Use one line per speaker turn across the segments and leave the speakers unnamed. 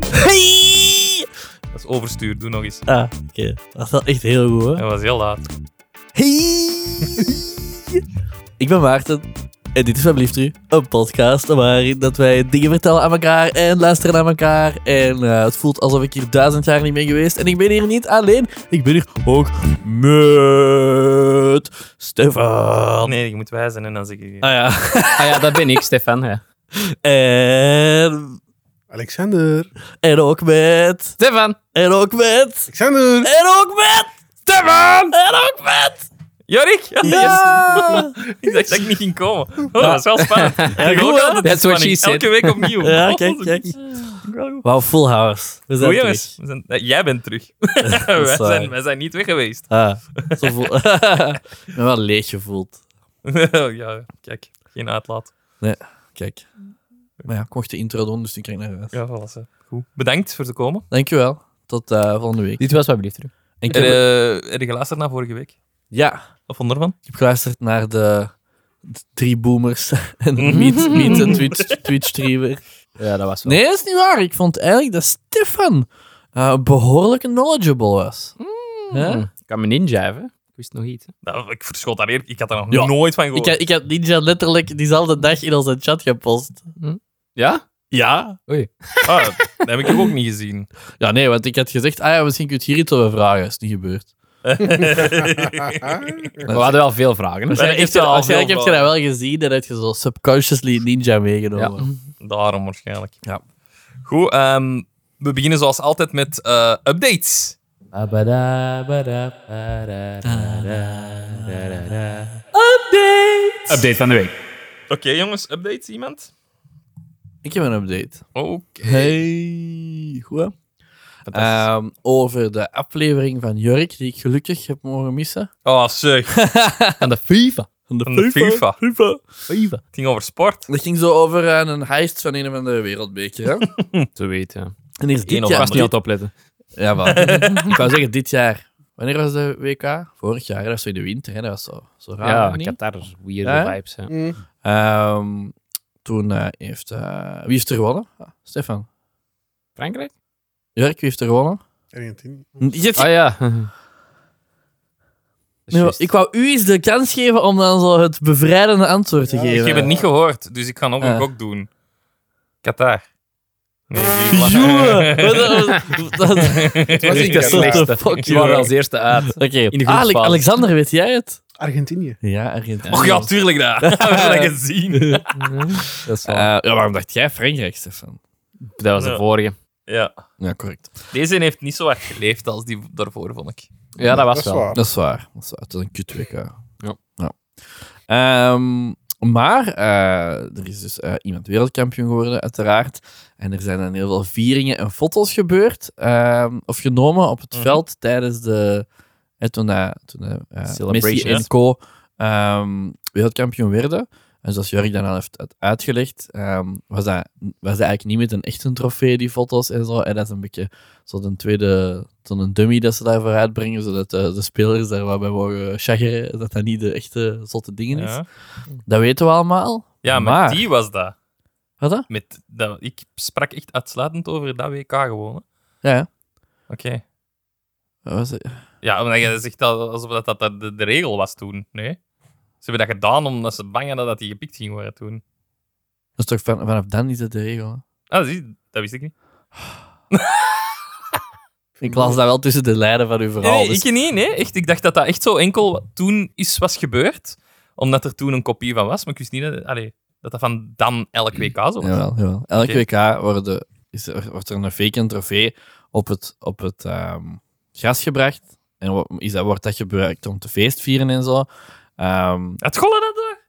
Hey! Dat is overstuur, doe nog eens.
Ah, oké. Dat is wel echt heel goed, hè?
Dat was heel laat.
Hey! ik ben Maarten. En dit is mijn liefde, u, een podcast waarin dat wij dingen vertellen aan elkaar en luisteren naar elkaar. En eh, het voelt alsof ik hier duizend jaar niet ben geweest. En ik ben hier niet alleen, ik ben hier ook met Stefan.
Nee, je moet wijzen en dan zeg je...
Ah ja,
Ah ja, dat ben ik, Stefan. Ja.
en,
Alexander.
en ook met,
Stefan!
en ook met,
Alexander.
en ook met,
Stefan!
en ook met.
Jorik! Ja,
Ja!
Ik dacht dat ik niet ging komen. Oh, dat is wel spannend. Ik
goed,
ook
hè?
altijd
That's what she
spanning.
said.
Elke week opnieuw.
Ja,
Oh,
kijk,
dat
kijk.
is wel goed.
Wauw, full house. We zijn
Goeie
terug.
jongens, we zijn- eh, jij bent terug. wij,
waar.
zijn, wij zijn niet weg geweest.
Ah, zo voel... ik ben wel leeg gevoeld.
ja, kijk, geen uitlaat.
Kijk. Maar ja, ik mocht de intro doen, dus nu krijg ik naar huis.
Ja, voilà. zo. Goed. Bedankt voor te komen.
Dankjewel. Tot eh, volgende week.
Dit was wat beliefd.
En ik
Heb
heb,
je heb je geluisterd naar vorige week?
ja,
Wat vond je ervan?
ik heb geluisterd naar de, de drie boomers en Meet, meet een Twitch, Twitch-streamer.
Ja, dat was wel.
Nee, dat is niet waar. Ik vond eigenlijk dat Stefan eh, behoorlijk knowledgeable was.
Mm.
Ja?
Ik kan me ninja hebben. Ik wist nog iets. hè.
Nou, ik verschot daar eer- Ik had daar nog
Ja.
nooit van
Ik,
gehoord.
had- ik had Ninja letterlijk diezelfde dag in onze chat gepost.
Ja?
Ja?
Ah, dat heb ik ook niet gezien.
Ja, nee, want ik had gezegd, ah ja, misschien kun je hier iets over vragen. is niet gebeurd.
Ah,
We hadden wel veel vragen. hè.
zijn
Waarschijnlijk
echt
heb je-
wel
waarschijnlijk
veel
heb je dat wel gezien en heb je zo subconsciously ninja meegenomen.
Daarom waarschijnlijk.
Ja.
Goed, ehm, we beginnen zoals altijd met eh, updates.
Update van de week.
Oké, jongens, updates iemand?
Ik heb een update.
Oh, Oké.
Hey, goed hè? Ehm, over de aflevering van Jurk, die ik gelukkig heb mogen missen.
Oh, zeg.
Aan de FIFA.
Van de,
Van de FIFA.
FIFA.
Het ging over sport.
Dat ging zo over eh, een heist van een of andere wereldbeker. Hè?
Te weten.
En hier is dit
of
Ik
jaar...
was niet aan het opletten.
Ja, wel. ik wou zeggen, dit jaar. Wanneer was de WK? Vorig jaar, dat was zo in de winter. Hè? Dat was zo, zo raar.
Ja,
of niet?
Qatar. Weird
Ja, hè?
vibes. hè.
Mm.
Ehm, toen eh, heeft... eh, wie heeft er gewonnen? Ah, Stefan.
Frankrijk?
Jurk, wie heeft er gewonnen?
Argentinië.
Ah ja.
Nee,
Juist.
ik wou u eens de kans geven om dan zo het bevrijdende antwoord te
Ja,
geven.
Ik heb het niet gehoord, dus ik ga nog een
Ah.
gok doen. Qatar. Nee, die was-
Jongen, wat- wat- wat-
Het was in
Dat is
Qatar.
slecht.
Slechtste.
the fuck,
Die waren
joh.
als eerste uit.
Oké,
In de
Ale-
groepsfase.
Alexander, weet jij het?
Argentinië.
Ja, Argentinië.
Och ja, tuurlijk dat. We hebben dat gezien.
Dat is wel-
ja, waarom dacht jij Frankrijk, Stefan?
Ah, Dat was
Ja.
de vorige.
Ja.
Ja, correct.
Deze heeft niet zo hard geleefd als die daarvoor, vond ik.
Ja, dat was
is
wel.
waar.
Dat is waar. Dat is waar. Het is een kut WK.
Ja.
ja. Ehm, maar eh, er is dus eh, iemand wereldkampioen geworden, uiteraard. En er zijn dan heel veel vieringen en foto's gebeurd. ehm, of genomen op het
Mhm.
veld tijdens de... eh, toen eh, toen eh, eh,
Celebration,
Messi en
hè?
Co. ehm, wereldkampioen werden. En zoals Jurk dan al heeft uit- uitgelegd, ehm, was, dat, was dat eigenlijk niet met een echte trofee, die foto's en zo. En dat is een beetje zo'n tweede, zo'n dummy dat ze daarvoor uitbrengen, zodat eh, de spelers daar wat bij mogen chaggeren, dat dat niet de echte zotte dingen is.
Ja,
Dat weten we allemaal.
ja maar,
Maar-
die was dat.
Wat dan?
Met dat. Ik sprak echt uitsluitend over dat WK gewoon. hè.
Ja, ja.
Oké.
Wat was het?
Ja, omdat je zegt dat alsof dat, dat de, de regel was toen. Nee. Ze hebben dat gedaan omdat ze bang hadden dat die gepikt ging worden toen.
Dat is toch van, vanaf dan is dat de regel. hè?
Ah, zie, dat wist ik niet.
Ik las dat wel tussen de lijnen van uw verhaal.
Nee,
dus-
ik niet. Nee. Echt, ik dacht dat dat echt zo enkel wat toen is was gebeurd. Omdat er toen een kopie van was. Maar ik wist niet dat allee, dat, dat van dan elk WK zo was.
Jawel, jawel. Elke WK worden, is er, wordt er een fake en trofee op het, op het ehm, gras gebracht. En wo- is dat, wordt dat gebruikt om te feestvieren en zo. Ehm,
Het gollen dat door.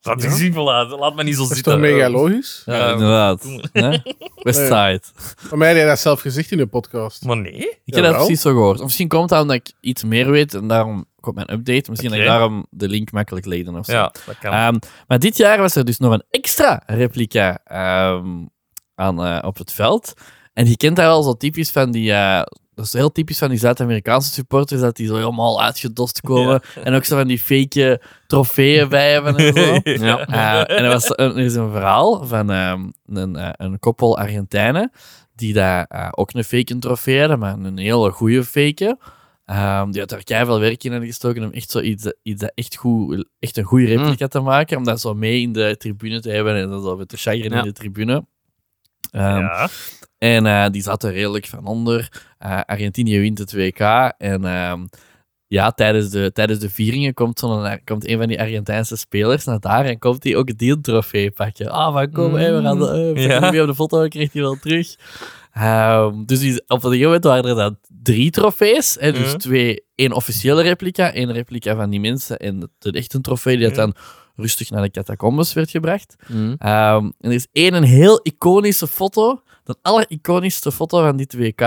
Dat
Ja.
is simpel laat. Laat me niet zo
Dat is
zitten.
toch mega
Eh,
logisch?
ja,
Ja,
inderdaad.
toen-
Ja? Westside.
Maar mij had je dat zelf gezegd in de podcast.
Maar nee.
Ik heb dat
Jawel.
precies zo gehoord. Of misschien komt dat omdat ik iets meer weet en daarom komt mijn update. Misschien dat
Oké.
ik daarom de link makkelijk legde of zo.
Ja, dat kan.
Ehm, maar dit jaar was er dus nog een extra replica ehm, aan, eh, op het veld. En je kent daar wel zo typisch van die... eh, dat is heel typisch van die Zuid-Amerikaanse supporters, dat die zo helemaal uitgedost komen. En ook zo van die fake eh, trofeeën bij hebben en zo.
Ja.
Eh, en er, was, er is een verhaal van ehm, een, eh, een koppel Argentijnen die daar eh, ook een fake trofee hadden, maar een hele goede fake. Ehm, die had daar keihard werk in hadden gestoken om echt zoiets iets dat echt, goed, echt een goede replica te maken. Om dat zo mee in de tribune te hebben en dan zo met de chagrin
Ja.
in de tribune. Ehm,
Ja.
en eh, die zat er redelijk van onder. Eh, Argentinië wint het WK. En ehm, ja, tijdens de, tijdens de vieringen komt, zo'n, eh, komt een van die Argentijnse spelers naar daar en komt die ook die trofee pakken. Ah, maar kom, hé, we gaan de, eh, we
Mm. Ja.
zetten hem weer op de foto, ik kreeg die wel terug. Ehm, dus die- op een gegeven moment waren er dan drie trofees. Hè, dus
Mhm.
twee, één officiële replica, één replica van die mensen en de, de echte trofee die
Ja.
dan rustig naar de catacombes werd gebracht.
Mm.
Ehm, en er is één een heel iconische foto, de allericonische foto van dit WK,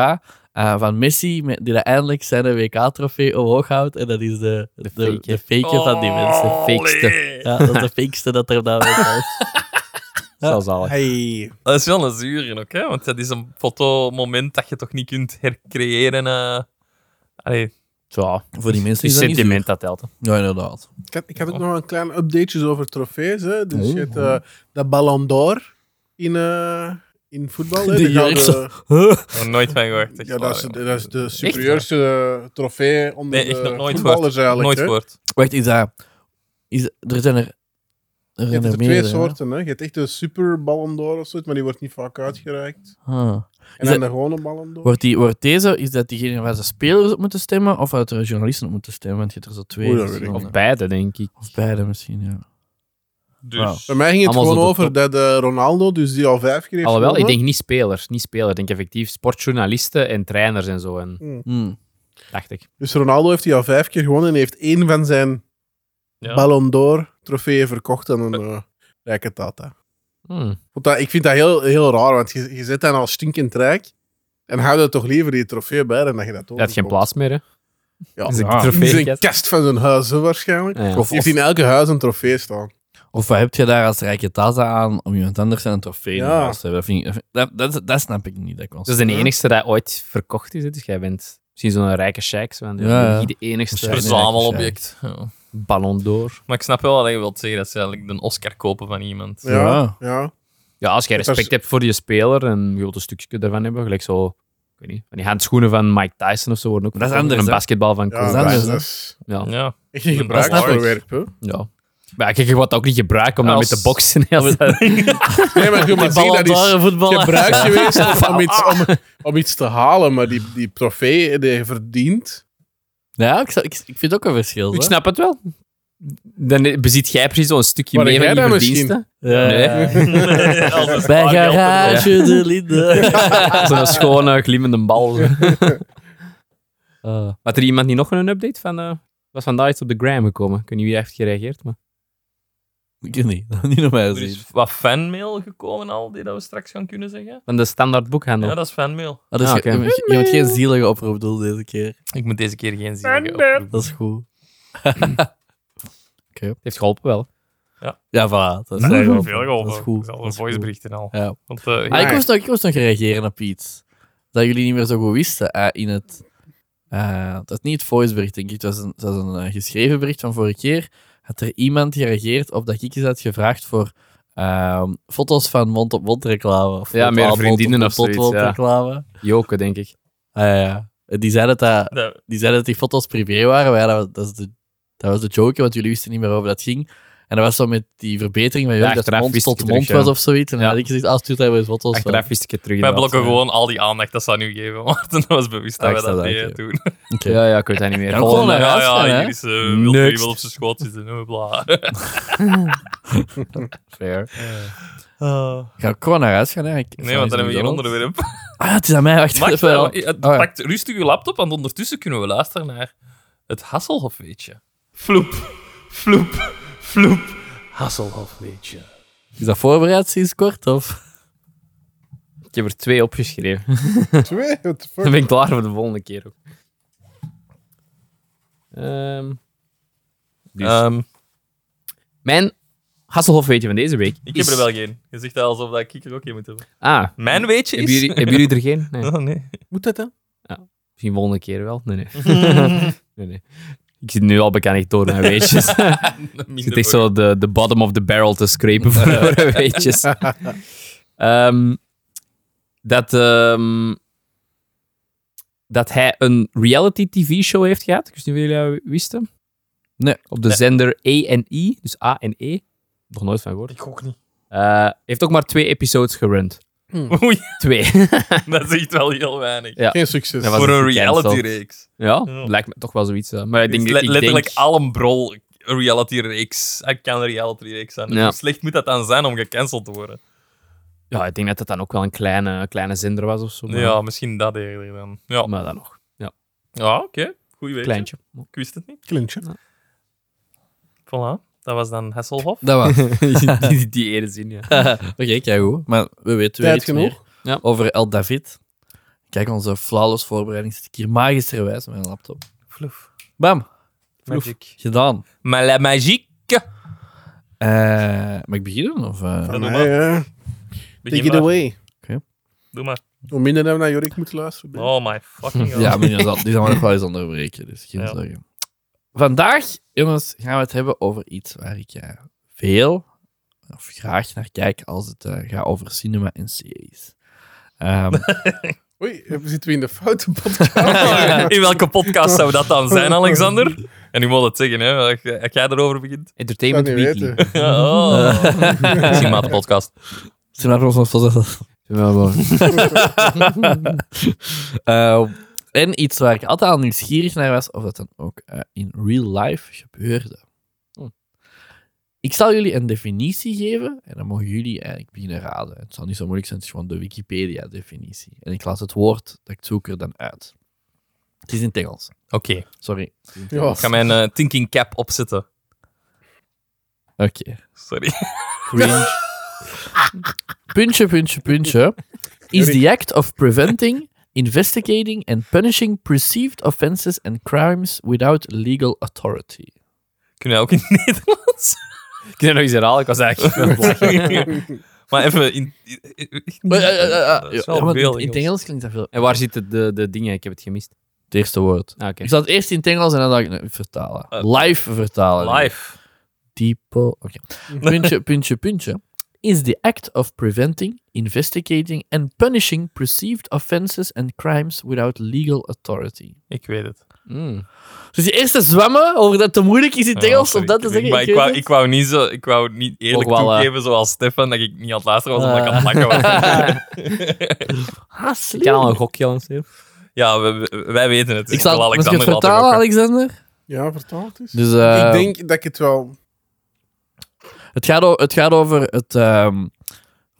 eh, van Messi, met- die dat eindelijk zijn WK-trofee omhoog houdt. En dat is de, de, de fake,
fake, hè?
van die mensen.
Oh,
De fakeste.
nee.
Ja, dat is de fakeste dat er nou is.
Zelfs al.
Hey.
Dat is wel een zuur ook, hè? Want dat is een fotomoment dat je toch niet kunt hercreëren. eh. Allee,
Ja,
Voor die mensen
het is sentiment dat telt. hè.
Ja, inderdaad.
Ik heb, ik heb ook nog een klein updateje over trofees. Hè. Dus je hebt eh, de Ballon d'Or in, eh, in voetbal. Hè.
De
De gouden-
juiste.
nog nooit van gehoord. echt
ja,
waar,
dat is,
joh.
de- dat is de superieurste eh, trofee onder
Nee, echt
de
nog nooit
voetballers eigenlijk.
Nooit
hè.
gehoord.
Wacht, is dat... Is, er zijn er... Er
Je
zijn
hebt
er
er twee
meerdere, hè?
soorten. Hè. Je hebt echt de super Ballon d'Or of zoiets, maar die wordt niet vaak uitgereikt.
Huh.
En
dat-
dan de gewone Ballon d'Or.
Wordt, die, wordt deze, is dat diegene waar de spelers op moeten stemmen, of waar de journalisten op moeten stemmen? Want je hebt er zo twee.
Oeh, dat
dus
weet ik
dan-
Of beide, denk ik.
Of beide misschien, ja.
Dus.
Wauw.
Bij mij ging het
Allemaal
gewoon
zo de
over dat eh, Ronaldo, dus die al vijf keer heeft
Alhoewel, ik
gewonnen.
denk niet spelers. Niet spelers. Ik denk effectief sportjournalisten en trainers en zo. En,
Hmm.
dacht ik.
Dus Ronaldo heeft die al vijf keer gewonnen en heeft één van zijn
Ja.
Ballon d'Or trofeeën verkocht aan een eh, rijke tata.
Hmm.
Want dat, ik vind dat heel, heel raar, want je, je zit dan al stinkend rijk en hou er toch liever die trofee bij dan dat je dat
Je
ook.
had geen plaats meer, hè.
Ja,
Dat is een
Ja.
in
trofee.
zijn kast van zijn huis hè, waarschijnlijk.
Ja.
Of,
Die heeft in elke huis een trofee staan.
of wat heb je daar als rijke taza aan om iemand anders zijn een trofee in
Ja.
huis te hebben? Dat, vind ik- dat, dat, dat snap ik niet. Dat
Dat is de enigste dat ooit verkocht is. hè. Dus jij bent misschien zo'n rijke sheik. zo van,
Ja, ja.
niet De enigste
Misschien.
verzamelobject. Ja.
ballon door.
Maar ik snap wel wat je wilt zeggen. Dat ze eigenlijk een Oscar kopen van iemand.
Ja,
Ja.
ja.
Ja, als jij
Dat
respect
is-
hebt voor je speler en je wilt een stukje ervan hebben, gelijk zo, ik weet niet, van die handschoenen van Mike Tyson of zo worden ook
Dat is
verkocht.
anders,
En Een
hè?
basketbal van
Ja,
Kobe
dat is
Bryant.
anders,
dat is
Ja. ja.
Ja.
echt
Dat
een
snap ik.
gebruiksvoorwerp. hè.
Maar kijk, je wordt dat ook niet gebruiken om
Als-
dan met te boksen. Als dat-
Nee, maar, goed, maar zie, dat is
voetballen.
gebruikt geweest om, om iets, om, om iets te halen, maar die, die trofee die je verdient...
Ja, ik, zou- ik, ik vind ook een verschil.
Dus- ik
hè.
snap het wel. Dan bezit jij precies zo'n stukje
Maar
meer
jij
van je
dan
verdiensten.
Ja.
Nee.
Als een
Bij
spaargeld
Garage de Linde.
zo'n schone, glimmende bal. zo. Eh, had er iemand niet nog een update van... eh, was vandaag iets op de gram gekomen. Ik weet niet wie heeft gereageerd, maar...
Ik weet niet. dat moet Niet naar mij
Er
Ah,
zien.
is wat fanmail gekomen al, die dat we straks gaan kunnen zeggen.
Van de standaard boekhandel.
Ja, dat is fanmail.
Ah, dus
Ah,
je-
oké.
je, je hebt geen zielige oproep doen deze keer.
Ik moet deze keer geen zin hebben.
Dat is goed.
Het heeft geholpen wel.
Ja, voilà. Hm. Dat is,
Dat is
goed.
veel geholpen.
Dat is goed.
Zelfs
Dat
een
is goed.
voicebericht en al.
Ja.
Want, eh,
Ah, ik,
Nee.
moest nog, ik moest nog reageren op iets. Dat jullie niet meer zo goed wisten eh, in het... eh dat is niet het voicebericht, denk ik. Het was een, het was een eh, geschreven bericht van vorige keer. Had er iemand gereageerd op dat ik eens had gevraagd voor ehm, foto's van mond-op-mond reclame. Of
Ja, meer vriendinnen of zoiets,
mond reclame.
Joken, denk ik.
Ah, ja. En Die zei dat, dat,
dat-
die zei dat die foto's privé waren. Maar ja, dat, was- dat, is de, dat was de joke, want jullie wisten niet meer waarover dat ging. En dat was zo met die verbetering van
Ja,
jullie, dat
achteraf
mond
wist ik
tot
het
mond
terug, ja.
was of zoiets. En dan
Ja.
had ik gezegd, ah, stuur daar eens foto's van.
Achteraf wist ik het terug.
wij
inderdaad.
blokken
Ja.
gewoon al die aandacht dat ze aan nu geven. Maarten, dat was bewust dat
Ah,
we
ik
dat
snap dat,
deden
oké.
toen.
Oké.
Ja, ja, ik weet dat niet meer.
Kan
Volgende.
gewoon, hè?
Ja,
raar
ja,
zijn, hè?
hier is eh, wil
Niks.
hier wel op zijn schoot zitten. hè, Bla.
Fair.
Ga ik gewoon naar huis gaan, hè? Ik-
Nee, want dan hebben we geen
McDonald's.
onderwerp.
Ah, het is aan mij. Wacht
Mag
even.
wel? Ja,
Oh, ja.
Pakt rustig uw laptop, want ondertussen kunnen we luisteren naar het Hasselhoff weetje. Floep, floep, floep. Hasselhoff weetje.
Is dat voorbereid sinds kort? Of?
Ik heb er twee opgeschreven.
Twee, what the fuck?
Dan ben ik klaar voor de volgende keer ook. Ehm, dus.
Ehm,
mijn Hasselhoff weet je van deze week.
Ik
is-
heb er wel geen. Je zegt dat alsof dat ik er ook geen moet hebben.
Ah,
Mijn weetje is...
hebben jullie, hebben jullie er geen? Nee.
Oh, nee.
Moet dat dan?
Misschien volgende keer wel. Nee, nee. nee, nee. Ik zit nu al bekend door mijn weetjes. Ik zit echt zo de, de bottom of the barrel te scrapen voor voor weetjes. Ehm, dat, ehm, dat hij een reality tv-show heeft gehad. Ik wist niet of jullie dat wisten.
Nee.
Op de
Nee.
zender E&E, dus A en E. Nog nooit van gehoord.
Ik ook niet.
Eh, heeft ook maar twee episodes gerund.
Oei,
Twee.
dat is echt wel heel weinig.
Ja.
Geen succes.
Dat was-
Voor een
gecanceld.
reality-reeks.
ja,
Ja.
lijkt me toch wel zoiets. eh, Maar ik denk,
Het is le-
ik
letterlijk
denk,
al een brol een reality-reeks. Ik kan een reality-reeks zijn.
Ja.
Hoe slecht moet dat dan zijn om gecanceld te worden?
ja, ik denk dat dat dan ook wel een kleine, kleine zender was of zo. Maar,
Ja, misschien dat eerder dan. Ja,
maar dan nog.
ja oké. Goeie weetje.
Kleintje.
Ik wist het niet.
Klintje.
Voilà. Dat was dan Hasselhoff.
Dat was.
die, die ene zin, ja.
Oké, kijk goed. Maar we weten weer
Tijd
iets
genoeg.
meer
Ja.
over El David. Kijk, onze flawless voorbereiding zit ik hier magischerwijs op mijn laptop.
Vloef.
Bam,
Magic.
gedaan.
Maar la magique.
Eh mag ik beginnen? Of, eh?
doe
Van
maar.
mij, hè.
Begin
Take it
maar.
away.
Doe maar.
Hoe minder dat we naar Jorik moeten luisteren. Ben.
Oh my fucking god.
Ja, maar die zal- die zal we nog wel eens onderbreken, dus geen
Ja.
zorgen. Vandaag, jongens, gaan we het hebben over iets waar ik eh, veel of graag naar kijk als het eh, gaat over cinema en series. Ehm,
Oei, zitten we in de foute podcast?
In welke podcast zou dat dan zijn, Alexander? En ik moet het zeggen, hè, als jij als jij erover begint.
Ik kan
Entertainment
niet
Weekly.
weten.
Oh. Misschien maar de podcast.
cinema voor ons was dat- Ehm, en iets waar ik altijd al nieuwsgierig naar was, of dat dan ook eh, in real life gebeurde.
Hm.
Ik zal jullie een definitie geven en dan mogen jullie eigenlijk beginnen raden. Het zal niet zo moeilijk zijn, het is gewoon de Wikipedia-definitie. En ik laat het woord dat ik zoek er dan uit. Het is in het Engels.
Oké.
Sorry. Het is in het
Ja.
Engels.
Ik ga mijn eh, thinking cap opzetten.
Oké.
Sorry.
Cringe. puntje, puntje, puntje. Is the act of preventing, investigating and punishing perceived offenses and crimes without legal authority.
Kunnen we ook in het Nederlands?
Ik zei nog eens herhalen, ik was eigenlijk aan het lachen.
maar even in. in- in-
Maar, eh, eh, eh,
Dat is wel
ja, want in-
veel
in het
Engels.
Engels klinkt dat veel.
En waar zitten de, de dingen? Ik heb het gemist.
Het eerste woord.
Ah, oké.
Ik zat eerst in het Engels en dan dacht ik, nee, vertalen.
Eh,
Live vertalen.
Live.
People. Oké. Puntje, puntje, puntje. Is the act of preventing, investigating and punishing perceived offenses and crimes without legal authority.
Ik weet het.
Mm.
Dus die eerste zwemmen over dat te moeilijk is in het
Ja,
Engels,
sorry,
om dat te
ik-
zeggen.
Maar
ik
ik,
weet
wou,
het.
ik wou niet, zo, ik wou niet eerlijk
Ook wel, eh,
toegeven, zoals Stefan, dat ik niet aan het luisteren was omdat ik
Eh.
aan het lachen was.
Ah,
Ik kan al
slim.
een gokje lanceren.
ja, we- we- wij weten het.
Ik zal misschien
Alexander
het
laten
vertalen,
gokken.
Alexander.
ja, vertaald is.
Dus, eh,
ik denk dat ik het wel...
het, gaat o- het gaat over het... ehm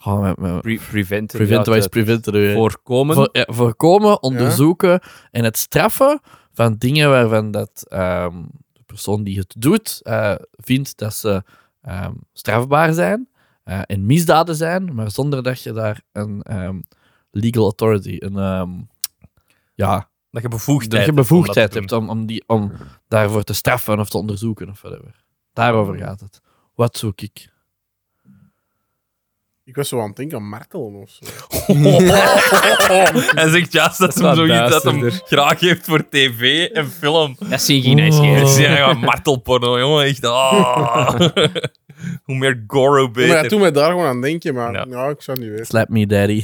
oh, mijn- mijn-
Pre preventen.
prevent,
ja,
wat is
het
preventen er weer?
Voorkomen.
Voor- ja, voorkomen, onderzoeken en het straffen van dingen waarvan dat, ehm, de persoon die het doet eh, vindt dat ze ehm, strafbaar zijn eh, en misdaden zijn, maar zonder dat je daar een ehm, legal authority, een... ehm, ja,
Dat je bevoegdheid,
dat je
hebt om dat
bevoegdheid
te
hebt
doen.
om, om, die, om daarvoor te straffen of te onderzoeken of whatever. Daarover gaat het. Wat zoek ik?
Ik was zo aan het denken aan martelen of zo.
Oh,
Hij zegt juist dat,
is
hem
wat
zoiets dat hem
duisterder.
graag heeft voor tv en film.
Dat zie je niet
Oh.
Ik
eens.
zie een "Ah, martelporno, jongen. Echt, ah. Hoe meer gore, hoe
Maar ja,
beter.
toen mij daar gewoon aan denken, maar
Ja.
ja. ik zou het niet weten.
Slap me, daddy.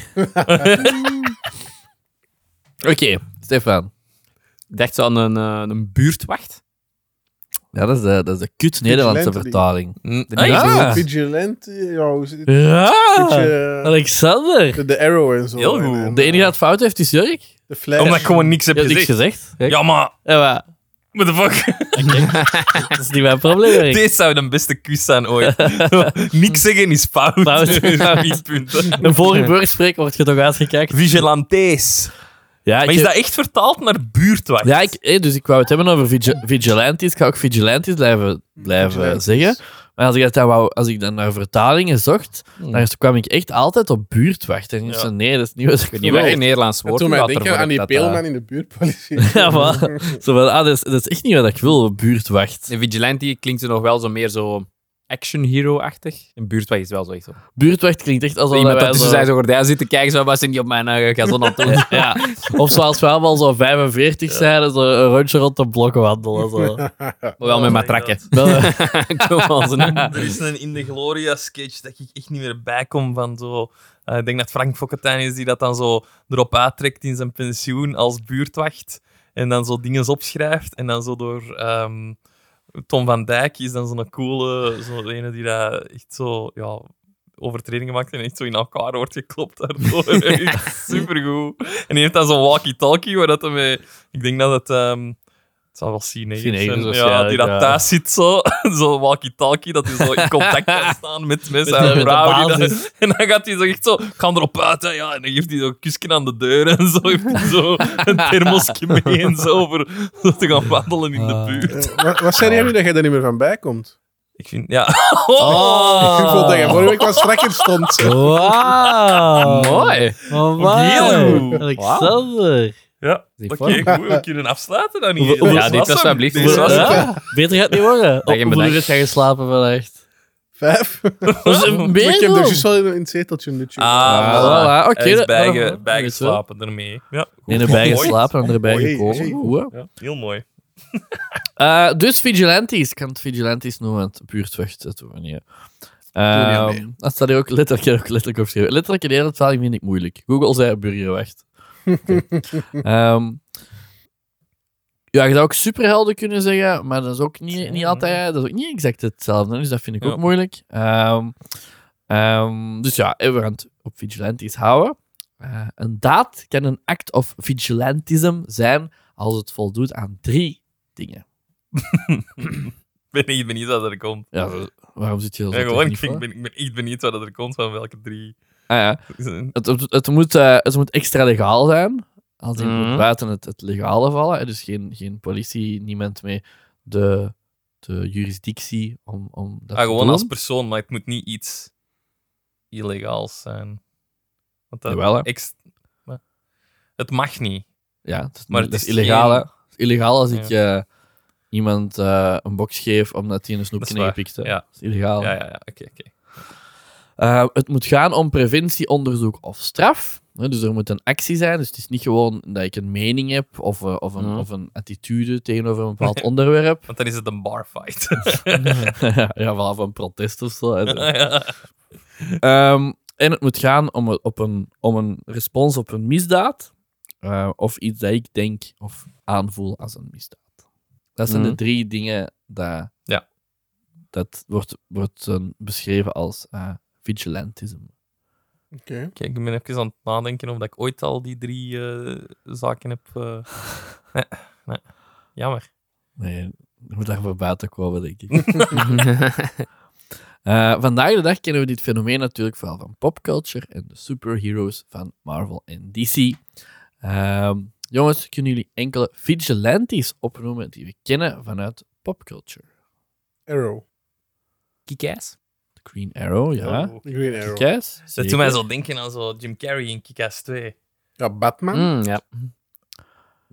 Oké, Stefan.
Ik dacht zo aan een, eh, een buurtwacht.
Ja, dat is de, dat is de kut Nederlandse
Vigilante
vertaling.
Mm,
De
ah, ja.
Nederlandse-
Ja.
Vigilant, ja, hoe zit het? Een
Ja!
beetje,
Alexander!
eh, de arrow en zo.
Heel
En,
goed.
en,
De enige
eh,
dat het fout heeft is Jurk.
De flash.
Omdat ik gewoon niks heb
Je hebt niks
gezegd.
gezegd. Kijk.
Ja, maar...
Ja, maar
What the fuck?
dat is niet mijn probleem. Jurk.
Deze zou de beste quiz zijn ooit. niks zeggen is fout.
Fout.
Vier punten.
Een vorige burgspreek wordt je toch uitgekijkt.
Vigilantes.
Ja, ik
Maar is
heb-
dat echt vertaald naar buurtwacht?
Ja, ik, eh, dus ik wou het hebben over vigi- vigilantes. Ik ga ook vigilantes blijven, blijven
Vigilantes.
zeggen. Maar als ik, dat dan wou, als ik dan naar vertalingen zocht,
Hmm.
dan kwam ik echt altijd op buurtwacht. En ik
Ja.
zei, nee, dat is niet wat ik
Ik weet niet wat
wil.
een Nederlands
En
woord
toen mij
gaat
denken
ervoor
aan die
dat dat, eh,
peelman in de buurtpolitie.
Ja, maar, zo van, ah, dat, is, dat is echt niet wat ik wil, buurtwacht.
Een vigilante klinkt er nog wel zo meer zo action hero-achtig. Een buurtweg is wel zo echt zo.
Buurtwacht klinkt echt alsof
Iemand dus
wij
dat
zo-
tussen zijn zo gordijn zit te kijken, zo, wat zijn die op mijn uh, gazon aan het doen?
Ja. Of zoals we allemaal zo 45 zijn, zo een rondje rond de blokken wandelen. Zo.
Maar wel met
Oh my
matrakken.
Dat-
Kom als een-
er is een In de Gloria sketch dat ik echt niet meer bijkom van zo. eh, ik denk dat Frank Fokkentijn is die dat dan zo erop uittrekt in zijn pensioen als buurtwacht. En dan zo dingen opschrijft. En dan zo door ehm, Tom van Dijk is dan zo'n coole, zo'n ene die dat echt zo ja, overtredingen maakt en echt zo in elkaar wordt geklopt daardoor. Echt Supergoed. En die heeft dan zo'n walkie-talkie waar dat hem mee... Ik denk dat het... ehm, het zal wel Cine
Sinead
zijn.
is
Ja, die dat
waarschijnlijk, ja.
thuis zit zo. Zo'n walkie-talkie, dat hij zo in contact kan staan met mensen
Met de-
en
met de
vrouw. die dat-
basis.
en dan gaat hij zo echt zo... Ik ga erop uit, hè, ja. En dan geeft hij zo een kusje aan de deur en zo. Heeft hij zo een thermosje mee en zo over zo te gaan wandelen in de
Ah.
buurt.
Eh, wat, wat zijn jullie dat jij er niet meer van bij komt?
Ik vind... Ja. Ah.
Ik vond dat je vorige week wat strakker stond.
Oh.
Wauw.
Mooi.
Amai.
Heel goed.
Alexander.
Ja,
Die
oké,
fuck.
goed, we kunnen afsluiten dan
Hoeveel-
hier.
hoeveel-
Ja, dit was
hem.
alsjeblieft.
Dit was
Ja.
hem.
Beter gaat het niet worden. Op
bedankt.
hoe is gaan geslapen vannacht?
Vijf.
Was het
Ik heb
meer
er
dan?
juist wel in in het zeteltje een dutje.
Ah, voilà.
Ah, voilà. Oké,
Hij is
dat-
bijge-
ah,
bijgeslapen daarmee. Ja,
Nee,
goed.
erbij
Mooi.
geslapen en erbij
Mooi,
gekozen.
hey.
Goed, hè?
Ja, heel mooi.
Eh, dus vigilantes. Ik kan het vigilantes noemen, want buurtwacht, dat doen we niet. hè.
Doe niet
Ehm, dat staat hier ook letterlijk, ook letterlijk opgeschreven. Letterlijk in heel het verhaal vind ik moeilijk. Google zei burgerwacht. Oké. Ehm, ja, je zou ook superhelden kunnen zeggen, maar dat is ook niet, niet altijd... Dat is ook niet exact hetzelfde, dus dat vind ik
Ja.
ook moeilijk. Ehm, ehm, dus ja, we gaan het op vigilantes houden. Eh, een daad kan een act of vigilantism zijn als het voldoet aan drie dingen.
Ik ben echt benieuwd wat er komt.
Ja, dat- waarom zit je dat
Ja, gewoon, ik, vind, ik, ben, ik ben echt benieuwd wat er komt van welke drie. Dus, eh,
ah, ja. het, het, het moet, eh, het moet extra legaal zijn. Als in het moet
Mhm.
buiten het, het legale vallen. hè. Dus geen, geen politie, niemand mee de, de juridictie om, om dat
Ah,
te
gewoon
doen.
als persoon, maar het moet niet iets illegaals zijn. Want dat
Jawel, hè.
ex- maar- het mag niet.
Ja, het is,
Maar
niet-
het
dat is
is
illegaal.
geen-
hè. Het is illegaal als ik eh, iemand eh, een box geef omdat hij een snoepje
Dat is waar,
gepikt heeft.
ja.
Dat is illegaal.
Ja, ja, ja. Oké, oké.
Eh, het moet gaan om preventie, onderzoek of straf. Hè, Dus er moet een actie zijn. Dus het is niet gewoon dat ik een mening heb of, eh, of, een,
Mhm.
of een attitude tegenover een bepaald onderwerp.
Want dan is het een barfight.
ja, vanaf een protest of zo. hè.
ja.
Ehm, en het moet gaan om, een- op een, om een respons op een misdaad. eh, of iets dat ik denk of aanvoel als een misdaad. Dat zijn
Mhm.
de drie dingen dat,
Ja.
dat wordt, wordt eh, beschreven als eh, vigilantisme.
Oké.
Kijk, ik ben even aan het nadenken of dat ik ooit al die drie eh, zaken heb. eh. Nee, nee. Jammer.
Nee, je moet daar voor buiten komen, denk ik. Eh, vandaag de dag kennen we dit fenomeen natuurlijk vooral van popculture en de superheroes van Marvel en DC. Ehm, jongens, kunnen jullie enkele vigilantes opnoemen die we kennen vanuit popculture?
Arrow.
Kikas?
The Green Arrow, ja.
Green Arrow.
Kick-Ass,
Oh, Dat
zeker.
doet mij zo denken aan zo Jim Carrey in Kick-Ass 2.
Ja, Batman.
Mm.
Mm, ja.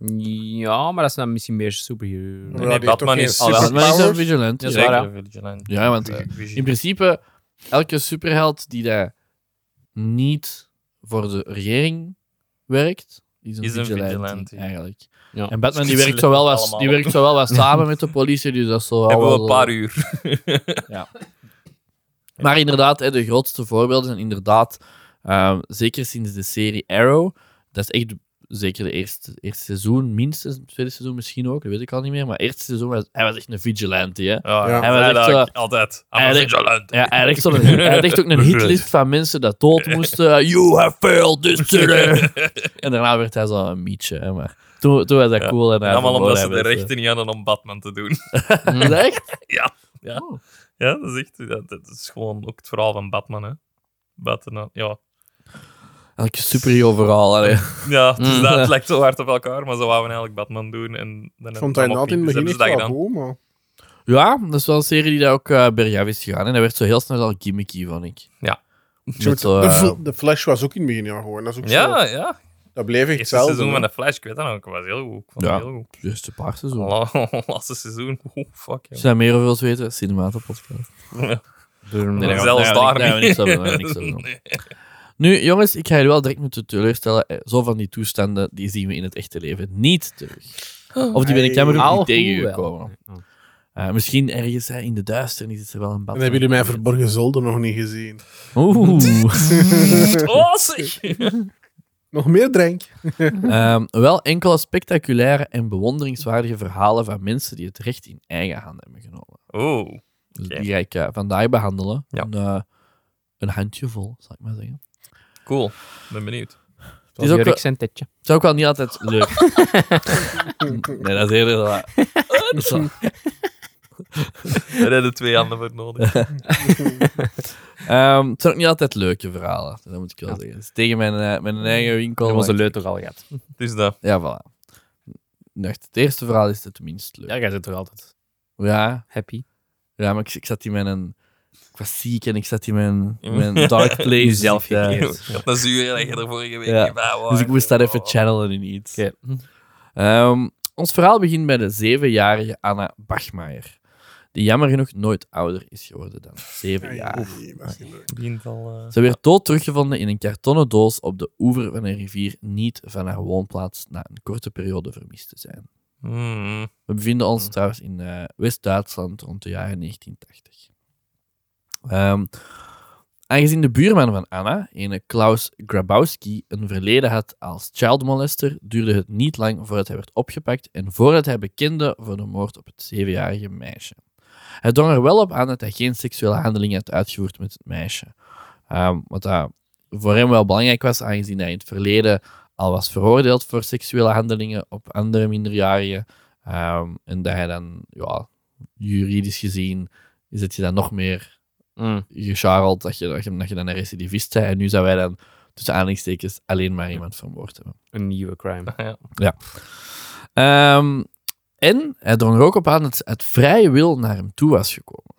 Ja, maar dat is dan misschien meer superhero.
nee,
die heeft
Batman
toch
is-
geen
Oh, wel,
Batman is een
superpowers?
vigilante.
Ja,
Ja,
zeker.
Ja, want eh, in principe, elke superheld die daar niet voor de regering werkt, is een,
Is een
vigilante,
vigilante.
eigenlijk.
Ja.
En Batman die
Dus
werkt, zowel wat,
allemaal.
die werkt zowel wat samen met de politie, dus dat is zo
Hebben
wel-
we een paar uur.
Maar inderdaad, hè, de grootste voorbeelden zijn inderdaad, ehm, zeker sinds de serie Arrow, dat is echt de- zeker de eerste, eerste seizoen, minstens het tweede seizoen misschien ook, dat weet ik al niet meer, maar het eerste seizoen, was, hij was echt een vigilante, hè.
Ja, hij
Ja.
was
Hij was
eigenlijk
echt
altijd. I'm
hij
a
had echt-
vigilante.
Ja, hij had echt, zo'n- hij had echt ook een hitlist van mensen dat dood moesten. "Ah, You have failed this city. En daarna werd hij zo een mietje. Hè, maar toen, toen was dat
Ja.
cool. En hij
Allemaal
verloor
omdat
hij
ze de
best, hè.
rechten niet hadden om Batman te doen.
Is dat echt?
Ja. Ja.
Oh.
Ja, dat is echt... Dat, dat is gewoon ook het verhaal van Batman, hè. Batman, ja.
Elke superhero vooral. allee.
Ja, dus
Mm.
dat het lijkt zo hard op elkaar, maar ze wouden eigenlijk Batman doen. En dan
Ik vond hij
altijd
altijd in het begin echt wel
gedaan.
goed, maar...
Ja, dat is wel een serie die daar ook eh bergaf is gegaan. En dat werd zo heel snel al gimmicky, vond ik.
Ja.
Met zo,
de,
eh,
fl- de Flash was ook in het begin ja, gewoon. Dat is ook zo.
Ja, ja.
Dat Dat bleef echt
Eerste
hetzelfde.
seizoen van
hè.
de Flash, ik weet dat nog. Ik was heel goed. Ik vond
Ja.
het heel goed.
Juist een paar seizoenen.
La- Laatste seizoen. Oh, fuck.
Als
joh.
je daar meer over wilt weten, Cinematopodcast.
Nee, nee,
gaan we-
zelfs
gaan we-
daar
gaan we
niet.
niks hebben, daar gaan we niks hebben. Nu, jongens, ik ga jullie wel direct moeten teleurstellen. Eh, Zo van die toestanden, die zien we in het echte leven niet terug.
Oh.
Of die ben ik jammer genoeg niet tegengekomen. Eh, misschien ergens hè, in de duisternis is er wel een bad.
En hebben jullie mijn verborgen zolder nog niet gezien?
Oeh.
Oh, zeg.
Nog meer drank?
Ehm, wel enkele spectaculaire en bewonderingswaardige verhalen van mensen die het recht in eigen handen hebben genomen.
Oh.
Dus
Oké.
die ga ik eh, vandaag behandelen.
Ja.
Een, eh, een handjevol, zal ik maar zeggen.
Cool, ben benieuwd.
Het is ook, wel-
zijn tetje.
het is ook wel niet altijd leuk. nee, dat is eerder zo wat- dat is zo-
Daar hebben twee handen voor nodig.
Ehm, het zijn ook niet altijd leuke verhalen, dat moet ik wel zeggen. Dus tegen mijn, eh, mijn eigen winkel.
Dat was de leut toch al gehad?
Dus dat.
Ja, voilà. Nou, Echt, het eerste verhaal is het minst leuk.
Ja, jij zit toch altijd
Ja,
happy?
ja maar ik, ik zat hier met een... Ik was ziek en ik zat hier met een,
Ja.
met een dark place. dus
Jezelf
ik, eh,
gecreëerd.
Dat is uur dat je er vorige week
Ja.
niet bij was. Oh.
Dus ik moest dat even channelen in iets.
Oh. Oké.
Ehm, ons verhaal begint bij de zevenjarige Anna Bachmeijer. Die jammer genoeg nooit ouder is geworden dan zeven jaar.
Nee, dat is niet leuk.
Het begint al... eh,
Ze werd dood teruggevonden in een kartonnen doos op de oever van een rivier, niet van haar woonplaats na een korte periode vermist te zijn.
mm.
We bevinden ons
Hmm.
trouwens in eh, West-Duitsland rond de jaren 1980. Ehm, aangezien de buurman van Anna, een Klaus Grabowski, een verleden had als child molester, duurde het niet lang voordat hij werd opgepakt en voordat hij bekende voor de moord op het zevenjarige meisje. Hij drong er wel op aan dat hij geen seksuele handelingen had uitgevoerd met het meisje. Ehm, wat dat voor hem wel belangrijk was, aangezien hij in het verleden al was veroordeeld voor seksuele handelingen op andere minderjarigen. Ehm, en dat hij dan, ja, juridisch gezien, is het je dan nog meer
Mm.
gecharreld dat je, dat, je, dat je dan een recidivist bent. En nu zijn wij dan tussen aanhalingstekens alleen maar iemand vermoord hebben.
Een nieuwe crime.
Ah, Ja.
Ehm, en hij drong er ook op aan dat ze uit vrije wil naar hem toe was gekomen.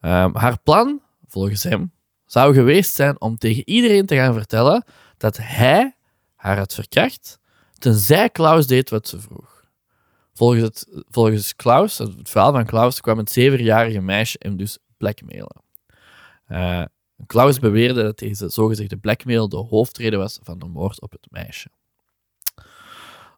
Ehm, haar plan, volgens hem, zou geweest zijn om tegen iedereen te gaan vertellen dat hij haar had verkracht, tenzij Klaus deed wat ze vroeg. Volgens, het, volgens Klaus, het verhaal van Klaus, kwam het zevenjarige meisje hem dus blackmailen. Eh, Klaus beweerde dat deze zogezegde blackmail de hoofdreden was van de moord op het meisje.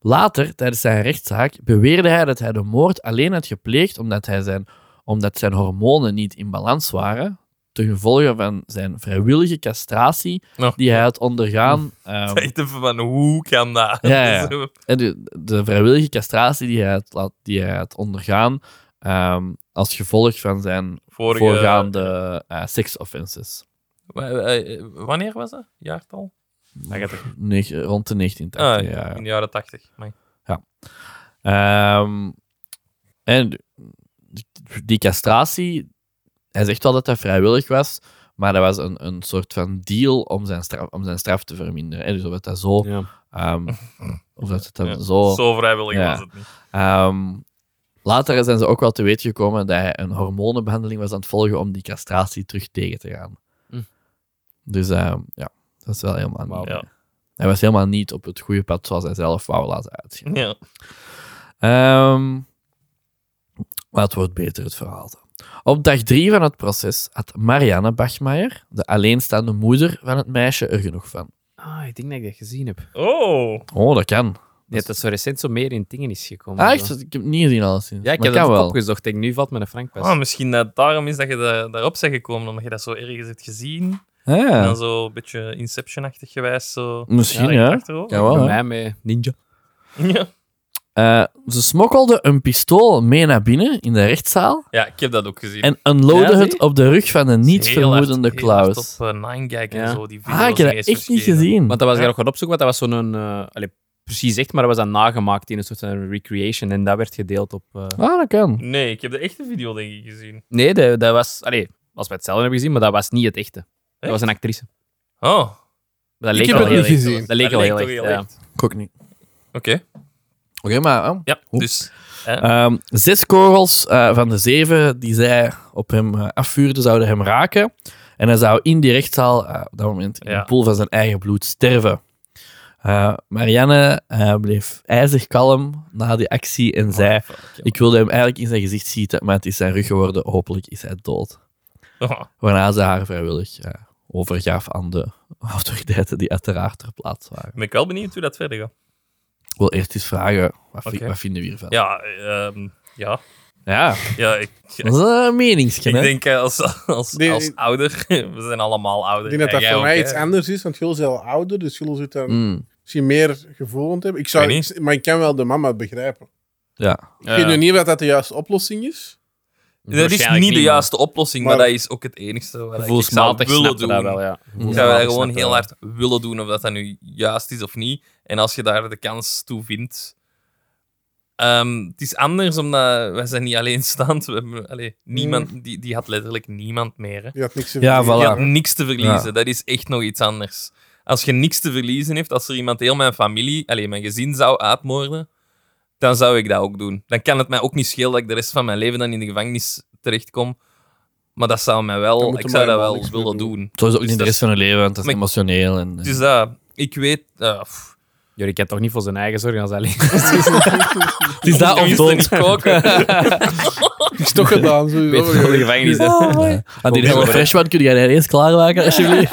Later, tijdens zijn rechtszaak, beweerde hij dat hij de moord alleen had gepleegd omdat, hij zijn, omdat zijn hormonen niet in balans waren, ten gevolge van zijn vrijwillige castratie
Nog.
die hij had ondergaan. ehm,
Ik dacht even van, hoe kan dat?
Ja, ja.
Zo.
en de, de vrijwillige castratie die hij had, laat- die hij had ondergaan ehm, als gevolg van zijn
Vorige...
voorgaande eh seksoffenses.
Wa- eh, Wanneer was dat? Jaartal?
Dat gaat toch-
Nege- Rond de 1980
ah,
jaar.
In de jaren tachtig. Amai.
Ehm, en die- die castratie, hij zegt wel dat dat vrijwillig was, maar dat was een, een soort van deal om zijn straf, om zijn straf te verminderen. En dus of dat, dat zo...
Ja.
ehm, of dat het dan
Ja.
zo...
Zo vrijwillig
Ja.
was het niet.
Ehm, later zijn ze ook wel te weten gekomen dat hij een hormonenbehandeling was aan het volgen om die castratie terug tegen te gaan.
Hm.
Dus ehm, ja, dat is wel helemaal niet.
Wauw.
Ja.
Hij was helemaal niet op het goede pad zoals hij zelf wou laten uitgaan.
Ja.
Ehm, maar het wordt beter, het verhaal. dan. Op dag drie van het proces had Marianne Bachmeijer, de alleenstaande moeder van het meisje, er genoeg van.
Ah, ik denk dat ik dat gezien heb.
Oh.
Oh, dat kan.
Nee, dat zo recent zo meer in dingen is gekomen.
Ah,
Zo.
echt? Ik heb het niet gezien alleszins.
Ja, ik
Maar
heb
kan
dat
wel.
opgezocht. Ik denk, nu valt me een Frank pas.
Ah, misschien dat daarom is dat je da- daarop bent gekomen, omdat je dat zo ergens hebt gezien. En
Ah,
dan zo een beetje Inception-achtig gewijs. Zo...
misschien, ja.
Achterover.
Jawel,
Bij
hè.
mij met Ninja.
Ja.
Eh, ze smokkelde een pistool mee naar binnen in de rechtszaal
ja, ik heb dat ook gezien.
en unloadde
Ja, zie.
het op de rug van een niet vermoedende Klaus.
Op uh, Nine Gag en
Ja.
zo. Die
Ah, ik heb dat echt niet gezien.
Want dat was ik
Ja.
nog gaan opzoeken, want dat was zo'n... eh allee, precies echt, maar dat was dan nagemaakt in een soort van recreation. En dat werd gedeeld op... eh,
Ah, dat kan.
Nee, ik heb de echte video denk ik gezien.
Nee, dat, dat was... Allee, als we hetzelfde hebben gezien, maar dat was niet het echte. Dat
Echt?
was een actrice.
Oh,
Maar Dat
Ik
leek
heb
wel
het
heel
niet
echt.
gezien.
Dat leek wel
dat
heel
toch
echt, ja.
echt.
Ik ook niet. Oké,
Oké,
maar... eh,
ja,
Oep.
dus... hè?
Ehm, zes kogels eh, van de zeven die zij op hem eh, afvuurde, zouden hem raken. En hij zou in die rechtszaal eh, op dat moment in
Ja.
de poel van zijn eigen bloed sterven. Eh, Marianne eh, bleef ijzig kalm na die actie
Oh,
en zei:
fuck, ja.
Ik wilde hem eigenlijk in zijn gezicht schieten, maar het is zijn rug geworden. Hopelijk is hij dood.
Ah,
Waarna ze haar vrijwillig eh, overgaf aan de autoriteiten die uiteraard ter plaatse waren.
ben ik wel benieuwd hoe dat verder gaat.
Ik wil eerst eens vragen: wat, vi-
Oké.
wat vinden we hiervan?
Ja, ehm, ja.
Ja,
ja ik,
dat is een meningsje.
ik
hè?
denk eh, als, als,
Nee,
als
nee.
ouder, we zijn allemaal ouder.
Ik denk dat dat
Ja, jij
voor
ook,
mij
hè.
iets anders is, want Jul is al ouder, dus Jul zit daar
Mm,
misschien meer gevoel aan te hebben. Ik zou,
Ik weet
maar ik kan wel de mama begrijpen.
ja.
Ik weet nu niet of dat de juiste oplossing is.
Dat is
Waarschijnlijk
niet de
niet,
juiste oplossing, maar,
Maar-
dat is ook het enigste wat ik zou
Gevoelsmatig
willen
snapte
doen.
dat wel, ja.
Ik zou dat
Gevoelsmatig
gewoon
snapte
heel
eh?
dat.
hard willen doen, of dat dat nu juist is of niet. En als je daar de kans toe vindt... Ehm, het is anders, omdat wij zijn niet alleenstaand. We hebben, allee,
Mm.
niemand, die, die had letterlijk niemand meer. Hè.
Die had niks te
Ja,
verliezen.
Je
voilà.
hebt niks te verliezen.
Ja.
Dat is echt nog iets anders. Als je niks te verliezen hebt, als er iemand heel mijn familie, alleen mijn gezin zou uitmoorden, dan zou ik dat ook doen. Dan kan het mij ook niet schelen dat ik de rest van mijn leven dan in de gevangenis terechtkom. Maar dat zou mij
Dan
wel,
moet
ik
er
zou
maar
dat wel
niks mee
willen
doen.
doen.
Zo is het ook
Dus
niet de
dat
rest van hun leven, want dat is
Maar ik-
emotioneel. En,
Dus dat, ik weet. eh, pff,
Jullie kent toch niet voor zijn eigen zorgen als alleen.
het is dat
om
of
dood
dood.
gesproken.
Is toch gedaan,
Weet
sowieso.
je wel, de gevangenis. hè.
Oh
Oh, Aan die hele fresh one kun jij dat eens klaarmaken, alsjeblieft.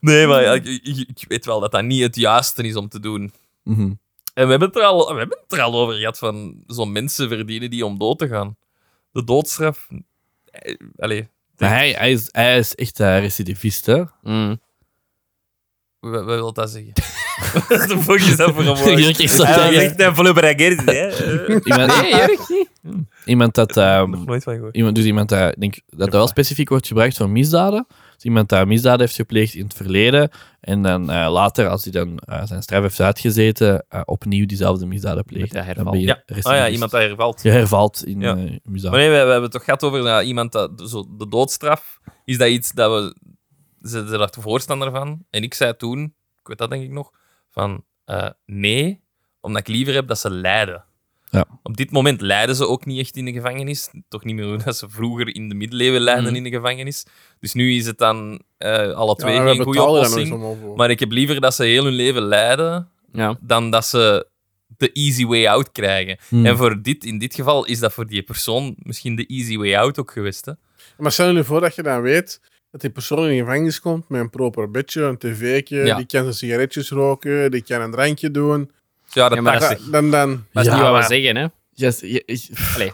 nee, maar ja, ik, ik- ik weet wel dat dat niet het juiste is om te doen.
Mhm.
En we hebben het er al, we hebben het er al over gehad van zo'n mensen verdienen die om dood te gaan. De doodstraf. eh, Allee,
Maar hij, hij, is, hij is echt eh, recidivist, hè?
Mm.
wat, wat wil dat zeggen? Wat de fuck is dat voor een
Ik
woord?
denk echt zo- iemand,
een volle braguette, hè? Eh,
iemand dat,
Nog
ehm,
nooit van gehoord.
iemand, dus iemand dat, ik denk dat dat wel specifiek wordt gebruikt voor misdaden. Dus iemand dat misdaden heeft gepleegd in het verleden en dan eh, later, als hij dan eh, zijn straf heeft uitgezeten, eh, opnieuw diezelfde misdaden pleegt.
Met de herval.
Dan ben je
Ja. Ah ja,
recidivist.
iemand dat hervalt.
Je hervalt in
Ja.
eh, misdaden.
Maar nee, we, we hebben het toch gehad over dat iemand dat, zo, de doodstraf. Is dat iets dat we. Ze zijn daar voorstander van. En ik zei toen, ik weet dat denk ik nog, van eh, nee, omdat ik liever heb dat ze lijden.
Ja.
Op dit moment lijden ze ook niet echt in de gevangenis. Toch niet meer hoe dat ze vroeger in de middeleeuwen lijden
Mhm.
in de gevangenis. Dus nu is het dan eh, alle twee
Ja,
geen
we
goede
betalen daar nog eens
oplossing.
allemaal voor.
Maar ik heb liever dat ze heel hun leven lijden
Ja.
dan dat ze de easy way out krijgen.
Hmm.
En voor dit, in dit geval is dat voor die persoon misschien de easy way out ook geweest. Hè?
Maar stel je nu voor dat je dan weet dat die persoon in de gevangenis komt met een proper bedje, een tv'tje,
Ja.
die kan zijn sigaretjes roken, die kan een drankje doen.
Ja, dat,
Ja, maar
dacht
dat
ik.
Dan, dan, dan,
Dat is
Ja,
niet wat
maar-
we zeggen, hè?
Yes, je- je-
Allee.
Je
Nee,
zit-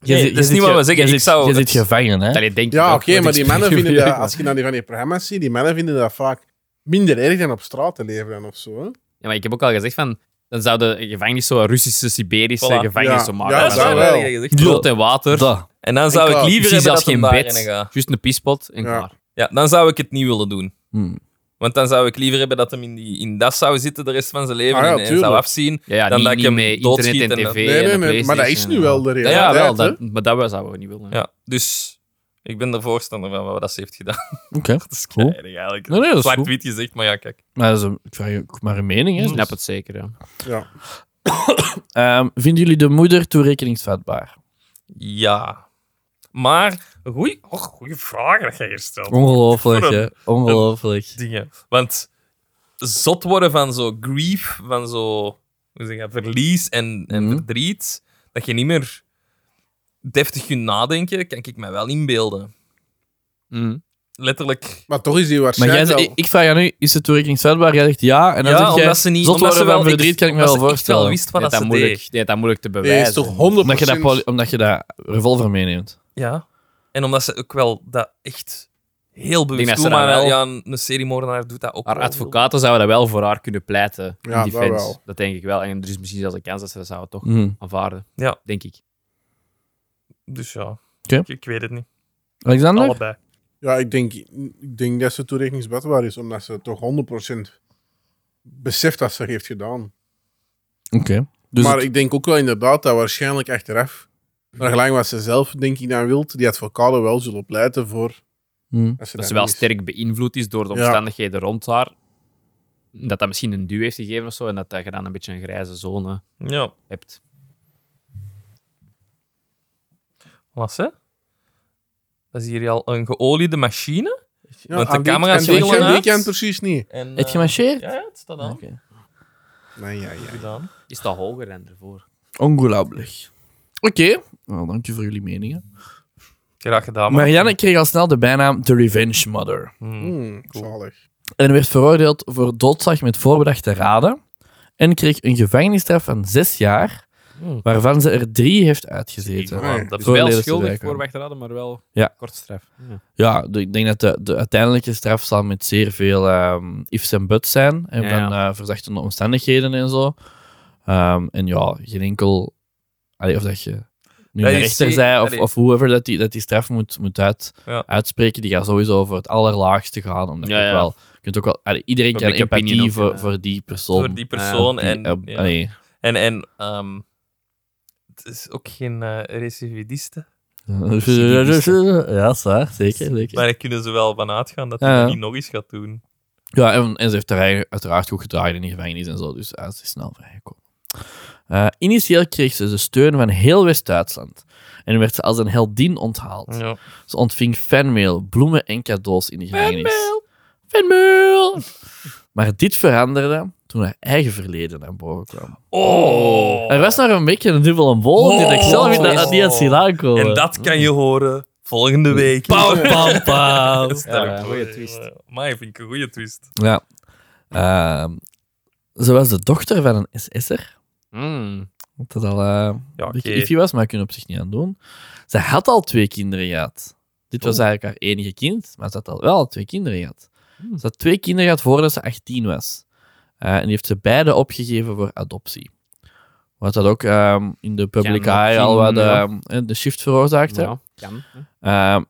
dat
je
is
zit
niet wat
ge-
we zeggen.
Je
Ik
zit,
zou-
je zit
het-
gevangen, hè?
Allee, denk je
ja,
toch,
oké,
wat
maar
ik
die
zeg.
mannen vinden dat, als je dan die van die programma's ziet, die mannen vinden dat vaak minder erg dan op straat te leven dan of zo. Hè?
Ja, maar ik heb ook al gezegd van. Dan zou de gevangenis zo'n Russische, Siberische
Voilà.
gevangenis
Ja.
zo
Ja,
maken.
Dat
Met
zou ik
zou
zo
wel.
eigenlijk gezegd.
Brood en water.
Dat.
En dan zou
En
ik
klaar.
liever
Precies
hebben
als
dat
geen
hem daarin
bed.
gaat.
Juist een piespot en
Ja.
klaar.
Ja, dan zou ik het niet willen doen.
Hmm.
Want dan zou ik liever hebben dat hem in, die, in dat zou zitten de rest van zijn leven
Ah ja,
en- en, zou
tuurlijk.
afzien.
Ja, ja
Dan
niet,
dat ik
niet
hem
met
doodschiet
internet en
en dat-
tv.
Nee,
en
nee,
de
nee, maar dat is nu
PlayStation
wel
en- Ja,
de realiteit.
ja, wel.
hè?
Dat, maar dat zouden we niet willen.
Ja, dus ik ben er voorstander van wat dat ze heeft gedaan.
Oké.
Dat is
Cool.
keirig eigenlijk.
Oh. Nee, nee, dat is
Zwart-wit gezegd, maar ja, kijk.
Maar dat is een- ik vraag je ook maar een mening, hè?
Mm,
Ik
dus-
snap het zeker, ja.
Ja.
Ehm, vinden jullie de moeder toerekeningsvatbaar?
Ja. Maar, goeie, och, goeie vraag dat jij hier stelt.
Ongelooflijk,
Voor
hè? Ongelooflijk.
dingen. Want zot worden van zo grief, van zo hoe zeg je, dat, verlies en, en
Mhm.
verdriet, dat je niet meer deftig kunt nadenken, kan ik mij wel inbeelden. Mm. Letterlijk.
Maar toch is die
Maar jij,
waarschijnlijk
zegt-
wel...
ik, ik vraag je nu, is het toerekeningsvatbaar? Jij zegt ja, en dan
ja,
zeg jij,
omdat ze niet
zot
omdat ze
worden
wel
van verdriet, kan ik me
echt-
wel
omdat ze echt
voorstellen.
wel wist wat
Die
dat
heeft dat
ze
moeilijk,
deed.
die heeft dat moeilijk te
Nee,
bewijzen.
is toch 100
omdat je, dat poli- omdat je dat revolver meeneemt.
Ja. En omdat ze ook wel dat echt heel bewust
dat ze
doen.
dat
Maar wel...
wel-
ja, een een seriemoordenaar doet dat ook
Haar
wel.
advocaten zouden dat wel voor haar kunnen pleiten.
Ja,
in
dat
defense. Dat,
wel.
denk ik wel. En er is misschien zelfs een kans dat ze dat zouden toch
Mhm.
aanvaarden.
Ja.
Denk ik.
Dus ja.
Oké.
Ik, ik weet het niet.
Alexander?
Allebei.
Ja, ik denk, ik denk dat ze toerekeningsvatbaar is, omdat ze toch 100% beseft dat ze heeft gedaan.
Oké. Dus
maar
het-
ik denk ook wel inderdaad dat waarschijnlijk achteraf, naar gelang wat ze zelf denk ik dan wilt, die advocaten wel zullen pleiten voor
Hmm.
dat ze,
Dat
dat
ze wel
niet is.
sterk beïnvloed is door de
Ja.
omstandigheden rond haar. Dat dat misschien een duw heeft gegeven of zo. En dat dat je dan een beetje een grijze zone
Ja.
hebt.
Was hè? Dat is hier al een geoliede machine.
Ja,
Want de
aan die-
camera
aan
is
die
heel
kant-
laag.
die kant precies niet.
En,
Heb je
eh,
gemarcheerd?
Ja, ja, het staat aan.
Oké.
Nee, ja, ja.
Gedaan.
Is dat hoger dan ervoor?
Ongelooflijk. Oké. Nou, dank je voor jullie meningen.
Graag gedaan. man.
Marianne kreeg al snel de bijnaam The Revenge Mother.
Hmm.
Hmm, zalig.
En werd veroordeeld voor doodslag met voorbedachte raden. En kreeg een gevangenisstraf van zes jaar,
Hmm.
waarvan ze er drie heeft
Jezus,
uitgezeten.
Nee.
man, Dat is
Voor
wel
leden
schuldig
te
voor
werken.
wegdraden, maar wel
Ja.
kort straf. Ja.
Ja, de- ik denk dat de, de uiteindelijke straf zal met zeer veel ehm ifs en buts zijn. En
Ja,
van
ja.
eh, verzachtende omstandigheden en zo. Ehm, en ja, geen enkel... Allee, of dat je nu
Dat
een
is
rechter
zeer-
zij of,
allee.
of whoever dat die, dat die straf moet, moet uit,
Ja.
uitspreken, die gaat sowieso voor het allerlaagste gaan. Omdat
Ja,
je ook
ja.
wel... Je kunt ook wel allee, iedereen
Een
kan
beetje
empathie
opinion ook,
voor,
ja.
voor die persoon.
Voor die persoon.
Die,
en,
eh,
ja.
allee,
en, en ehm, het is ook geen eh recidiviste.
Ja, dat is waar. Zeker, zeker.
Maar daar kunnen ze wel van uitgaan dat hij
Ja,
dat
ja.
niet nog eens gaat doen.
Ja, en, en ze heeft haar uiteraard goed gedragen in de gevangenis en zo, dus ja, ze is snel vrijgekomen. Eh, initieel kreeg ze de steun van heel West-Duitsland en werd ze als een heldin onthaald.
Ja.
Ze ontving fanmail, bloemen en cadeaus in de gevangenis. Fanmail! Fanmail! maar dit veranderde toen haar eigen verleden naar boven kwam.
Oh!
Er was nog een beetje een dubbel en bol, die ik zelf niet,
Oh.
niet had zien aankomen.
En dat kan je horen volgende week.
Pauw, pauw, pauw.
Stel
Ja,
ik voor,
goeie
eh,
twist.
Maar ik vind ik een goede twist.
Ja. Ehm, ze was de dochter van een SS'er.
Mm.
Want dat al eh,
Ja,
een
oké.
beetje iffy was, maar kunnen op zich niet aan doen. Ze had al twee kinderen gehad. Dit
Oh.
was eigenlijk haar enige kind, maar ze had al wel al twee kinderen gehad.
Hmm.
Ze had twee kinderen gehad voordat ze 18 was. Eh, en die heeft ze beide opgegeven voor adoptie. Wat dat ook ehm, in de public
Kan
eye al wat
misschien, ja.
ehm, eh, de shift veroorzaakte.
Ja, kan.
Ehm,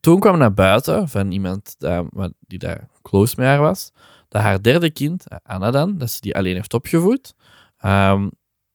toen kwam naar buiten van iemand ehm, wat- die daar close mee haar was, dat haar derde kind, eh, Anna dan, dat ze die alleen heeft opgevoed. Ehm,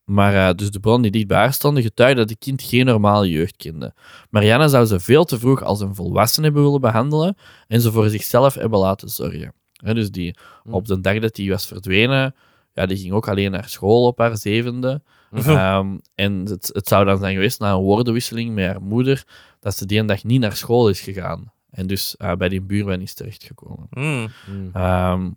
maar eh, dus de bron die dicht bij haar stonden getuigde dat het kind geen normale jeugd kende. Marianne zou ze veel te vroeg als een volwassene hebben willen behandelen en ze voor zichzelf hebben laten zorgen. Hè, dus die,
Hm.
op de dag dat die was verdwenen, ja, die ging ook alleen naar school op haar zevende.
Hm.
Ehm, en het, het zou dan zijn geweest na een woordenwisseling met haar moeder dat ze die een dag niet naar school is gegaan. En dus eh, bij die buurman is terechtgekomen.
Hmm.
Mm.
Ehm,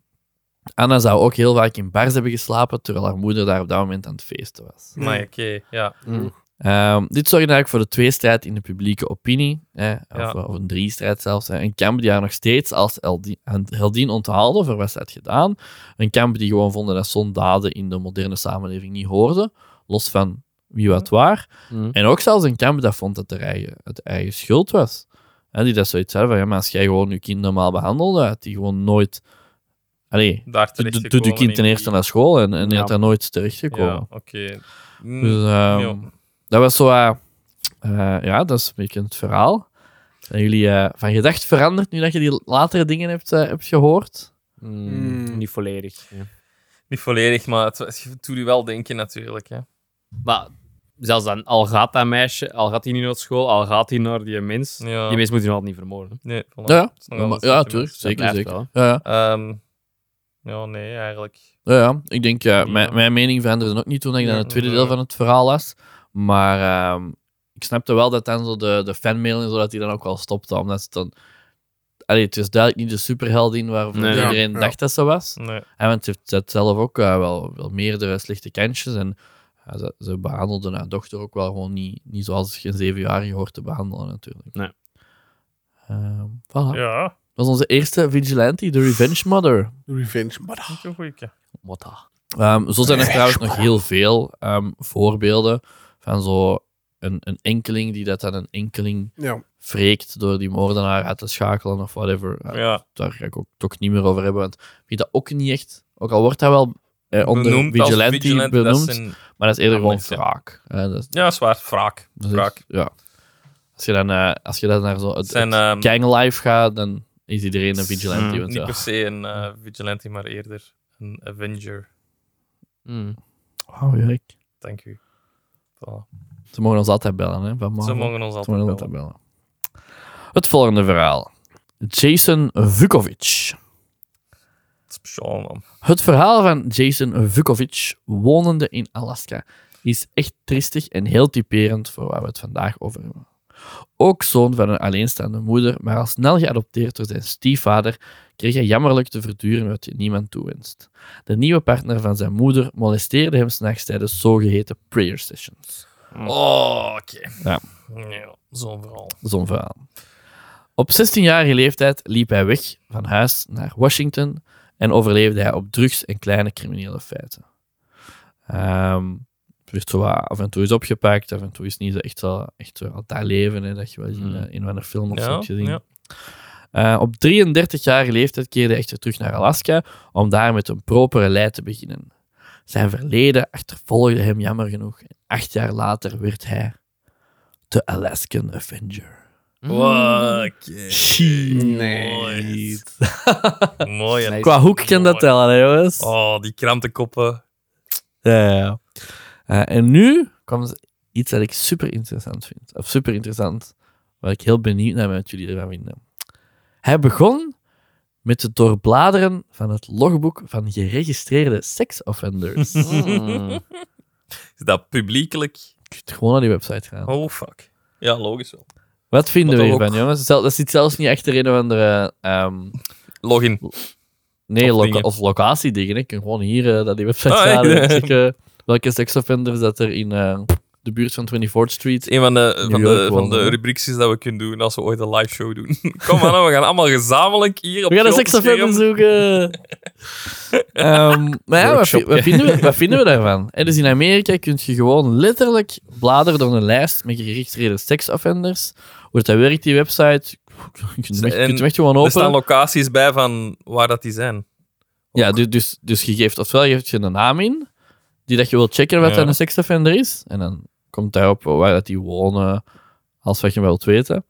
Anna zou ook heel vaak in bars hebben geslapen, terwijl haar moeder daar op dat moment aan het feesten was.
Maar oké, ja.
Mm.
Ehm, dit zorgde eigenlijk voor de tweestrijd in de publieke opinie, hè, of,
Ja.
of een driestrijd zelfs. Hè. Een kamp die haar nog steeds als heldi- aan- heldin onthaalde voor wat ze had gedaan. Een kamp die gewoon vonden dat zo'n daden in de moderne samenleving niet hoorden, los van wie wat waar.
Mm.
En ook zelfs een kamp dat vond dat het eigen, het eigen schuld was. Hè, die dat zoiets hadden van, ja, maar als jij gewoon je kind normaal behandelde, had die gewoon nooit... Allee,
Daar
doet
terecht
doet je kind ten eerste naar school en, en die
Ja.
had daar nooit terechtgekomen.
Ja, oké. Hmm.
Dus ehm,
Ja.
dat was zo... eh, eh, ja, dat is een beetje het verhaal. Zijn jullie eh, van gedacht veranderd nu dat je die latere dingen hebt, eh, hebt gehoord?
Mm.
Mm.
Niet volledig. ja.
Niet volledig, maar het, het doet u wel denken natuurlijk. Hè.
Maar zelfs dan, al gaat dat meisje, al gaat hij niet naar school, al gaat hij naar die mens,
Ja.
die mens moet hij nog niet vermoorden.
Nee, voilà.
Ja, ja.
Het is nog wel
Maar-
een
ja,
sentiment.
tuurlijk. Zeker,
blijft
zeker.
wel.
Ja, ja.
Ehm, ja, nee, eigenlijk.
Ja, ja. ik denk, eh,
Ja.
Mijn, mijn mening veranderde ook niet toen ik dan
Ja,
het tweede deel
ja.
van het verhaal las. Maar ehm, ik snapte wel dat dan zo de, de fanmail en zo, dat die dan ook wel stopte. Omdat ze dan... Allee, het was duidelijk niet de superheldin waarvan
Nee.
iedereen
Ja, ja.
dacht dat ze was.
Nee.
En want ze heeft dat zelf ook eh, wel, wel meerdere slechte kantjes. En ja, ze, ze behandelden haar dochter ook wel gewoon niet, niet zoals je een zevenjarige hoort te behandelen, natuurlijk.
Nee.
Ehm, voilà.
Ja,
Dat was onze eerste vigilante, de Revenge Mother.
Revenge, maar dat-
niet een goeie.
Eh,
Wat dat?
Ehm, zo zijn er trouwens nog heel veel ehm, voorbeelden van zo een, een enkeling die dat dan een enkeling
Ja,
wreekt door die moordenaar uit te schakelen of whatever. Ja,
Ja.
Daar ga ik ook toch niet meer over hebben, want wie dat ook niet echt, ook al wordt dat wel eh, onder
Benoemd als
vigilante,
vigilante, dat
benoemd,
zijn-
maar dat is eerder gewoon
Ja.
wraak. Eh, dat is-
Ja, zwaar. Wraak.
dat is-
Wraak.
ja. Als je dan, eh, als je dan naar zo het,
Zijn,
het
ehm, Hmm,
ganglife gaat, dan is iedereen een vigilante.
Mm,
want
Niet
ja.
per se een eh, vigilante, maar eerder een Avenger.
Mm.
Oh, Jurk.
Dank u. Voilà.
Ze mogen ons altijd bellen, hè? van
Ze
Marvel.
mogen ons
Toen
altijd
willen we dat
bellen.
bellen. Het volgende verhaal. Jason Vukovic.
Het is speciaal, man.
Het verhaal van Jason Vukovic, wonende in Alaska, is echt triestig en heel typerend voor waar we het vandaag over hebben. Ook zoon van een alleenstaande moeder, maar al snel geadopteerd door zijn stiefvader, kreeg hij jammerlijk te verduren wat je niemand toewenst. De nieuwe partner van zijn moeder molesteerde hem s'nachts tijdens zogeheten prayer sessions.
Oh, oké.
Mm. Ja.
Ja, Zo'n verhaal.
Zo'n verhaal. Op 16-jarige leeftijd liep hij weg van huis naar Washington en overleefde hij op drugs en kleine criminele feiten. Ehm, het werd zo wat- af en toe is opgepakt, af en toe is het niet zo echt zo, echt zo dat leven hè, dat je wel eens in,
Hmm.
eh, in een film of zo
Ja,
hebt gezien.
ja.
Eh, op 33-jarige leeftijd keerde hij echter terug naar Alaska om daar met een propere lei te beginnen. Zijn verleden achtervolgde hem jammer genoeg. Acht jaar later werd hij de Alaskan Avenger.
Hmm.
Mm.
Oké. Mooi.
Shit.
Mooi. en-
Nice.
Qua hoek kan dat tellen, hè, jongens.
Oh, die krantenkoppen.
Ja, ja, ja. Eh, en nu komt iets dat ik super interessant vind. Of super interessant. Waar ik heel benieuwd naar ben wat jullie ervan vinden. Hij begon met het doorbladeren van het logboek van geregistreerde seksoffenders.
Mm.
Is dat publiekelijk?
Je kunt gewoon naar die website gaan.
Oh, fuck. Ja, logisch wel.
Wat vinden
Wat
we
ook.
hiervan, jongens? Zelf- dat zit zelfs niet achter een of andere... ehm,
Login.
nee,
Of
loca-
dingen.
of locatiedingen. hè. Je kunt gewoon hier eh, naar die website
Ah,
gaan en
echt?
checken eh, welke seksoffenders dat er in eh, de buurt van 24th Street
Een van de,
New
van de,
York
van de
wonen.
rubriekjes dat we kunnen doen als we ooit een live show doen. Kom maar, nou, we gaan allemaal gezamenlijk hier op
We gaan een
groot
seksoffender
scherm-
zoeken. Ehm, maar ja, wat, vi- wat vinden we, wat vinden we daarvan? En dus in Amerika kun je gewoon letterlijk bladeren door een lijst met geregistreerde seksoffenders. Hoe dat werkt, die website. Je kunt hem echt, je kunt hem echt gewoon
Er staan
open.
locaties bij van waar dat die zijn.
Ja, du- dus, dus je geeft, ofwel geeft je een naam in, die dat je wilt checken wat
Ja.
dan een seksoffender is. En dan komt daarop waar dat die wonen, als wat je wilt weten.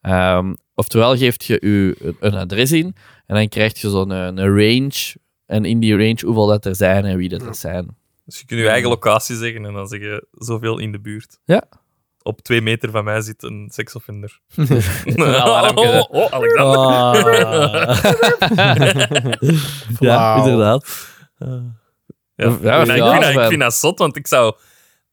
Ehm, oftewel geeft je u een- een adres in en dan krijg je zo'n eh, een range. En in die range hoeveel dat er zijn en wie dat er zijn.
Dus je kunt je eigen locatie zeggen en dan zeg je zoveel in de buurt.
Ja.
Op twee meter van mij zit een seksoffender.
alarmpje, hè.
oh, oh, Alexander.
Ah. ja,
Wauw.
inderdaad.
Ja, ik,
ja,
vind dat- ik,
ja,
vind dat, ik
man.
vind dat zot, want ik zou...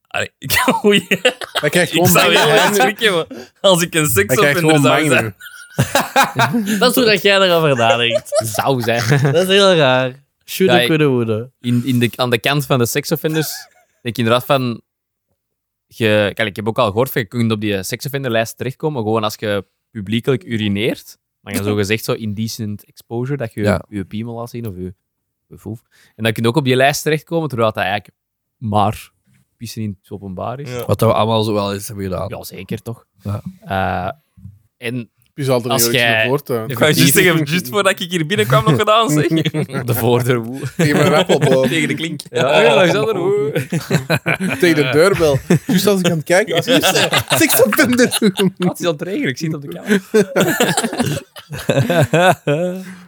Allee, ik, oei,
Hij krijgt
ik
gewoon
zou heel erg
bang.
schrikken, man. Als ik een
Hij krijgt
seksoffender
gewoon
zou
bang
zijn...
nu.
Dat is hoe dat jij erover nadenkt.
Zou zijn.
Dat is heel raar. Shoot
Ja,
ja,
ik-
kunnen woeden.
In, in de, aan de kant van de seksoffenders denk ik inderdaad van... Je, kijk, ik heb ook al gehoord van je kunt op die seksoffenderlijst terechtkomen. Gewoon als je publiekelijk urineert. Dan je zo gezegd zo indecent exposure, dat je
Ja.
je piemel laat zien of je, je foef. En dan kun je ook op die lijst terechtkomen, terwijl dat eigenlijk maar pissen in het openbaar is.
Ja.
Wat we allemaal zo wel eens hebben gedaan.
Ja, zeker toch?
Ja.
Eh, en
Je zal er
Als
niet ooit
jij-
in voortuin.
Ik wou juist zeggen, juist voordat ik hier binnenkwam nog gedaan, zeg.
de voordeur woe.
Tegen mijn rappelboom.
Tegen de klink.
Ja, ja, Alexander, woe.
Tegen de deurbel. Juist als ik aan het kijken was. hier zijn seksoffender.
Wat is aan het regelen? Ik zie het op de kamer.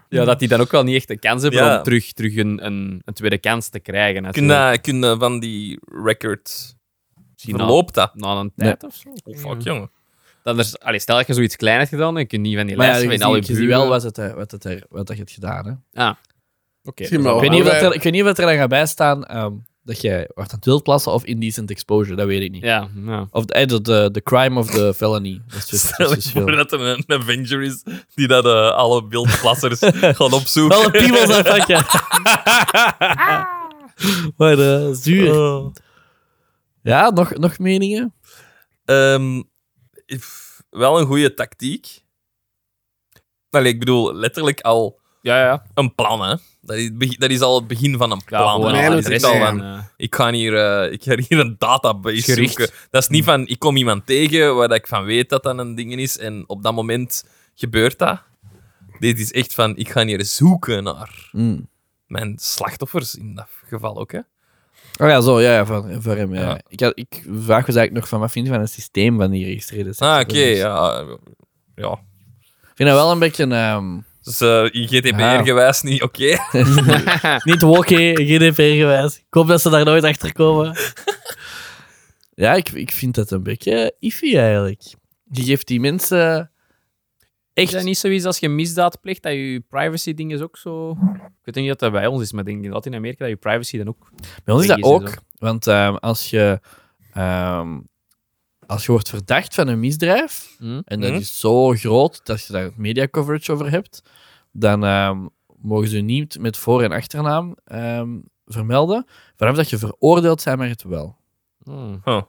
ja, dat die dan ook wel niet echt de kans hebben
Ja.
om terug, terug een, een, een tweede kans te krijgen. als je-
Kunnen, kunnen eh, van die records...
Misschien na-
Verloopt dat?
Na een tijd of zo.
Oh, fuck, jongen.
Dan is, allee, stel dat je zoiets klein hebt gedaan, dan kun je niet van die
Maar ja,
lijst
je,
van
ziet,
al je
je ziet
buren.
wel wat, het, eh, wat, het, er- wat dat je hebt gedaan. Hè.
Oké,
Zie je
dat
wel.
Ik, weet
is wel-
niet of
wij-
dat er, ik weet niet wat er dan gaat bijstaan ehm dat jij wordt aan het wildplassen of indecent exposure, dat weet ik niet.
Ja, ja.
Of de, eh, de, de, de crime of the felony. Dat is dus-
Stel
dat
ik
is
voor
verschil.
dat er een Avenger is die dat eh, alle wildplassers gaan opzoeken.
Wel een piemel zijn vakje. maar eh, zuur.
Oh.
Ja, nog, nog meningen?
Ehm, if- wel een goede tactiek. Allee, ik bedoel, letterlijk al
ja, ja.
een plan, hè. Dat is, het begi- dat is al het begin van een
ja
plan. hè.
gewoon
nee,
al
Dat
dat
is
is
echt
adres
al
niet
van,
en, eh,
ik, ga hier, eh, ik ga hier een database
Gericht. Hm.
zoeken. Dat is niet van, ik kom iemand tegen waar dat ik van weet dat dat een ding is en op dat moment gebeurt dat. Dit is echt van, ik ga hier zoeken naar
Mm.
mijn slachtoffers in dat geval ook, hè. Ah,
Oh ja, zo, ja, ja van, voor hem. Ja.
Ja.
Ik, had, ik vraag was eigenlijk nog van, wat vind je van het systeem van die geregistreerde
Ah,
seksoffenders?
oké, ja. Ja,
Ik vind dat wel een beetje... ehm,
Dus eh, in
Ah.
GDPR-gewijs niet oké.
Niet wokke, GDPR gewijs. Ik hoop dat ze daar nooit achter komen. ja, ik, ik vind dat een beetje iffy eigenlijk. Je geeft die mensen
Is dat
echt.
niet zoiets als je misdaad pleegt, dat je privacy ding is ook zo... Ik weet niet of dat bij ons is, maar ik denk dat in Amerika dat je privacy dan ook...
Bij ons is dat
Precies,
ook, want ehm, als je. ehm, als je wordt verdacht van een misdrijf,
Hm?
en dat
Mhm.
is zo groot dat je daar media coverage over hebt, dan ehm, mogen ze je niet met voor- en achternaam ehm, vermelden, vanaf dat je veroordeeld bent, maar het wel.
Hm.
Huh.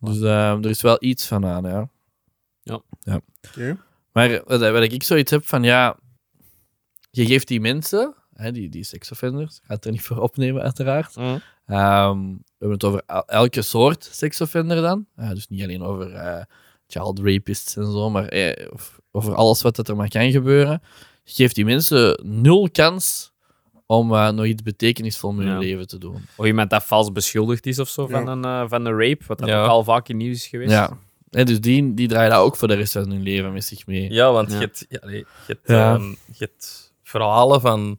Dus ehm, er is wel iets van aan, ja.
Ja.
ja.
Oké.
Maar eh, wat, wat ik zoiets heb van, ja, je geeft die mensen, hè, die, die seksoffenders, gaat er niet voor opnemen uiteraard,
Hm.
Ehm, we hebben het over el- elke soort seksoffender dan. Eh, dus niet alleen over eh, child rapists en zo, maar eh, of- over alles wat dat er maar kan gebeuren. Je geeft die mensen nul kans om eh, nog iets betekenisvol met
Ja.
hun leven te doen.
Of iemand dat vals beschuldigd is of zo van,
Ja.
een, eh, van een rape, wat dat
Ja.
ook al vaak in nieuws is geweest.
Ja. Eh, dus die, die draaien dat ook voor de rest van hun leven met zich mee.
Ja, want
Ja.
je hebt, ja, nee, je, hebt,
Ja.
ehm, je hebt verhalen van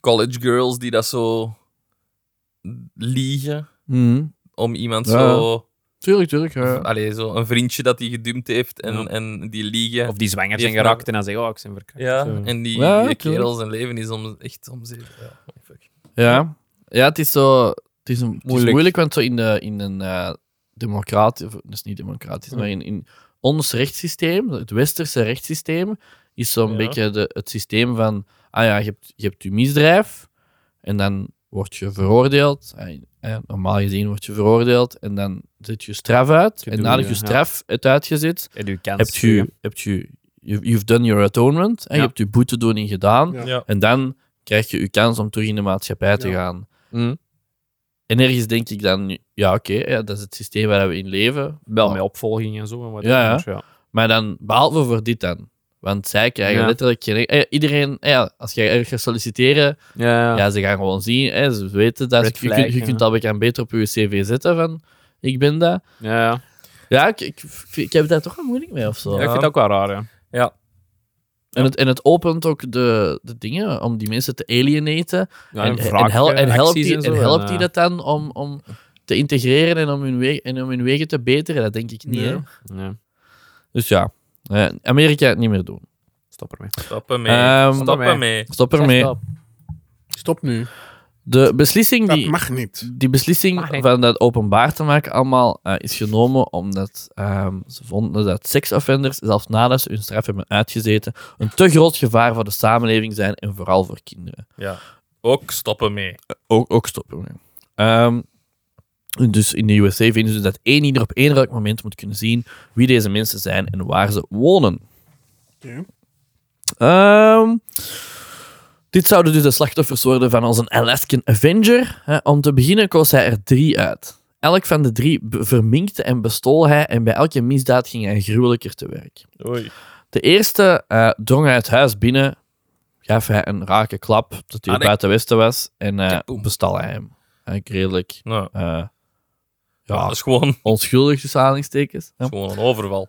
college girls die dat zo liegen
Mhm.
om iemand
Ja.
zo,
Tuurlijk, tuurlijk. ja.
allee, zo een vriendje dat die gedumpt heeft en,
Ja.
en die liegen.
Of die zwanger
Die
zijn
heeft
geraakt en dan zeggen, oh, ik ben verkracht.
ja,
Zo.
en die,
Ja,
die
tuurlijk.
kerel zijn leven is om, echt om zeven. Ja, fuck.
Ja, ja het is zo. Het is, een, het is
Moeilijk.
moeilijk. want zo in, de, in een eh democratisch, of dus niet democratisch, maar in, in ons rechtssysteem, het westerse rechtssysteem, is zo'n
Ja.
beetje de, het systeem van: ah ja, je hebt je, hebt je misdrijf en dan word je veroordeeld. Eh, eh, normaal gezien word je veroordeeld en dan zit je straf uit. en
Gedoe,
nadat
ja.
je straf het uitgezit,
En uw kans.
heb je, heb je, you- you've done your atonement en
Ja.
je hebt je boete doen in gedaan.
Ja.
Ja.
En dan krijg je je kans om terug in de maatschappij te
Ja.
gaan.
Hm.
En ergens denk ik dan, ja, oké, ja, dat is het systeem waar we in leven.
Wel
Maar-
met opvolging en zo. En wat
Ja, ja.
anders,
Maar dan, behalve voor dit dan. Want zij krijgen
Ja.
letterlijk geen... eh, Iedereen, eh, ja, als jij ergens gaat solliciteren,
ja.
ja. ze gaan gewoon zien. eh, ze weten dat.
Red
je,
flag,
kunt, je
ja.
kunt dat bekend beter op je cv zetten van, ik ben dat.
ja, ja.
Ja, ik, ik, ik heb daar toch wel moeilijk mee of zo.
Ja, ik vind het ook wel raar, ja.
En, het, en het opent ook de, de dingen om die mensen te alienaten.
Ja,
en,
wraak,
hel-
eh,
en helpt,
acties
die,
en
en
zo,
helpt
eh,
die dat dan om, om te integreren en om, hun we- en om hun wegen te beteren? Dat denk ik niet,
Nee.
hè.
nee,
Dus ja, eh, Amerika het niet meer doen.
stop ermee.
Stoppen mee.
Ehm,
Stoppen mee.
Stop ermee.
Stop nu.
De beslissing,
Dat
die,
mag niet.
die beslissing
Mag niet.
van dat openbaar te maken allemaal eh, is genomen omdat ehm, ze vonden dat seksoffenders, zelfs nadat ze hun straf hebben uitgezeten, een te groot gevaar voor de samenleving zijn en vooral voor kinderen.
Ja. Ook stoppen mee.
Ook, ook stoppen ermee. Ehm, dus in de USA vinden ze dat één ieder op één elk moment moet kunnen zien wie deze mensen zijn en waar ze wonen.
Oké.
Ehm, dit zouden dus de slachtoffers worden van onze Alaskan Avenger. Hè, Om te beginnen koos hij er drie uit. Elk van de drie be- verminkte en bestol hij en bij elke misdaad ging hij gruwelijker te werk.
Oei.
De eerste eh, drong hij het huis binnen, gaf hij een rake klap dat hij
Ah, nee.
buiten Westen was en eh,
Kapoem.
bestal hij hem. Eigenlijk redelijk
Nou,
eh,
dat
ja,
is gewoon,
onschuldig, tussen aanhalingstekens. hè.
gewoon een overval.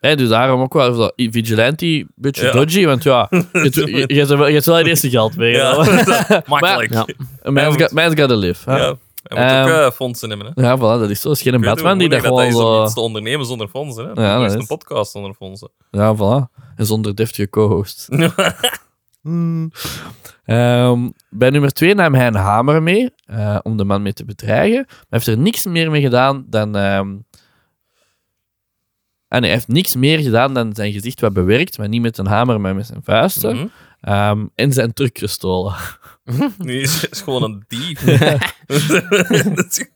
Hè, dus daarom ook wel dat vigilante, een beetje
Ja.
dodgy, want ja, je hebt- je- je hebt wel- je hebt wel het eerste geld mee.
Ja,
hè.
Makkelijk.
ja.
Ja.
A man's,
Hij
got, man's gotta live. hè. Ja.
Hij moet ook
Ehm,
eh, fondsen hebben. Hè.
voilà, dat is zo. Dat is geen
Ik weet hoe
Batman die dat
moeilijk dat
gewoon
is om
zo...
iets te ondernemen zonder fondsen. Hè.
Ja,
er is
dat
een
is.
podcast zonder fondsen.
Ja, voilà. En zonder deftige co-host. Hmm. Ehm, bij nummer 2 nam hij een hamer mee eh, om de man mee te bedreigen. Maar hij heeft er niks meer mee gedaan dan. ehm, Ah nee, hij heeft niks meer gedaan dan zijn gezicht wat bewerkt, maar niet met een hamer, maar met zijn vuisten.
Mhm.
Ehm, en zijn truc gestolen.
Nu is is gewoon een dief. Dat is-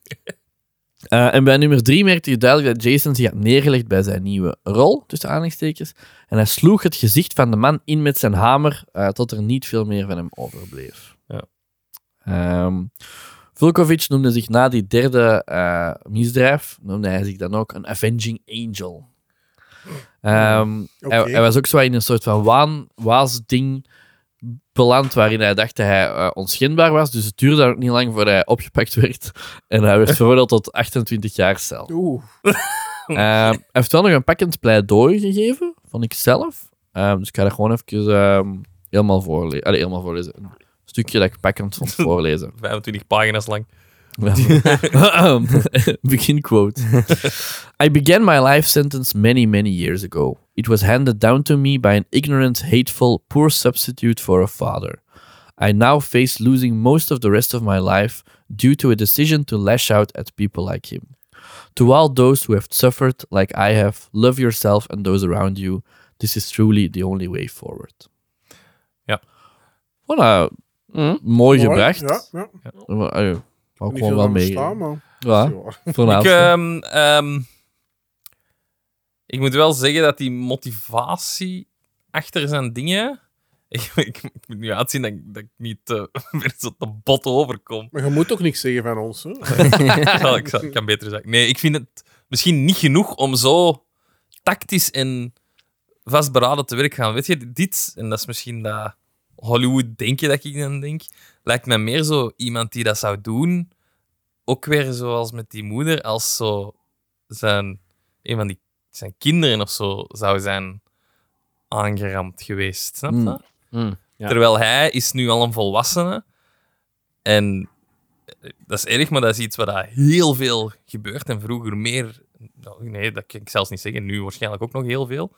Eh, en bij nummer 3 merkte je duidelijk dat Jason zich had neergelegd bij zijn nieuwe rol, tussen aanhalingstekens. En hij sloeg het gezicht van de man in met zijn hamer, eh, tot er niet veel meer van hem overbleef.
Ja.
Ehm, Vulkovic noemde zich na die derde eh, misdrijf, noemde hij zich dan ook een Avenging Angel. Ehm, hij,
Oké.
hij was ook zo in een soort van waan, waasding beland, waarin hij dacht dat hij eh, onschendbaar was. Dus het duurde ook niet lang voordat hij opgepakt werd. En hij werd veroordeeld tot 28 jaar cel.
Oeh.
Ehm, hij heeft wel nog een pakkend pleidooi gegeven, van ikzelf. Ehm, dus ik ga dat gewoon even ehm, helemaal voorlezen. Allee, helemaal voorlezen. Een stukje dat ik pakkend vond voorlezen.
25 pagina's lang.
Begin quote. I began my life sentence many, many years ago. It was handed down to me by an ignorant, hateful, poor substitute for a father. I now face losing most of the rest of my life due to a decision to lash out at people like him. To all those who have suffered like I have, love yourself and those around you. This is truly the only way forward.
Ja.
Voilà, mooi gebracht.
Ja, ja.
Maar, eh, wou ik gewoon
Niet veel
wel
van
mee. eh,
verstaan, maar...
Ja,
Zo.
voilà.
Ik, ehm, ehm, ik moet wel zeggen dat die motivatie achter zijn dingen. Ik, ik, ik moet nu uitzien dat, ik- dat ik niet eh, weer zo te bot overkom.
Maar je moet ook niks zeggen van ons. Hè?
ik, zal- ik zal- ik kan beter zeggen. Nee, ik vind het misschien niet genoeg om zo tactisch en vastberaden te werk gaan. Weet je, dit, en dat is misschien dat Hollywood-denken dat ik dan denk, lijkt me meer zo iemand die dat zou doen, ook weer zoals met die moeder, als zo zijn, een van die, zijn kinderen of zo zou zijn aangeramd geweest. Snap je?
Mm.
Ja.
Terwijl hij is nu al een volwassene. En eh, dat is erg, maar dat is iets waar dat heel veel gebeurt. En vroeger meer... nou, Nee, dat kan ik zelfs niet zeggen. Nu waarschijnlijk ook nog heel veel.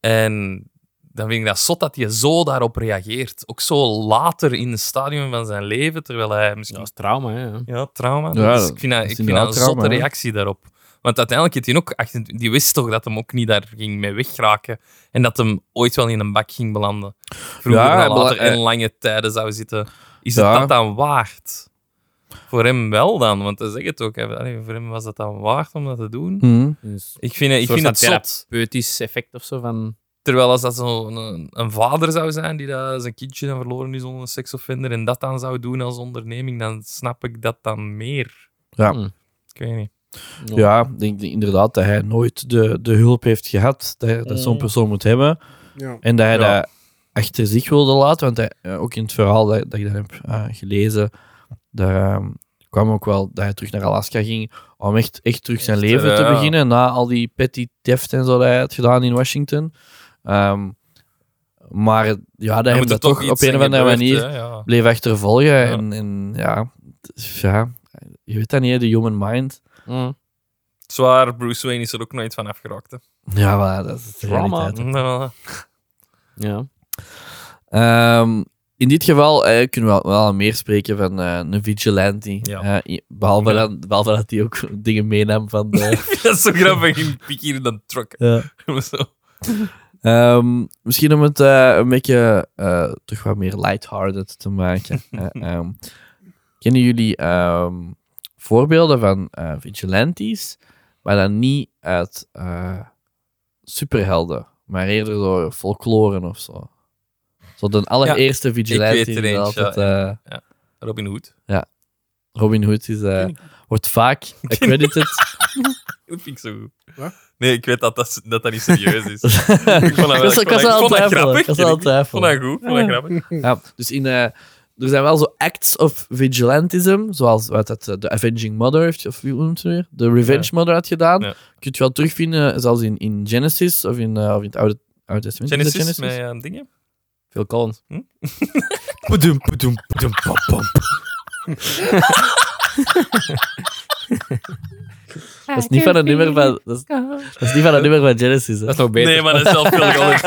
En dan vind ik dat zot dat hij zo daarop reageert. Ook zo later in het stadium van zijn leven, terwijl hij misschien...
Dat
Ja,
is trauma, hè, ja.
trauma.
Ja,
dus
dat-
ik vind dat,
dat is
ik vind dat een
inderdaad trauma,
zotte
hè.
reactie daarop. Want uiteindelijk heeft hij ook... 28 Die wist toch dat hem ook niet daar ging mee wegraken. En dat hem ooit wel in een bak ging belanden vroeger
Ja,
ja,
hij
later
bela-
en lange tijden zou zitten. Is
Ja.
het dat dan waard? Voor hem wel dan, want hij zegt het ook. hè. Allee, voor hem was dat dan waard om dat te doen?
Hm.
Dus
Ik vind, ik
soort
vind het
van
zot.
peutisch effect of zo van...
Terwijl als dat zo'n een, een vader zou zijn die dat zijn kindje dan verloren is onder een seksoffinder en dat dan zou doen als onderneming, dan snap ik dat dan meer.
Ja.
Hmm.
Hm.
Ik weet niet.
Ja, ik denk inderdaad dat hij nooit de, de hulp heeft gehad dat, dat
Mm.
zo'n persoon moet hebben.
Ja.
En dat hij
Ja.
dat achter zich wilde laten. Want hij, eh, ook in het verhaal dat, dat ik daar heb eh, gelezen, daar ehm, kwam ook wel dat hij terug naar Alaska ging om echt, echt terug zijn
Echt,
leven
eh,
te
ja.
beginnen. Na al die petty theft en zo dat hij had gedaan in Washington. Ehm, maar ja, dat
Dan
hem
moet er
dat toch op
iets
een
zijn
of andere
gebeurd,
manier
hè, ja.
bleef achtervolgen. En, en ja, het is- ja, je weet dat niet, hè, de human mind.
Zwaar, Bruce Wayne is er ook nooit van afgeraakt. hè.
Ja, maar dat is de
Drama.
realiteit.
Ja.
Ja.
Ehm, in dit geval eh, kunnen we wel, wel meer spreken van eh, een vigilante.
Ja.
Eh, i- behalve,
Ja.
dat, behalve dat hij ook dingen meenam van de...
Dat is zo grappig, een pik hier in een truck.
Ja.
Zo.
Ehm, misschien om het eh, een beetje eh, toch wat meer lighthearted te maken. Eh, ehm, kennen jullie ehm, voorbeelden van eh, vigilantes, maar dan niet uit eh, superhelden, maar eerder door folkloren of zo? Zo de allereerste vigilante
weet er
die
eentje,
altijd... eh,
Robin Hood.
Robin Hood is, eh, wordt vaak accredited.
Dat vind ik zo goed.
Wat?
Nee, ik weet dat dat, dat, dat niet serieus is. ik
ik
vond dat wel- ik vond dat- ik vond dat grappig.
Ik was al aan het
Ik vond dat
twijfelen.
goed, ik vond dat grappig.
Ja, dus in, eh, er zijn wel zo acts of vigilantism, zoals wat dat, eh, de Avenging Mother heeft, of wie noemt ze weer? De Revenge
Ja.
Mother had gedaan.
Ja.
Kun je wel terugvinden, eh, zelfs in, in Genesis of in, eh, of in het Oude, oude Testament. Is dat
Genesis, met eh, dingen.
Phil Collins.
Poedoem, poedoem, poedoem, pam, pam.
Dat is niet van het nummer van, dat is, dat is niet van, het nummer van Genesis. Hè?
Dat is nog beter.
Nee, maar dat is wel veel Collins.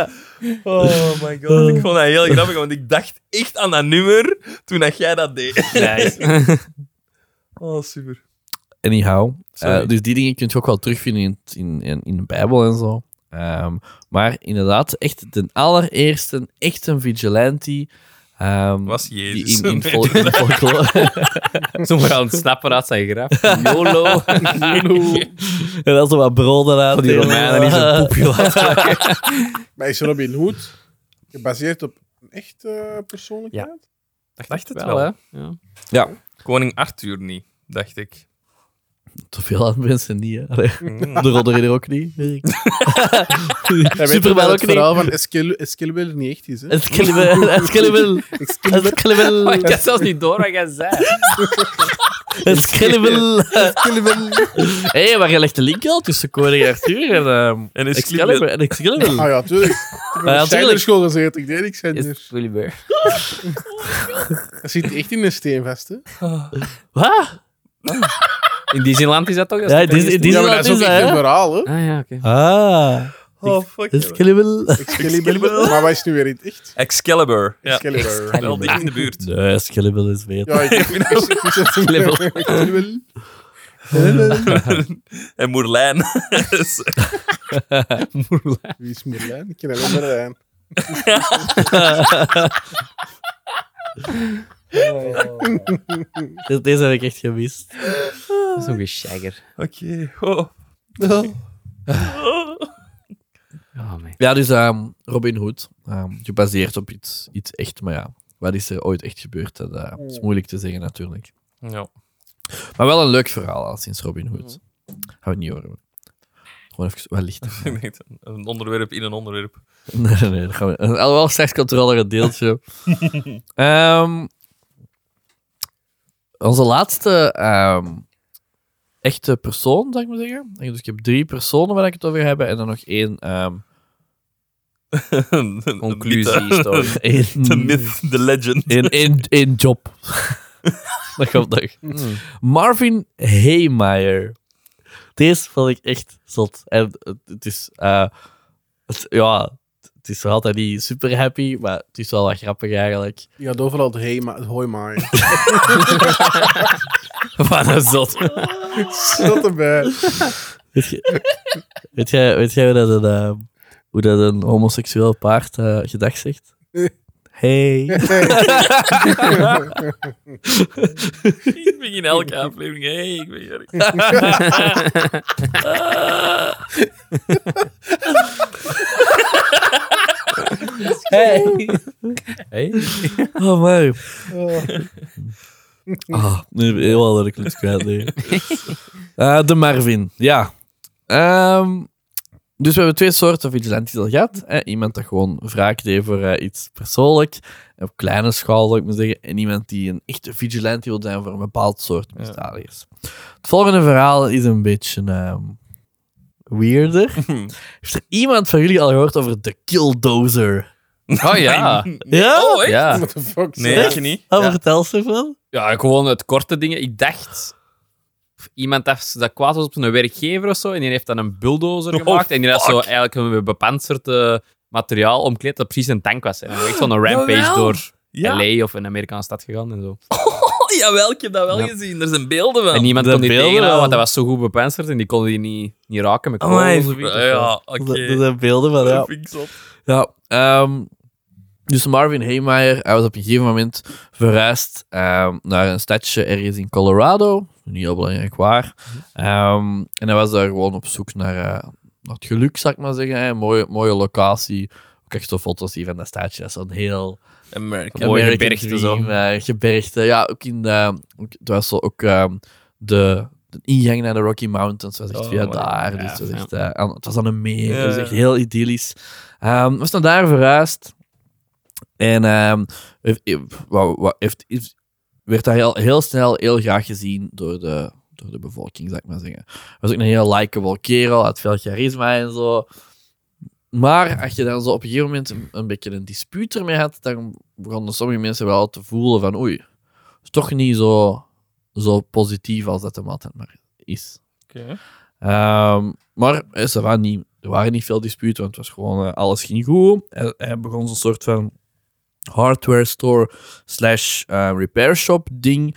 Oh my god, ik vond dat heel grappig, want ik dacht echt aan dat nummer toen dat jij dat deed. Oh, super.
Anyhow.
Sorry.
eh, dus die dingen kun je ook wel terugvinden in, het- in, in, in de Bijbel en zo. Ehm, maar inderdaad, echt de allereerste echte vigilante. ehm,
Was
die
Jezus.
in, in, fol- in folklore.
Sommigen aan het snappen uit zijn graf. YOLO.
en dan zo wat broden aan.
Die Romeinen die zo'n poepje laten.
Maar is Robin Hood gebaseerd op een echte eh, persoonlijkheid?
Ik dacht het
Wel,
wel.
hè. Ja.
Koning Arthur niet, dacht ik.
Te veel aan mensen niet. Hè. Allee,
Mm.
De rodder ook niet.
Hij weet
Superman
dat
ook
het
niet.
verhaal van Escal- Excalibur niet echt is. Hè?
Excalibur, Excalibur,
Maar
Excalibur,
ik had zelfs niet door wat jij zei.
Excalibur. Hé, hey, maar je legt de link al tussen koning Arthur en ehm,
En is
Excalibur en Excalibur.
Ah ja, tuurlijk. Ik
Ja,
heb
tuurlijk.
op school gezeten, ik deed niks. anders.
Is Willy Bear.
Dat zit echt in een steen vast, hè?
Wat?
In Disneyland is dat toch? Dat
Ja,
toch
Disney-
ergens-
Die
ja,
zijn
maar dat is ook
dat,
echt
hè?
een verhaal, hè?
Ah ja, oké.
Ah,
Oh, fuck. yeah.
Excalibur.
Excalibur. Maar wat is nu weer in het echt?
Excalibur. Ja.
Excalibur.
Wel dicht in de buurt.
Nee, Excalibur is beter.
Ja, ik vind het
Excalibur.
Excalibur.
en Moerlijn. Dus,
Wie is Merlijn? Ik ken alleen eh, Merlijn.
De- Deze heb ik echt gemist.
Dat is nog een shagger.
Oké. Oh.
Oh, man.
Ja, dus ehm, Robin Hood, ehm, gebaseerd op iets, iets echt. Maar ja, wat is er ooit echt gebeurd? Dat eh, is moeilijk te zeggen natuurlijk.
Ja.
Maar wel een leuk verhaal al sinds Robin Hood. Hou het niet horen. Gewoon even wat licht.
Ik denk dat een onderwerp in een onderwerp.
Nee, nee, dat gaan we. Alhoewel, straks komt er al nog een deeltje. Ehm, onze laatste ehm, echte persoon, zou ik maar zeggen. Dus ik heb drie personen waar ik het over heb en dan nog één. ehm,
Een- een mythe.
Conclusie, story.
één
The myth, the legend.
één- één- één job. dat komt nog. Marvin Haymeyer. Deze vond ik echt zot. En het, het is, eh, het- ja, het is wel altijd niet super happy, maar het is wel wat grappig eigenlijk.
Je had overal het, hey, ma- het hoi maaien.
Wat een zot.
Zat erbij.
Weet je- weet jij, weet jij hoe, dat een, eh, hoe dat een homoseksueel paard eh, gedag zegt? Hey.
Ik begin elke aflevering. Hey, ik ben Jurk.
Hey. Oh, man.
Oh.
Ah, nu heb ik heel andere clubs kwijt. nee. Eh, de Marvin, ja. Ehm, dus we hebben twee soorten vigilantes al gehad. hè. Iemand dat gewoon wraak deed voor eh, iets persoonlijk, op kleine schaal zou ik maar zeggen. En iemand die een echte vigilante wil zijn voor een bepaald soort misdadigers. Het volgende verhaal is een beetje ehm, weirder. Heeft er iemand van jullie al gehoord over de Killdozer?
Oh ja.
Ja?
Oh, echt?
ja.
What the fuck?
Nee,
zeg?
ik niet.
Oh,
Ja.
Vertel ze van.
Ja, gewoon het korte dingen. Ik dacht. of Iemand dat, dat kwaad was op zijn werkgever of zo. En die heeft dan een bulldozer
Oh,
gemaakt. en die had zo
fuck.
eigenlijk een bepanserd eh, materiaal omkleed dat precies een tank was. En dan echt zo'n rampage
Jawel.
door
Ja.
LA of een Amerikaanse stad gegaan en zo.
Oh, jawel, ik heb dat wel
Ja.
gezien. Er zijn beelden van.
en niemand
de
kon die
beelden
tegenhouden,
wel.
want dat was zo goed bepanserd. En die konden die niet, niet raken met
Amai,
kogels of iets.
Ja, oké.
Dat Er zijn beelden van, ja.
Dat vind ik zot.
Ja, ehm, dus Marvin Haymeyer, hij was op een gegeven moment verhuisd ehm, naar een stadje ergens in Colorado. Niet heel belangrijk waar. Ehm, en hij was daar gewoon op zoek naar, eh, naar het geluk, zou ik maar zeggen. Hè. Mooie, mooie locatie. Ook echt zo foto's hier van dat stadje. Dat is zo'n heel
American.
Mooi
American
gebergte zo.
dream, eh, gebergte. Ja, ook in de... Ook, het was zo ook ehm, de, de ingang naar de Rocky Mountains. was echt
Oh,
via
mooi.
daar.
Ja,
dus het was,
ja.
echt, eh, aan- het was aan een meer.
Ja,
Het was
ja.
echt heel idyllisch. Ehm, we zijn daar verhuisd. En ehm, heeft, heeft- wou- wou- heeft, is- werd daar heel, heel snel heel graag gezien door de, door de bevolking, zou ik maar zeggen. Was ook een heel likeable kerel, had veel charisma en zo. Maar als je dan zo op een gegeven moment een, een beetje een dispuut ermee had, dan begonnen sommige mensen wel te voelen van oei, is toch niet zo, zo positief als dat hem altijd maar is.
Oké.
Ehm, maar eh, ça va, niet, er waren niet veel disputen, want het was gewoon, eh, alles ging goed. Hij, hij begon zo'n soort van hardware store slash eh, repair shop ding.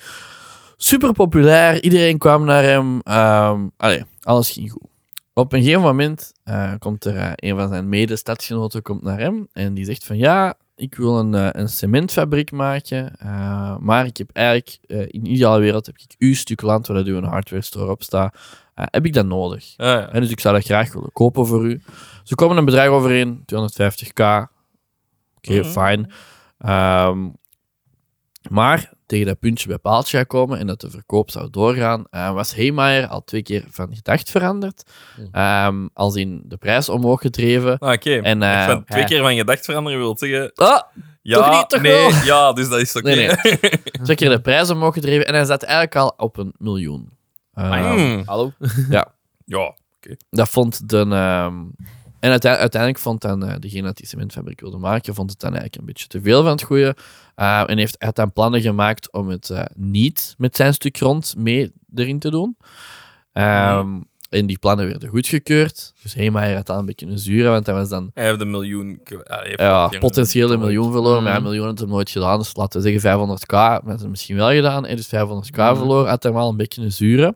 Super populair, iedereen kwam naar hem. Ehm, allee, alles ging goed. Op een gegeven moment eh, komt er eh, een van zijn medestadgenoten komt naar hem en die zegt van ja, ik wil een, eh, een cementfabriek maken, eh, maar ik heb eigenlijk, eh, in de ideale wereld heb ik uw stuk land waar dat uw hardware store op staat, eh, heb ik dat nodig?
Ah, ja.
Hè, dus ik zou dat graag willen kopen voor u. Ze komen een bedrag overeen, 250k. Oké,
Mhm.
fijn. Ehm, maar tegen dat puntje bij paaltje gaat komen en dat de verkoop zou doorgaan, eh, was Heemeyer al twee keer van gedacht veranderd. Ehm, als in de prijs omhoog gedreven.
Ah, oké.
En, eh,
Ik ben twee
ja.
keer van gedacht veranderen wil zeggen.
Ah,
Ja,
Toch niet, toch
nee,
wel?
ja, dus dat is oké.
Nee, twee keer de prijs omhoog gedreven en hij zat eigenlijk al op een miljoen. Ehm,
Hmm.
Hallo?
Ja.
dat vond de. ehm, en uite- uiteindelijk vond dan eh, degene dat die cementfabriek wilde maken, vond het dan eigenlijk een beetje te veel van het goede. Eh, en heeft, had dan plannen gemaakt om het eh, niet met zijn stuk grond mee erin te doen. Ehm, En die plannen werden goedgekeurd. Dus Heemeyer had dan een beetje een zure, want hij was dan
Hij heeft een miljoen. kw- ah, hij heeft
ja,
geen-
potentieel een miljoen verloren. Maar ja, een
Mm.
miljoen had hem nooit gedaan. Dus laten Mhm. we zeggen 500k, maar dat is misschien wel gedaan. En dus 500k verloren, had hem al een beetje een zure.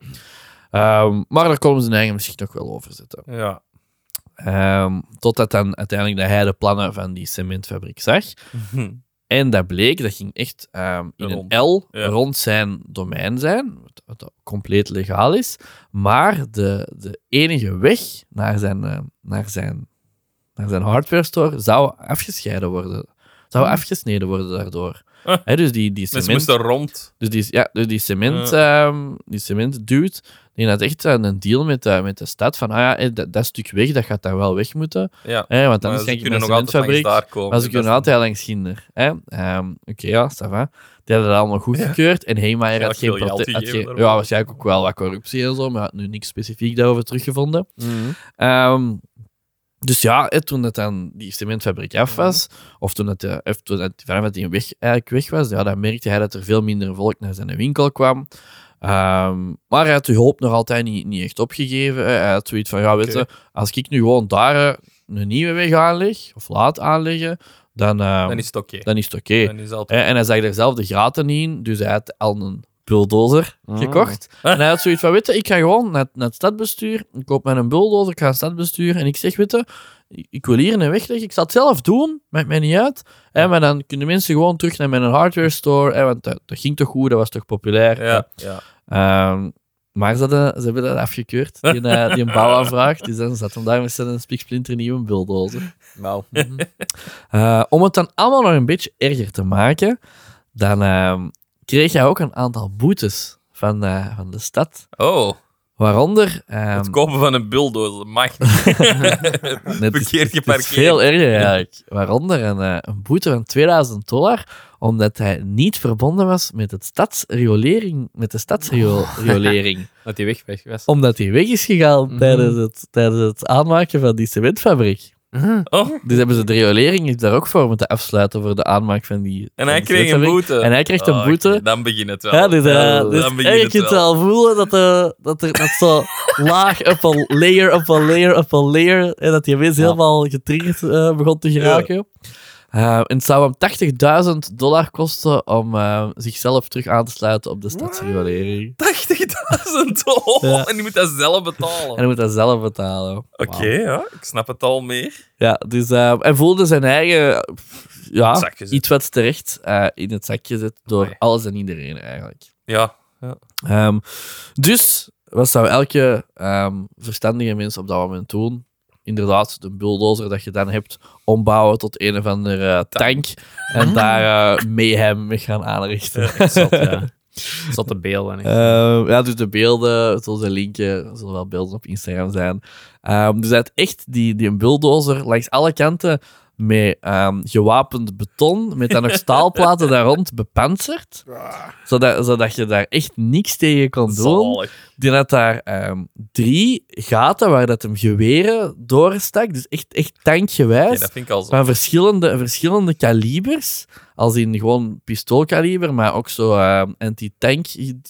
Ehm, maar daar komen ze hun eigen misschien nog wel over zitten.
Ja.
Ehm, totdat dan uiteindelijk dat hij de plannen van die cementfabriek zag. En dat bleek, dat ging echt ehm, in
Rond.
een L
Ja.
rond zijn domein zijn, wat, wat compleet legaal is. Maar de, de enige weg naar zijn, eh, naar, zijn, naar zijn hardware store zou afgescheiden worden. Zou afgesneden worden daardoor.
Huh.
Hè, dus die, die
Hmm. Dus
cement...
ze moesten rond.
Dus die, ja, dus die cement, ehm, die cement duwt. Die had echt een een deal met de, met de stad van, ah ja, hé, dat, dat stuk weg, dat gaat dan wel weg moeten.
Ja.
Hè, want
Maar
anders
ze
ga ik
kunnen
mijn
nog altijd langs
cementfabriek.
daar komen.
Maar ze
Dat
kunnen
is-
altijd langs Ginder. hè. Ehm, Oké, ja, ça va. Die hadden dat allemaal goedgekeurd. En Heemeyer had
Waarschijnlijk
geen
veel geld
prote- had
gegeven
geen-
daarvoor.
Ja, waarschijnlijk ook wel wat corruptie en zo, maar had nu niks specifiek daarover teruggevonden.
Mm.
Ehm, dus ja, hè, toen dat dan die cementfabriek
Mhm.
af was, of toen dat, de, of toen dat vanaf dat die weg, eigenlijk weg was, ja, dan merkte hij dat er veel minder volk naar zijn winkel kwam. Ehm, maar hij had de hoop nog altijd niet, niet echt opgegeven. hè. Hij had zoiets van, ja, weet
Oké.
je, als ik nu gewoon daar eh, een nieuwe weg aanleg, of laat aanleggen, dan, ehm,
Dan is het oké.
dan is het oké.
Dan is het altijd...
Hè, En hij zag er zelf de gaten in, dus hij had al een bulldozer gekocht. En hij had zoiets van, weet je, ik ga gewoon naar, naar het stadbestuur, ik koop mij een bulldozer, ik ga naar het stadbestuur en ik zeg, weet je, ik- ik wil hier een weg leggen, ik zal het zelf doen, maakt mij niet uit. Hè, maar dan kunnen mensen gewoon terug naar mijn hardware store, hè, want dat, dat ging toch goed, dat was toch populair.
Ja. ja.
Ehm, maar ze, hadden, ze hebben dat afgekeurd, die, eh, die een bouwaanvraag, dus dan zat hem daar met zijn spiksplinter nieuwe bulldozer.
Nou.
Eh, om het dan allemaal nog een beetje erger te maken, dan ehm, kreeg hij ook een aantal boetes van, eh, van de stad.
Oh,
Waaronder...
het
ehm,
kopen van een bulldozer mag niet.
net-
Verkeerd
het is
geparkeerd.
veel erger eigenlijk. Waaronder een, eh, een boete van 2000 dollar, omdat hij niet verbonden was met, het stadsriolering, met de
Oh.
stadsriolering.
Dat hij weg, weg was.
Omdat hij weg is gegaan
Mhm.
tijdens, het, tijdens het aanmaken van die cementfabriek.
Oh,
Dus hebben ze de riolering is daar ook voor moeten afsluiten voor de aanmaak van die
en
van
hij
die
kreeg een
cementfabriek.
boete.
En hij krijgt een
Oh,
boete.
oké, dan begint het wel.
Ja, dus, eh,
Dan
dus
begint
en je
het
kunt
wel.
wel voelen dat, eh, dat er dat zo laag op een layer op een layer op een layer en dat die mensen
Ja.
helemaal getriggerd eh, begon te geraken. Eh, en het zou hem 80.000 dollar kosten om eh, zichzelf terug aan te sluiten op de stadsregulering.
80.000 dollar
Ja.
en die moet dat zelf betalen.
En hij moet dat zelf betalen.
Oké, ja, ik snap het al meer.
Ja, dus eh, hij voelde zijn eigen eh, pff, ja,
Zakje zit.
iets wat terecht eh, in het zakje zit door
Amai.
alles en iedereen eigenlijk.
Ja,
Ehm, dus, wat zou elke ehm, verstandige mens op dat moment doen? Inderdaad, de bulldozer dat je dan hebt ombouwen tot een of andere tank. En daar eh mayhem mee gaan aanrichten.
Zat, ja. Zat de beel en ik.
Ehm, ja, dus de beelden, zoals de linkje, er zullen wel beelden op Instagram zijn. Ehm, dus hij had echt die, die bulldozer langs alle kanten met ehm, gewapend beton, met dan nog staalplaten daar rond bepanserd,
Ah,
zodat, zodat je daar echt niks tegen kon doen.
zalig.
Die had daar ehm, drie gaten waar dat hem geweren doorstak. Dus echt, echt
Oké,
tankgewijs.
dat vind ik al zo.
van verschillende, verschillende kalibers. Als in gewoon pistoolkaliber, maar ook zo ehm, anti-tank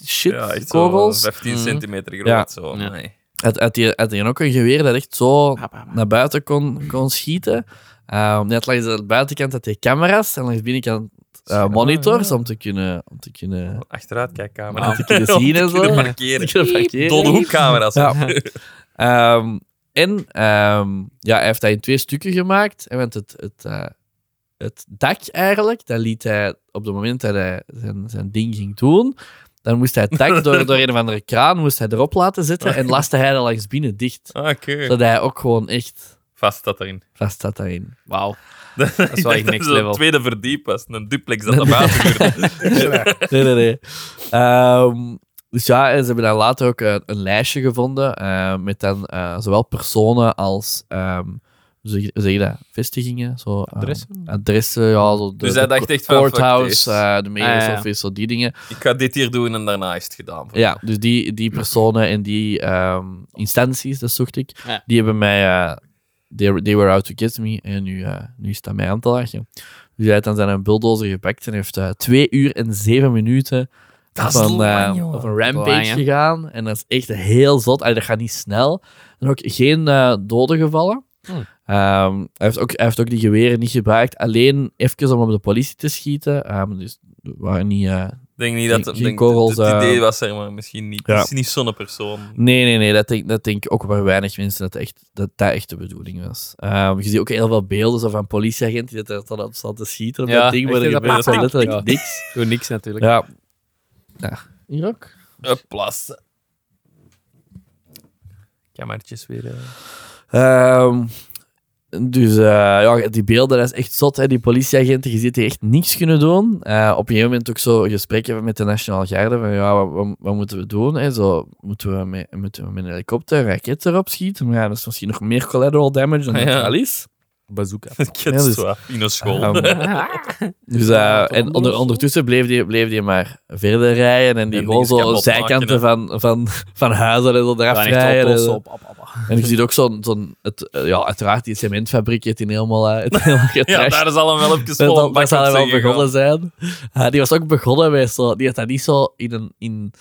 shit,
Ja, echt zo, eh,
korrels.
15
Mhm.
centimeter groot.
Mm. Ja.
Zo.
Ja.
Nee.
Had, had, die, had die ook een geweer dat echt zo
bah, bah, bah.
naar buiten kon, kon schieten. Ehm net langs de buitenkant had hij camera's en langs de binnenkant eh,
Schermen,
monitors
ja.
om te kunnen... Om te kunnen
Achteruitkijkkamer.
om te kunnen zien en zo.
Kunnen
Te
parkeren.
kunnen parkeren.
Dode hoekcamera's.
Ja. Ehm, en ehm, ja, hij heeft dat in twee stukken gemaakt. hè, Want het, het, eh, het dak eigenlijk, dat liet hij op het moment dat hij zijn, zijn ding ging doen. Dan moest hij het dak door, door een of andere kraan moest hij erop laten zitten en laste hij dat langs binnen dicht.
Ah, Oké,
Zodat hij ook gewoon echt
vast dat erin.
vast zat daarin.
Wauw.
Dat
is wel echt next level.
Het tweede verdiep was een duplex dat naar buiten duurde.
Nee, nee, nee. Ehm, dus ja, en ze hebben dan later ook eh, een, een lijstje gevonden eh, met dan eh, zowel personen als, ehm, hoe zeg je- hoe zeg je dat, vestigingen? Zo, ehm,
Adressen?
adressen, ja. Zo de,
Dus hij
de
dacht echt van, fuck this.
Courthouse, eh, de mayor's
Ah, ja.
office, zo die dingen.
Ik ga dit hier doen en daarna is het gedaan.
Ja, dus die, die personen en die ehm, instanties, dat zocht ik,
Ja.
die hebben mij... eh they, they were out to get me. En nu, eh, nu is dat mij aan te lachen. Dus hij heeft dan zijn bulldozer gepakt en heeft eh, twee uur en zeven minuten
Dat is
op, een, eh,
lang, jongen.
op een
Dat is
rampage
lang, hè.
gegaan. En dat is echt heel zot. Allee, dat gaat niet snel. En ook geen eh, doden gevallen.
Hm.
Hmm.
Ehm, hij, heeft ook, hij heeft ook die geweren niet gebruikt. Alleen even om op de politie te schieten. Ehm, dus er waren niet, eh,
denk niet dat
Geen-
het,
geen
denk, dat
korrels,
het idee
eh,
was, zeg maar. Misschien niet.
Ja.
Het is niet zo'n persoon.
Nee, nee, nee. Dat denk, dat denk ik ook maar weinig mensen dat echt, dat, dat echt de bedoeling was. Ehm, je ziet ook heel veel beelden zo van politieagenten die dat dan op staan te schieten op
Ja,
dat ding, maar
echt,
er
dat
gebeurt
plaat-
zo letterlijk
Ja.
niks.
Doe niks natuurlijk.
Ja. ja. Hier ook.
Eh, Plassen. Kamertjes weer. eh.
Ehm, dus eh, ja, die beelden, dat is echt zot. Hè? Die politieagenten, je ziet die echt niks kunnen doen. Eh, op een gegeven moment ook zo gesprekken met de Nationale Garde. Van, ja, wat, wat- wat moeten we doen? Hè? Zo, moeten, we met, moeten we met een helikopter een raket erop schieten? Maar ja, dat is misschien nog meer collateral damage dan
Ah,
dat
ja.
het al is.
Bazooka.
Ik heb
Ja, dus-
het zo in een school.
Ehm, dus, eh,
Ja, toch
en onder,
anders?
ondertussen bleef die, bleef die maar verder rijden. En die
En
gewoon
dingen
zo
kapot
zijkanten van, van, van huizen en zo eraf
Gaan echt
rijden.
oplossen op, op, op, op.
En je ziet ook zo'n, zo'n het, eh, ja, uiteraard die cementfabriek heeft in helemaal, eh, het helemaal
ja,
getrashed.
daar is al een welpjes
Dat-
vol.
dat- dat
bak
zou
op
hij wel
zeggen,
begonnen zijn. Eh, die was ook begonnen bij zo, die had dat niet zo in een, in,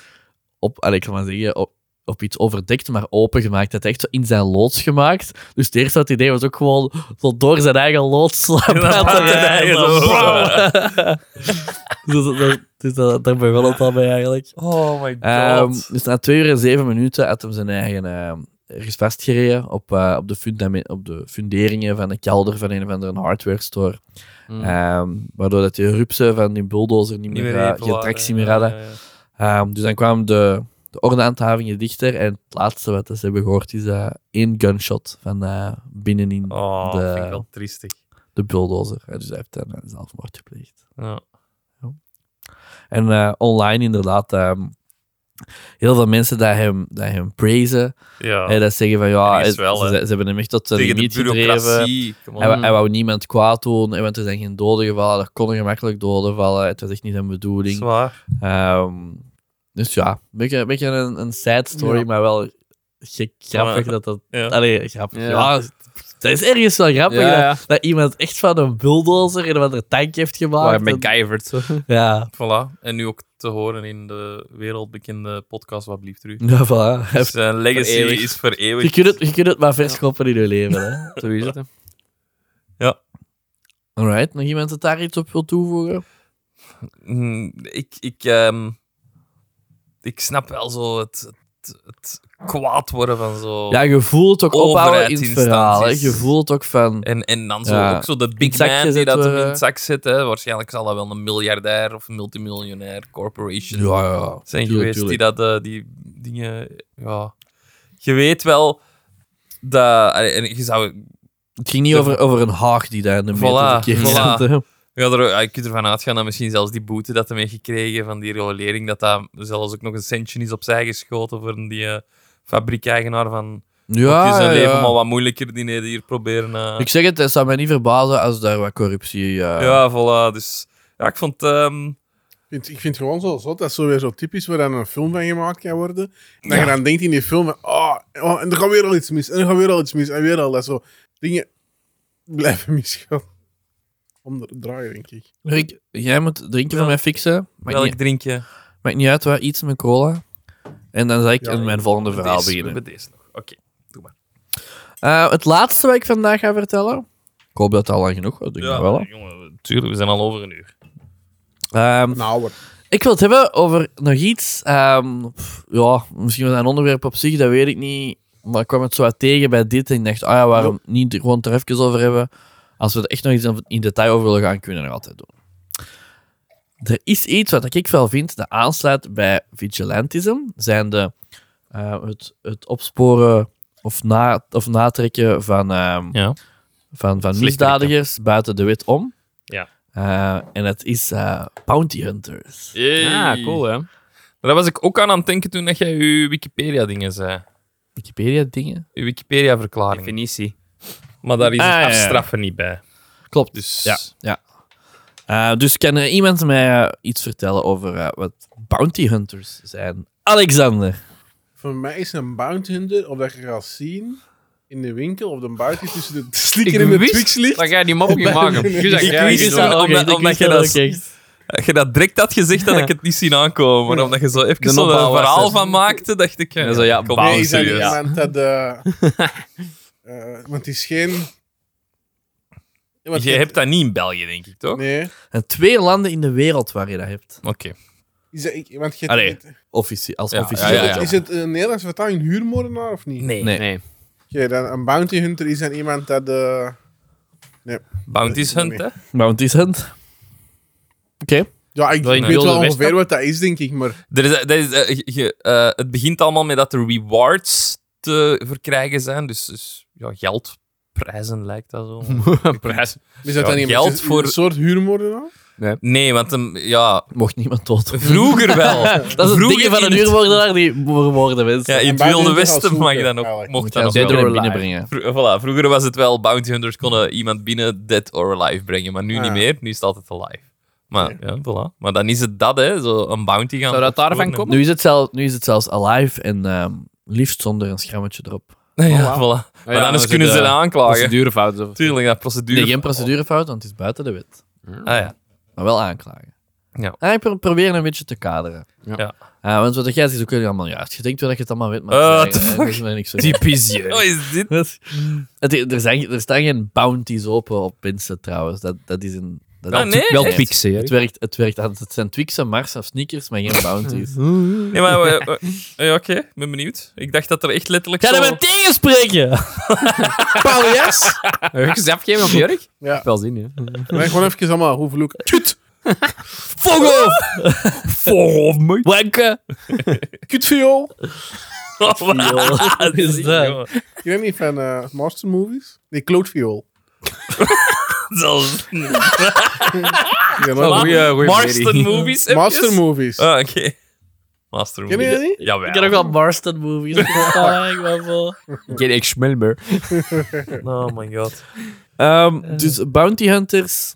op, allee, ik kan maar zeggen, op, op iets overdekt, maar opengemaakt. Dat had hij echt zo in zijn loods gemaakt. Dus het eerste wat hij deed was ook gewoon zo door zijn eigen loods
En dan
laten
buiten
rijden.
rijden,
Zo,
zo.
wow. dus dat- dat- dus dat- daar begon het al mee eigenlijk.
joh. Oh my
Ehm,
god.
dus na twee uur en zeven minuten had hem zijn eigen ehm, ergens vastgereden op, eh, op, de fundamen- op de funderingen van de kelder van een of andere hardware store.
Hmm.
Mm.
Ehm, waardoor dat die rupsen van die bulldozer niet meer, eh,
even
geen
laden,
tractie meer
ja,
hadden.
ja, ja.
Ehm, dus dan kwamen de, de ordehandhavingen dichter en het laatste wat ze hebben gehoord is eh, één gunshot van eh, binnenin
Oh,
De-
dat vind ik wel triestig.
de bulldozer. Eh, dus hij heeft dan eh, zelfmoord gepleegd.
Ja.
En eh, online inderdaad, ehm, heel veel mensen dat hem, dat hem praisen.
Ja.
Hè, dat zeggen van ja,
Ergens
het-
wel,
ze,
hè.
ze hebben hem echt tot de
Tegen de
limiet gedreven.
bureaucratie. come on.
Hij, wou- hij wou niemand kwaad doen, hè, want er zijn geen doden gevallen, er konden gemakkelijk doden vallen. Het was echt niet zijn bedoeling.
Zwaar.
Ehm, dus ja, een beetje, een, beetje een, een side story,
Ja.
maar wel gek grappig
Ja.
dat dat...
Ja.
Allee, grappig. Ja.
Ja.
dat is ergens wel grappig
Ja,
dat-
ja.
Dat, iemand echt van een bulldozer en wat een tank heeft
Waar
gemaakt. En-
MacGyverd. zo.
ja,
Voilà. En nu ook te horen in de wereldbekende podcast Wat Blieft Terug.
ja voilà.
Zijn eh, legacy
eeuwig.
is voor eeuwig.
Je kunt, het, je kunt het maar verskoppen in je leven. Hè.
Zo is het, hè.
Alright, nog iemand dat daar iets op wil toevoegen?
Mm, Ik, ik, ehm, ik snap wel zo het, het, het kwaad worden van zo...
Ja, je voelt het ook ophouden in het
Overheidsinstanties.
verhaal. hè. Je voelt ook van...
En, en dan zo,
Ja.
ook zo de
In
big
het zakje
man die
zetten
dat hem
we-
in het zak zit. Hè. Waarschijnlijk zal dat wel een miljardair of multimiljonair corporation
ja.
zijn
Tuurlijk,
geweest die dat eh, die dingen... Ja. Je weet wel dat... allee, En je zou
Het ging niet over, over een haag die daar in de
Voilà,
meter verkeerd
voilà.
zat. hè.
Ja, er, ja, je kunt ervan uitgaan dat misschien zelfs die boete dat hij heeft gekregen van die rolering, dat dat zelfs ook nog een centje is opzij geschoten voor die eh, fabriekeigenaar van...
Ja,
het is
ja,
een leven
ja.
maar wat moeilijker, die hier proberen... eh,
Ik zeg het, het zou mij niet verbazen als daar wat corruptie... eh,
Ja, voilà. Dus ja, ik vond... ehm,
Ik vind, ik vind het gewoon zo zot. Dat is zo weer zo typisch waar dan een film van gemaakt kan worden. En dat je dan denkt in die film van, oh, oh, en er gaat weer al iets mis, en er gaat weer al iets mis, en weer al dat zo. Dingen blijven misgaan. Om te draaien, denk ik.
Rick, jij moet drinken van mij fixen. Maakt,
welk
niet,
drinkje?
maakt niet uit, wat, iets met cola. En dan zal ik
Ja,
in mijn volgende verhaal
Deze,
beginnen.
We hebben deze nog. Oké.
Eh, het laatste wat ik vandaag ga vertellen... Ik hoop dat het al lang genoeg was, denk ik wel. hè.
jongen, tuurlijk, we zijn al over een uur.
Ehm,
Nou, hoor.
Ik wil het hebben over nog iets. ehm, pff, ja, misschien was dat een onderwerp op zich, dat weet ik niet. Maar ik kwam het zo wat tegen bij dit en ik dacht, ah ja, waarom niet er gewoon het er even over hebben? Als we er echt nog iets in detail over willen gaan, kunnen we dat altijd doen. Er is iets wat ik wel vind dat aansluit bij vigilantism, zijn de, eh, het, het opsporen of, na, of natrekken van, ehm,
Ja.
van, van
Slechte
misdadigers buiten de wet om.
Ja.
Eh, en dat is eh, bounty hunters.
Ah, cool, hè.
Daar was ik ook aan aan het denken toen dat jij je Wikipedia-dingen zei.
Wikipedia-dingen.
Je Wikipedia-verklaring.
Definitie.
Maar daar is
Ah,
het
ja, ja.
afstraffen niet bij.
Klopt.
Dus...
Ja. ja. Eh, dus kan er iemand mij eh, iets vertellen over eh, wat bounty hunters zijn? Alexander.
Voor mij is een bounty hunter, of dat je gaat zien in de winkel, of de bounty tussen de slikker
Ik
en de
wist
Twix ligt.
Dan ga je die mop niet maken.
Ik
Je zegt,
wist
ja,
dat-
je doet
omdat-
het.
omdat je dat-
kijkt.
Als je dat direct had gezegd, had ik het niet zien aankomen. Maar omdat je zo
De
even zo'n
opbouw was
verhaal
er.
van maakte, dacht ik...
Ja, zo, ja,
kom,
bouw,
nee,
nee, is dat niet
serieus.
iemand dat... eh, eh, want het is geen... Ja, want
Je hebt dat niet in België, denk ik, toch?
Nee.
En twee landen in de wereld waar je dat hebt.
Oké.
Is dat, ik, want je,
Allee.
het-
Officie- als
Ja,
officieel.
ja, ja, ja.
is het een Nederlandse vertaling huurmoordenaar of niet?
Nee.
Nee.
Nee.
Oké, dan een bounty hunter is dan iemand dat... eh,
Bounties hunt, hè?
Bounties Hunt. Oké.
ja, ik
Wel in
weet
Wilde
wel
Westen?
ongeveer wat dat is, denk ik, maar...
Er is, dat is, eh, je- je, eh, het begint allemaal met dat er rewards te verkrijgen zijn. Dus, dus ja, geldprijzen lijkt dat zo.
Prijs.
Is dat
Ja,
dan iemand,
geld
is- is
voor-
Een soort huurmoordenaar?
Nee, want hem, ja,
Mocht niemand dood.
vroeger wel.
Dat is het
Vroeger
ding van
in
een
het-
huurmoordenaar die vermoorden mensen.
Ja, in
En
het
buiten
Wilde
de deur als
Westen mag je
zoeken,
dan ook,
eigenlijk.
mocht
Moet je
dat
als
nog
jij
wel.
er
alive.
binnenbrengen.
Vro- voilà, vroeger was het wel bounty hunters konden iemand binnen dead or alive brengen, maar nu
Ah.
niet meer. Nu is het altijd alive. Maar ja, voilà. Maar dan is het dat, hè? Zo een bounty gaan.
Zou dat daarvan
verstoren.
komen?
Nu is, het zelf, nu is het zelfs alive en ehm, liefst zonder een schrammetje erop.
Ja, voilà.
Ah,
Oh
Maar dan is kunnen ze dat aanklagen.
Procedurefouten. of-
Tuurlijk, dat procedure.
Nee, geen procedurefout, want het is buiten de wet.
Ah ja.
Maar wel aanklagen.
Ja.
En ik pro- probeer een beetje te kaderen.
Ja.
Ja.
Eh, want wat jij zegt, ook jullie allemaal juist. Je denkt wel dat je het allemaal weet, maar
Eh,
het
what the
is eigenlijk- het is niks voor
Typisch
Wat Oh, is dit?
Het, er, zijn, er staan geen bounties open op mensen trouwens. Dat, dat is een. Dat
Ah,
dat-
nee?
Wel
Echt?
twixen, hè.
Het werkt, het werkt aan. Het zijn Twixen, Mars of sneakers, maar geen bounties.
Nee, maar we- we- eh, oké, ik ben benieuwd. Ik dacht dat er echt letterlijk.
Ga
zo...
dat maar tegenspreken!
Paljas!
Heb je geven op Jurk?
Ja.
Wel zin, hè.
Maar gewoon even allemaal, hoeveel look... Kut!
Fuck off!
Fuck off, mate.
Wanken!
Kutviool!
Wat is
is dat?
dat?
Je bent niet van eh, Monster Movies? Nee, klootviool.
Zelfs-
Ja,
Wat?
maar-
goeie- goeie
Marston
serie.
movies. even?
Monster Movies.
Ah, oké. Master
Ken je
movies.
dat niet?
Jawel.
Ik heb ook wel Marston movies. Ja, ik ben vol.
Geen ik smel meer.
Oh my god.
Ehm, dus bounty hunters.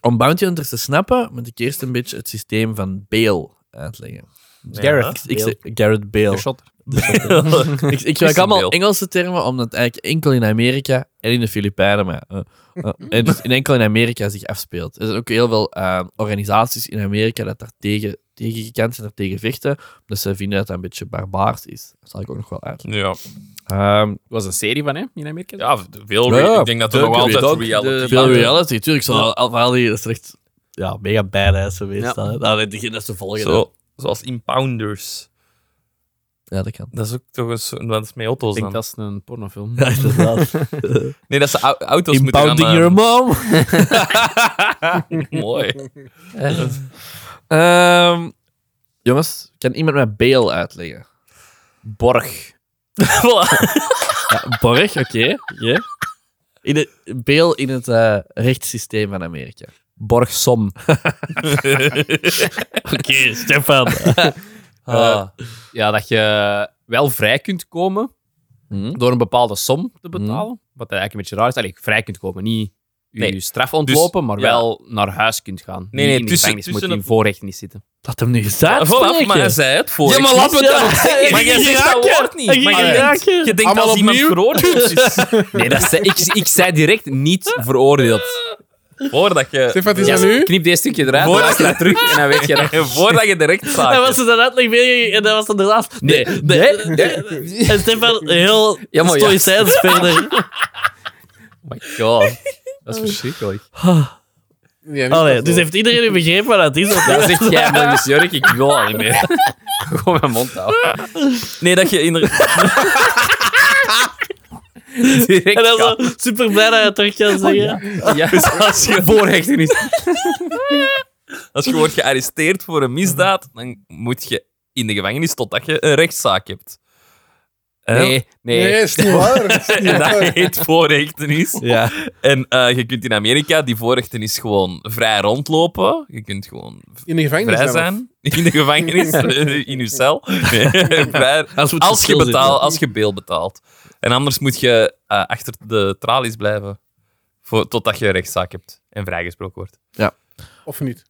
Om bounty hunters te snappen, moet ik eerst een beetje het systeem van Bale uitleggen. Dus
Gareth.
Ik, ik zeg Garrett Bale. Ik, ik gebruik
Christian
allemaal
Bale.
Engelse termen, omdat het eigenlijk enkel in Amerika en in de Filipijnen, maar eh, eh, en dus in enkel in Amerika zich afspeelt. Er zijn ook heel veel eh, organisaties in Amerika dat daar tegen, tegen gekend zijn, daar tegen vechten. Dus ze vinden dat dat een beetje barbaars is. Dat zal ik ook nog wel uitleggen.
Ja,
Ehm,
was een serie van, hè, in Amerika.
ja veel re-
Ja,
ik denk dat er
de-
nog
de-
altijd
dat-
reality
veel eh, reality, tuurlijk. Zo, al, al- al die, dat is echt ja, mega badass geweest.
Ja.
Ja. Nou, dat is te volgen. hè.
Zo, zoals impounders.
Ja, dat kan.
Dat is ook toch een soort... Dat is met auto's
Ik denk
dan.
dat is een pornofilm.
Ja, inderdaad.
Nee, dat ze au- auto's moeten gaan...
Impounding your mom.
eh, Mooi.
Ehm, jongens, kan iemand mij bail uitleggen? Borg.
Voilà.
Ja, borg, oké. oké. In het- Bail in het eh, rechtssysteem van Amerika.
Borgsom.
Oké, Stefan. Eh,
Ah. Ja, dat je wel vrij kunt komen
Mhm.
door een bepaalde som te betalen. Wat eigenlijk een beetje raar is. Allee, vrij kunt komen, niet je
Nee. Dus-
straf ontlopen, maar
ja.
wel naar huis kunt gaan.
nee,
Niet in de
tussen-
gevangenis moet
tussen
je in
een-
voorrecht niet zitten.
Laat hem nu eens uitspreken.
Voilà, maar hij zei het voor.
Ja, maar laat me
Ik-
dat ook zeggen.
Maar jij
Ik
zegt dat
raak je.
woord niet.
Ik
Maar je
raak
denkt,
je.
je denkt
Allemaal
als iemand
opnieuw?
veroordeeld is.
Nee, dat zei, ik, ik zei direct niet veroordeeld. dus
Voordat je...
Stefan, het is aan u.
Knip deze stukje eruit,
Voor-
dan luister dat terug en dan weet je dat.
Voordat je direct
En was
staat.
ze dan uitleg mee en dat was dan de laatste. Nee, nee. En Stefan heel
Ja, maar ja.
stoïcijns verder.
Oh my god. Dat is verschrikkelijk.
Ja, niet
Allee,
dat
dus
wel.
heeft iedereen nu begrepen wat dat is? of
Dat
niet?
zegt jij, maar dus Jurk, ik wil al niet meer. Gewoon mijn mond houden.
Nee, dat je inderdaad...
Direct
En dan
gaan.
zo super blij dat je het terug kan zeggen.
Ja, Dus als je voorrechten is.
Als je wordt gearresteerd voor een misdaad, dan moet je in de gevangenis totdat je een rechtszaak hebt. Hè?
Nee, nee.
Nee, is niet waar. Is niet
En dat
waar.
heet voorrechtenis.
Ja.
En eh, je kunt in Amerika die voorrechtenis gewoon vrij rondlopen. Je kunt gewoon
In de gevangenis
vrij
dan, of?
zijn in de gevangenis, eh, in je cel. Nee, vrij-
Als, we het
als, je
verschil
betaalt, als je beel betaalt. En anders moet je eh, achter de tralies blijven voor, totdat je een rechtszaak hebt en vrijgesproken wordt.
Of niet?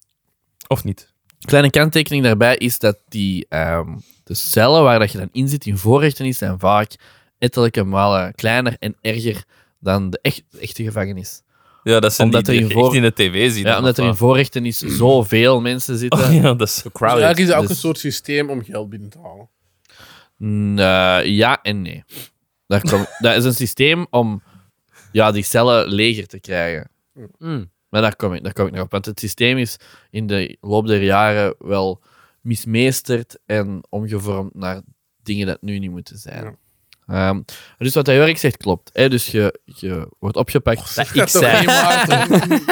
Of niet.
Kleine kanttekening daarbij is dat die ehm, de cellen waar dat je dan in zit in voorrechtenis zijn vaak ettelijke malen kleiner en erger dan de echt, echte gevangenis.
Ja, dat zijn
Omdat
die
er
die
in
je echt
voor-
in de tv ziet.
Ja,
dan,
omdat er
of
in voorrechtenis zoveel mensen zitten.
wat? Oh, ja, dat is...
Dus eigenlijk is dat ook
Dus-
een soort systeem om geld binnen te halen.
Mm, eh, ja en nee. Daar kom- dat is een systeem om ja, die cellen leger te krijgen.
Mm.
Maar daar kom, ik, daar kom ik nog op. Want het systeem is in de loop der jaren wel mismeesterd en omgevormd naar dingen dat nu niet moeten zijn.
Ja.
Ehm, dus wat hij werk zegt klopt. Hè? Dus je, je wordt opgepakt.
Oh, Zeg
ik
dat toch
zei-
niet, Maarten.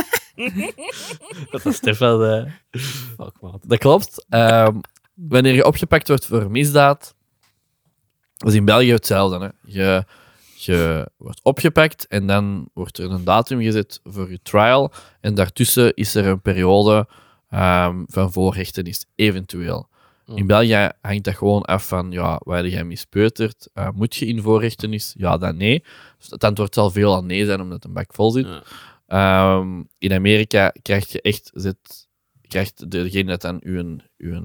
Dat is Stefan. eh. Dat klopt. Ehm, wanneer je opgepakt wordt voor misdaad, dat is in België hetzelfde. Hè? Je, je wordt opgepakt en dan wordt er een datum gezet voor je trial. En daartussen is er een periode ehm, van voorhechtenis, eventueel. In België hangt dat gewoon af van, ja, waar heb jij mispeuterd? Eh, moet je in voorhechtenis? Ja, dan nee. Dus het antwoord zal veel aan nee zijn, omdat een bak vol zit.
Ja.
Ehm, in Amerika krijg je echt, zit, krijgt degene dat dan uw, uw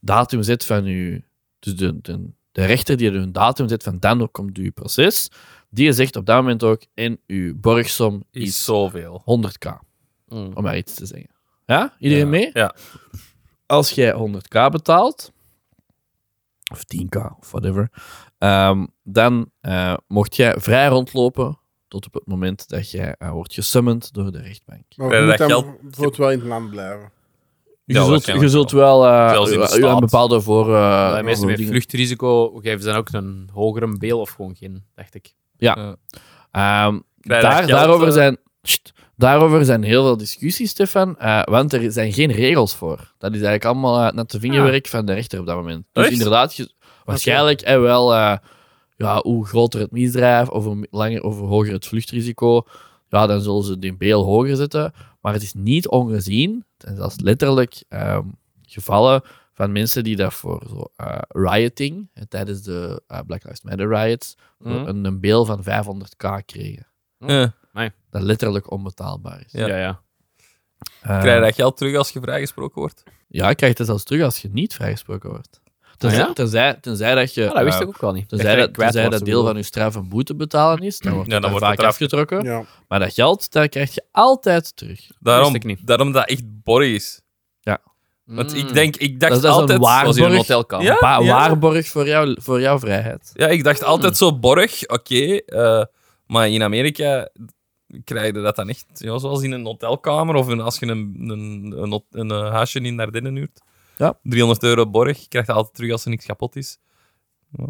datum zet van uw, dus de, de, de rechter die er een datum zet van dan komt uw proces, die zegt op dat moment ook, en uw borgsom
Is
is
zoveel.
100k,
Oh,
Mm.
om maar iets te zeggen. Ja? Iedereen mee?
Ja.
Als jij 100k betaalt, of 10k, of whatever, ehm, dan eh, mocht jij vrij rondlopen tot op het moment dat jij eh, wordt gesummend door de rechtbank.
Maar
Ja,
we
dat
moeten dan
geldt-
voor het wel in het land blijven.
Je,
Ja,
zult, je
waarschijnlijk
zult wel eh
Zelfs in de
u- u
staat.
aan bepaalde voor. eh,
Bij mensen met
dingen-
vluchtrisico geven ze dan ook een hogere beel of gewoon geen, dacht ik.
Ehm,
Krijg je
daar,
dat geld,
daarover,
eh?
zijn, Sst. daarover zijn heel veel discussies, Stefan, eh, want er zijn geen regels voor. Dat is eigenlijk allemaal eh, net de vingerwerk van de rechter op dat moment. Dus
Echt?
inderdaad, je- waarschijnlijk eh, wel eh, ja, hoe groter het misdrijf, of hoe langer of hoe hoger het vluchtrisico, ja, dan zullen ze de beel hoger zetten. Maar het is niet ongezien, en zelfs letterlijk ehm, gevallen van mensen die daarvoor zo, eh, rioting, eh, tijdens de eh, Black Lives Matter riots,
Mhm.
een, een beel van 500k kregen.
Eh,
Dat letterlijk onbetaalbaar is.
Ja.
Ja, ja.
Eh,
krijg je dat geld terug als je vrijgesproken wordt?
Ja, je krijgt het zelfs terug als je niet vrijgesproken wordt. Tenzij,
Ah, ja?
tenzij, tenzij dat je...
Ah, dat wist
eh,
ik ook wel niet.
Tenzij dat, tenzij dat deel van je straf een boete betalen is, dan wordt
Ja,
het
dan
dan
wordt het
vaak
eraf
afgetrokken.
Ja.
Maar dat geld, dat krijg je altijd terug.
Daarom,
ik niet.
daarom dat echt borry is. Want
Mm.
ik, denk,
Dat is-
ik dacht
dat is een
altijd...
waar-
Zoals in een
Borg.
hotelkamer.
Ja?
Een pa- waarborg voor, jou, voor jouw vrijheid.
Ja, ik dacht altijd
Hmm.
zo borg, oké. eh, maar in Amerika krijg je dat dan echt, ja, zoals in een hotelkamer of een, als je een, een, een, hot- een, eh, huisje in Ardennen huurt.
Ja.
300 euro borg, je krijgt dat altijd terug als er niks kapot is. Ja.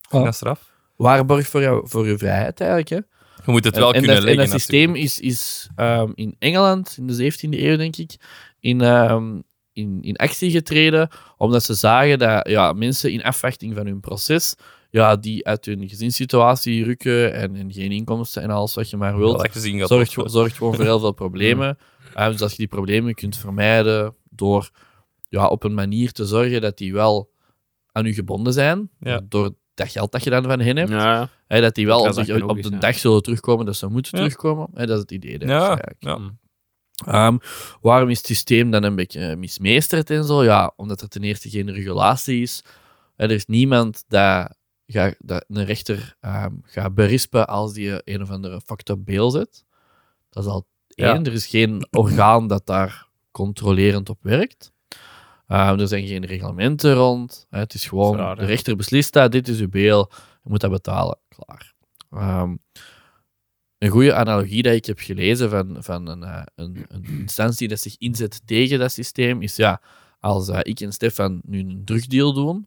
Ja.
Dat is straf.
Waarborg voor, jou, voor je vrijheid eigenlijk. Hè?
Je moet het
En-
wel
en,
kunnen
dat,
leggen.
En dat systeem is, is ehm, in Engeland in de 17e eeuw, denk ik, in, ehm, in, in actie getreden, omdat ze zagen dat ja, mensen in afwachting van hun proces, ja, die uit hun gezinssituatie rukken en, en geen inkomsten en alles wat je maar
natuurlijk.
wilt,
Dat je zien gaat
zorgt,
worden.
zorgt gewoon voor heel veel problemen. Eh, dus dat je die problemen kunt vermijden door ja, op een manier te zorgen dat die wel aan u gebonden zijn,
Ja.
door dat geld dat je dan van hen hebt.
Ja,
Hè, dat die wel
Dat
op
is
de,
eigenlijk
op
logisch,
de
ja.
dag zullen terugkomen, dat ze moeten
Ja.
terugkomen. Hè, dat is het idee. denk ik,
Ja,
eigenlijk.
ja.
Ehm, waarom is het systeem dan een beetje eh, mismeesterd en zo? Ja, omdat er ten eerste geen regulatie is. Hè, er is niemand dat, ga, dat een rechter ehm, gaat berispen als die eh, een of andere fucked up bail zet. Dat is al één.
Ja.
Er is geen orgaan dat daar controlerend op werkt. Ehm, er zijn geen reglementen rond. Hè, het is gewoon,
Dat is raar,
de
hè?
rechter beslist dat, dit is uw beel, je moet dat betalen. Klaar. Ehm, een goede analogie die ik heb gelezen van, van een, eh, een, een instantie dat zich inzet tegen dat systeem is, ja, als eh, ik en Stefan nu een drugdeal doen,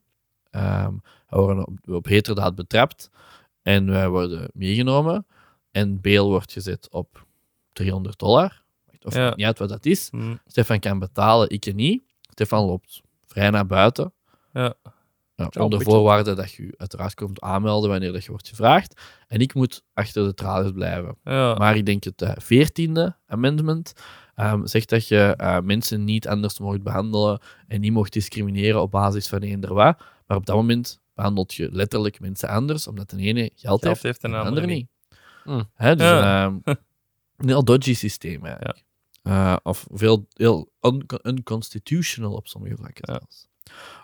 ehm, we worden op, op heterdaad betrapt en wij worden meegenomen en bail wordt gezet op 300 dollar, of
Ja.
niet uit wat dat is,
Hm.
Stefan kan betalen, ik niet. Stefan loopt vrij naar buiten.
Ja.
Ja,
Ja,
onder
goed.
voorwaarde dat je je uiteraard komt aanmelden wanneer dat je wordt gevraagd. En ik moet achter de tralies blijven.
Ja.
Maar ik denk het eh, veertiende amendment ehm, zegt dat je eh, mensen niet anders mag behandelen en niet mag discrimineren op basis van eender wat. Maar op dat moment behandelt je letterlijk mensen anders, omdat de ene geld,
Geld
heeft
heeft
en
een
de
andere,
andere niet.
Hmm.
Hè, dus
Ja.
ehm, een heel dodgy systeem eigenlijk. Eh, of veel, heel un- unconstitutional op sommige vlakken.
Ja.
zelfs.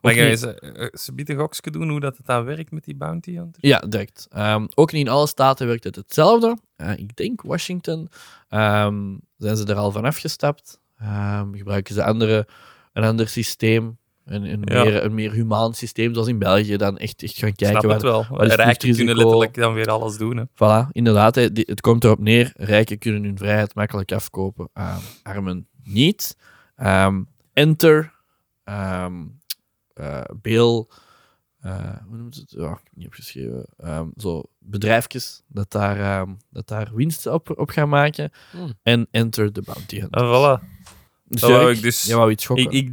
Maar
Ook
ga je
niet-
ze, eh, ze bieden goksken doen hoe dat het dan werkt met die bounty hunters?
Ja, direct. Ehm, ook niet in alle staten werkt het hetzelfde. Eh, ik denk Washington. ehm, zijn ze er al van afgestapt? Ehm, gebruiken ze andere, een ander systeem? Een, een,
Ja.
meer, een meer humaan systeem, zoals in België, dan echt, echt gaan
Ik
kijken
snap
waar
het wel.
is het
Rijken kunnen
vluchtrisico?
letterlijk dan weer alles doen. Hè.
Voilà, inderdaad. hè. Die- Het komt erop neer. Rijken kunnen hun vrijheid makkelijk afkopen. ehm, armen niet. Ehm, enter. ehm, eh Beel, eh, hoe noemt het? Ja, ik heb het niet opgeschreven. Ehm, zo bedrijfjes dat daar, ehm, dat daar winsten op, op gaan maken.
Hmm.
En Enter the Bounty Hunter.
En Ah, voilà.
Dus
dat wou
Jurk,
ik dus-
jij wou iets gokken.
Ik, ik,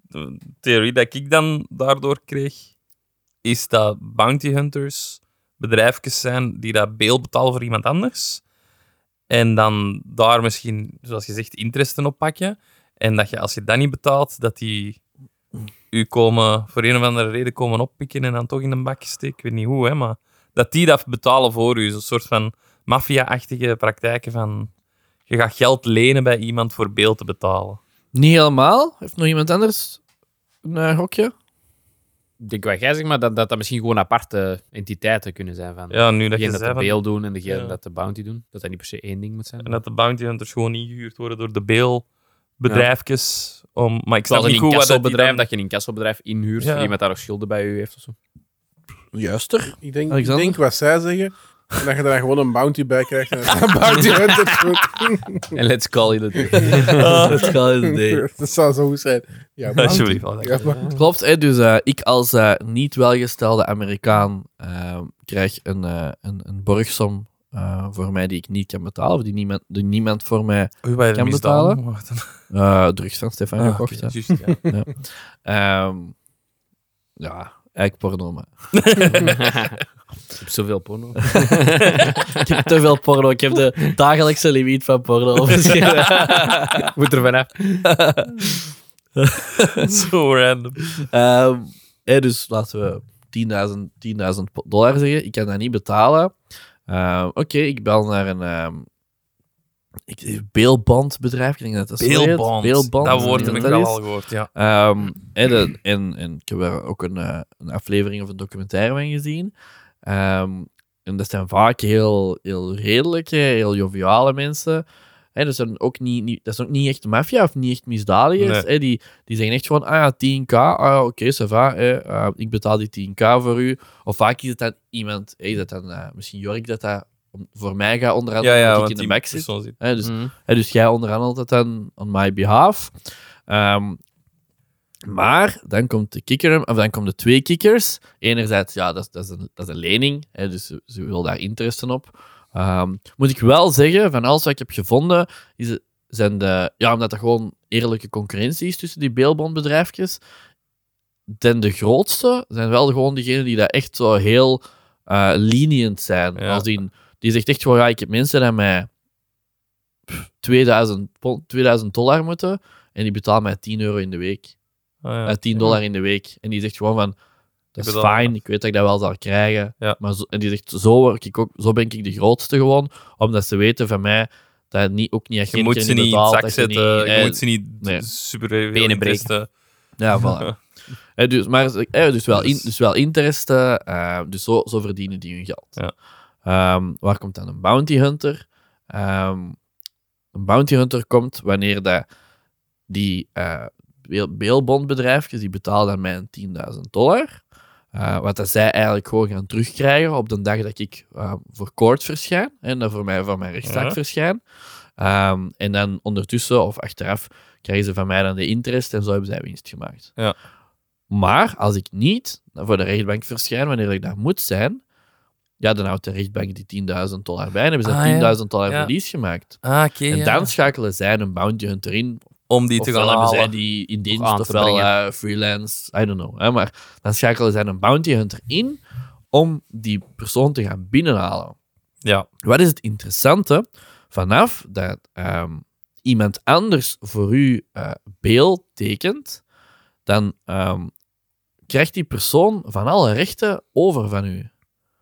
de theorie dat ik dan daardoor kreeg, is dat bounty hunters bedrijfjes zijn die dat beeld betalen voor iemand anders. En dan daar misschien, zoals je zegt, interesten op pakken. En dat je als je dat niet betaalt, dat die u komen, voor een of andere reden komen oppikken en dan toch in een bak steken. Ik weet niet hoe, hè, maar dat die dat betalen voor u. Zo'n soort van maffia-achtige praktijken van je gaat geld lenen bij iemand voor beeld te betalen.
Niet helemaal. Heeft nog iemand anders een eh, gokje?
Ik denk wat jij zegt, maar dat, dat dat misschien gewoon aparte entiteiten kunnen zijn. Van
Ja, nu dat je
degene
zei
dat de
van-
bail doen en degene
Ja.
dat de bounty doen. Dat dat niet per se één ding moet zijn.
En dat de bounty hunters gewoon ingehuurd worden door de beelbedrijfjes. Om, maar ik snap
Zoals
niet
een
goed wat dat die
incassobedrijf,
dan-
dat je een incassobedrijf inhuurt
Ja.
voor iemand daar nog schulden bij u heeft of zo.
Juister.
Ik denk, ik
Alexander?
denk wat zij zeggen. En dat je daar gewoon een bounty bij krijgt. En dat bounty hunters wordt.
En let's call it a day.
Dat gaat het idee.
dat zou zo goed zijn. Ja, bounty.
Alsjeblieft.
Ja, bounty.
Klopt, hè? dus eh, ik als eh, niet welgestelde Amerikaan eh, krijg een, eh, een, een borgsom eh, voor mij die ik niet kan betalen, of die niemand, die niemand voor mij
Oei, wij
Kan
hebben
betalen?
misdaan.
eh, drugs van Stefan
Ah,
gekocht.
oké,
hè.
juist, ja.
Ehm, ja, eigenlijk porno, maar.
Ik heb zoveel porno.
Ik heb te veel porno, ik heb de dagelijkse limiet van porno overschreden.
Moet er vanaf.
Zo random.
Ehm, hè, dus laten we 10.000 10.000 dollar zeggen. Ik kan dat niet betalen. Ehm, Oké, ik bel naar een. ehm ik, beelbandbedrijf. Ik denk dat dat zo heet.
Beelband.
Beelband,
Dat woord
ik
heb
denk
ik
dat
al
dat
al
is.
gehoord, ja. Mm.
Ehm, en, een- en, en ik heb er ook een, eh, een aflevering of een documentaire van gezien. Ehm, en dat zijn vaak heel, heel redelijke, heel joviale mensen. Hè, dat, zijn ook niet, niet, dat zijn ook niet echt maffia of niet echt misdadigers. Hè, die, die zeggen echt gewoon, ah ja, 10k, ah ja, oké, ça va, hè, eh, ik betaal die 10k voor u. Of vaak is het dan iemand, hè, is dat dan eh, misschien Jork dat dat om- voor mij gaat
Ja,
onderhandelen,
ja,
dat ik
want
in de
die
back zit.
persoon Mm. zit.
Hè, dus
Mhm.
Hè, dus jij onderhandelt het dan on my behalf. Ehm, maar dan komt de kikker, of dan komen de twee kikkers. Enerzijds, ja, dat, is- dat, is, een, dat is een lening, hè, dus ze, ze wil daar interesten op. Ehm, moet ik wel zeggen, van alles wat ik heb gevonden, is, zijn de, ja, omdat er gewoon eerlijke concurrentie is tussen die beelbondbedrijfjes, dan de grootste zijn wel gewoon diegenen die daar echt zo heel eh, lenient zijn.
Ja.
Als die, die zegt echt gewoon, ja, ik heb mensen die mij pff, 2000, pond- 2000 dollar moeten en die betalen mij 10 euro in de week.
Ah, ja.
Eh, 10 dollar in de week. En die zegt gewoon van, dat is
betaal
fijn, ik weet dat ik dat wel zal krijgen.
Ja.
Maar zo, en die zegt, zo, word ik ook, zo ben ik de grootste gewoon, omdat ze weten van mij dat het niet, ook niet echt
Je moet ze niet in het zak zetten, je moet ze niet
nee.
super Ah,
Benen breken.
Ja, voilà. Hè, dus, maar, ze- hè, dus, wel in, dus wel interesten, eh, dus zo, zo verdienen die hun geld.
Ja.
Ehm, waar komt dan een bounty hunter? Ehm, een bounty hunter komt wanneer dat die eh beel- beelbondbedrijfjes, die betalen aan mij een 10.000 dollar. Eh, wat dat zij eigenlijk gewoon gaan terugkrijgen op de dag dat ik eh, voor koord verschijn en dan voor mij van mijn rechtszaak
Ja.
verschijn. Ehm, en dan ondertussen of achteraf krijgen ze van mij dan de interest en zo hebben zij winst gemaakt.
Ja.
Maar als ik niet voor de rechtbank verschijn wanneer ik daar moet zijn, ja, dan houdt de rechtbank die 10.000 dollar bij en hebben ze
Ah,
10.000
ja.
dollar
Ja.
verlies gemaakt.
Ah, oké,
En
ja.
dan schakelen zij een bounty hunter in.
Om die te
Ofwel
gaan
hebben zij
halen.
die in
aan
dienst,
te
ofwel
brengen.
eh, freelance, I don't know. Hè? Maar dan schakelen zij een bounty hunter in om die persoon te gaan binnenhalen.
Ja.
Wat is het interessante? Vanaf dat ehm, iemand anders voor u eh beeld tekent, dan ehm, krijgt die persoon van alle rechten over van u.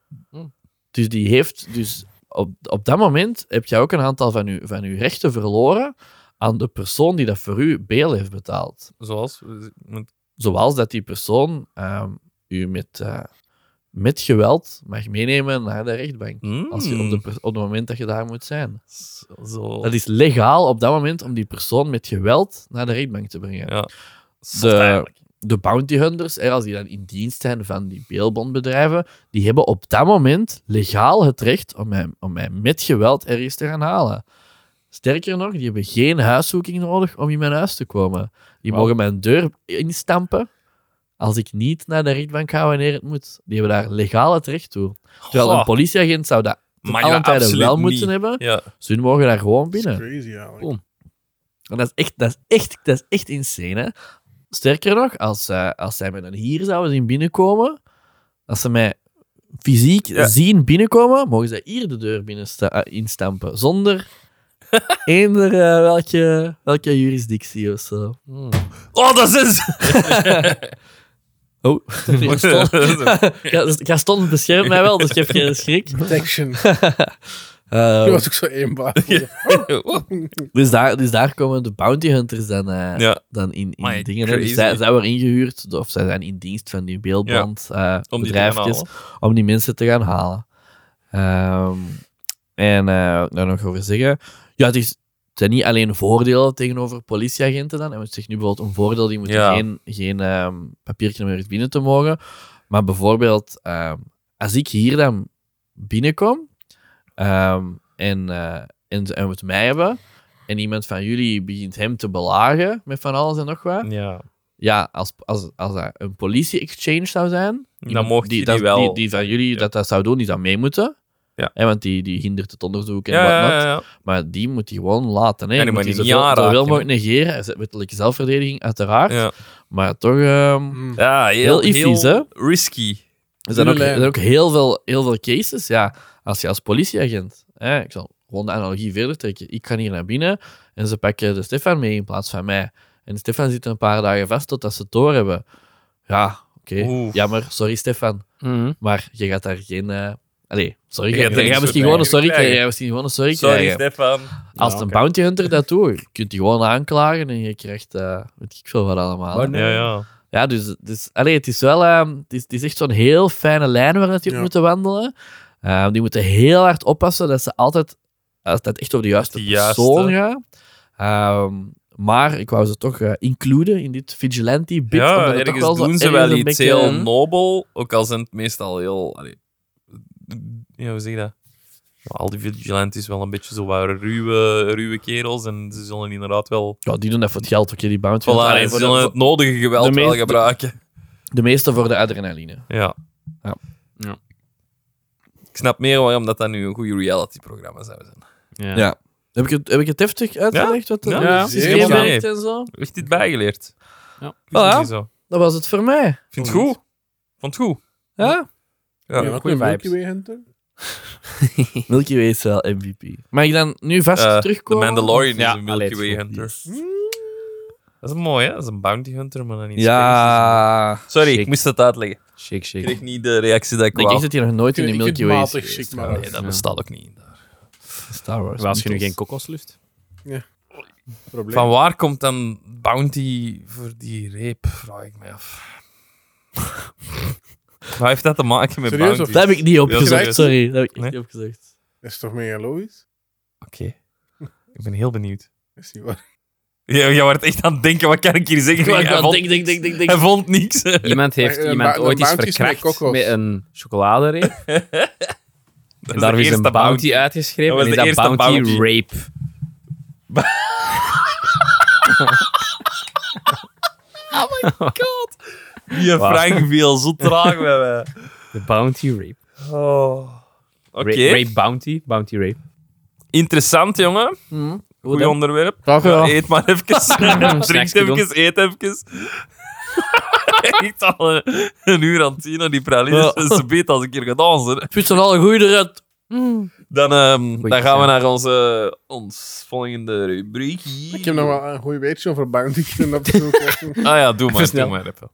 Hm.
Hmm.
Dus die heeft dus op, op dat moment heb jij ook een aantal van uw, van uw rechten verloren aan de persoon die dat voor u beel heeft betaald.
Zoals? eh, moet-
Zoals dat die persoon ehm, u met, eh, met geweld mag meenemen naar de rechtbank. Als je op, de,
Mm,
pers- op het moment dat je daar moet zijn.
zo- Zo.
Dat is legaal op dat moment om die persoon met geweld naar de rechtbank te brengen.
Ja.
de-
Eigenlijk.
De bounty hunters, hè, als die dan in dienst zijn van die beelbondbedrijven, die hebben op dat moment legaal het recht om mij, om mij met geweld ergens te gaan halen. Sterker nog, die hebben geen huiszoeking nodig om in mijn huis te komen. Die
Wauw.
mogen mijn deur instampen als ik niet naar de rechtbank ga wanneer het moet. Die hebben daar legaal het recht toe. Terwijl
Goh,
een politieagent zou dat
maar ja,
alle tijden
absoluut
wel
niet.
moeten hebben.
Ja.
Dus hun mogen daar gewoon binnen.
Crazy, eigenlijk.
Cool. En dat is echt, dat is echt, dat is echt insane. Hè? Sterker nog, als, eh, als zij me dan hier zouden zien binnenkomen, als ze mij fysiek
Ja.
zien binnenkomen, mogen zij hier de deur binnen sta- eh, instampen. Zonder eender eh, welke, welke jurisdictie of zo.
Oh, dat is...
Oh, Gaston, Gaston beschermt mij wel, dus ik heb geen schrik.
Protection.
Eh,
Dat was ook zo eenbaar.
Oh,
dus, daar, dus daar komen de bounty hunters dan, eh,
ja,
dan in, in
Maar
dingen. hè. Dus
crazy.
zij, zij worden ingehuurd, of zij zijn in dienst van die beeldband, eh,
om die te gaan
bedrijfjes,
halen.
om die mensen te gaan halen. Ehm, en eh, wat ik daar nog over zeggen. Ja, het, is, het zijn niet alleen voordelen tegenover politieagenten dan. En we zeggen nu bijvoorbeeld een voordeel, die moeten
Ja.
geen, geen ehm, papiertje meer binnen te mogen. Maar bijvoorbeeld, ehm, als ik hier dan binnenkom ehm, en, eh, en, en we het mij hebben, en iemand van jullie begint hem te belagen met van alles en nog wat.
Ja.
Ja, als, als, als dat een politie-exchange zou zijn,
Dan
Iemand
mocht je die,
dat-
wel...
Die, die van jullie dat dat zou doen, die zou mee moeten.
Ja.
Hè, want die, die hindert het onderzoek en
ja,
whatnot.
ja, ja, ja.
Maar die moet hij gewoon laten. Hè.
Ja, die
moet
moet
die
je niet
zoveel,
aanraken,
zoveel mogelijk negeren. Z- Wettelijke zelfverdediging, uiteraard.
Ja.
Maar toch... ehm,
Mm.
Ja,
Heel
heel,
iffies, hè?
risky.
er zijn ook, er
Tuurlijk.
zijn ook heel, veel, heel veel cases. Ja, als je als politieagent... Hè, ik zal gewoon de analogie verder trekken. Ik kan hier naar binnen en ze pakken de Stefan mee in plaats van mij. En Stefan zit een paar dagen vast totdat ze het doorhebben. Ja, oké.
Oeh.
Jammer. Sorry, Stefan.
Mhm.
Maar je gaat daar geen. eh Allee, sorry.
Je
Je,
gaat
je
er
gaat
geen
misschien
soort
gewoon een sorry
krijgen.
krijgen. Je gaat misschien gewoon een sorry,
Sorry,
krijgen.
Stefan.
Als het een bounty hunter dat doet, je kunt die gewoon aanklagen en je krijgt. eh weet ik veel wat allemaal.
Maar-
Ja, ja.
Ja, dus, dus allee, het is wel. ehm, het, is, het is echt zo'n heel fijne lijn waar dat je op
Ja.
moet wandelen. Ehm, die moeten heel hard oppassen dat ze altijd. Als dat echt over de juiste
De juiste.
persoon gaat. Ehm, maar ik wou ze toch eh, includen in dit vigilante bit. omdat
ja
het toch
ergens
wel zo
doen ze
ergens
wel
een
iets
beetje-
heel nobel, ook al zijn het meestal heel... Allee, ja, hoe zeg je dat? Ja, al die vigilantes wel een beetje zo wat ruwe, ruwe kerels en ze zullen inderdaad wel...
Ja, die doen dat voor het geld, oké, die bounty.
Voilà,
hunter. Allee,
ze
voor de-
zullen
voor-
het nodige geweld
de
wel
meeste-
gebruiken.
De meeste voor de adrenaline.
Ja.
Ja.
Ja.
Ik snap meer waarom dat, dat nu een goede reality-programma zou zijn.
Ja.
Ja. Heb ik het, heb ik het heftig uitgelegd? Wat
Ja,
er
ja.
systeem
Helemaal
werkt en zo?
Echt dit bijgeleerd.
Ja.
Ik wist het
Voilà.
niet zo.
Dat was het voor mij.
Ik Vind het goed? Vond het goed?
Ja?
Ja. Eh,
Ja,
goeie
goeie
vibes.
Milky Way Hunter.
Milky Way is wel MVP. Mag ik dan nu vast
Eh, The
terugkomen?
Mandalorian
Ja,
is een Milky
allee, het
Way
is
Hunter. Dat is mooi, hè? Dat is een bounty hunter, maar dan niet
Ja.
Sorry, ik
Shit.
moest dat uitleggen.
Shake,
Ik
shake.
kreeg niet de reactie dat ik
Ik denk
wou.
echt dat hij nog nooit in
Ik
de
vind- ik
Milky
vind
Way is
matig
geweest.
chic, maar-
trouwens.
Nee, dat
Ja.
bestaat ook niet.
Star Wars.
Waar als je nu geen
Beatles.
kokos lucht?
Probleem.
Van waar komt dan bounty voor die reep, vraag ik me af. Wat heeft dat te maken met
Serieus,
bounty?
of-
Dat heb ik niet opgezocht,
serieus?
sorry. Dat heb ik echt
Nee?
niet opgezocht.
Dat is toch mega logisch?
Oké. Ik ben heel benieuwd.
Dat is niet waar.
Jij jij wordt echt aan het denken, wat kan ik hier zeggen?
Ik wou
hij,
gewoon
vond,
denk, denk, denk, denk,
hij
denk.
vond niks.
Iemand heeft
Eh, eh,
iemand
ba-
ooit iets
bounties met
verkracht
kokos.
met een chocoladereep.
Dat
En daar is een
eerste
bounty, uitgeschreven.
Dat
en
was de
is dat
eerste
bounty,
bounty.
rape.
Die Frank viel zo traag bij mij.
De bounty rape.
Oh. Oké,
Ra- Rape bounty. Bounty rape.
interessant jongen.
Hmm.
Goed onderwerp.
Graag
Oh.
gedaan.
Eet maar even. Drink
Snacksje doen.
even, eet even. Echt al een, een uur aan tien aan die pralines.
Ja.
Ze beet als ik hier gedaan zijn.
Spits van alle goede eruit.
Dan, ehm,
Goeie
dan gaan we
zijn.
naar onze eh, ons volgende rubriek.
Ik heb nog wel een goeie weetje over bounty kunnen opzoeken.
Ah ja, doe maar. Doe
Versnel.
maar even.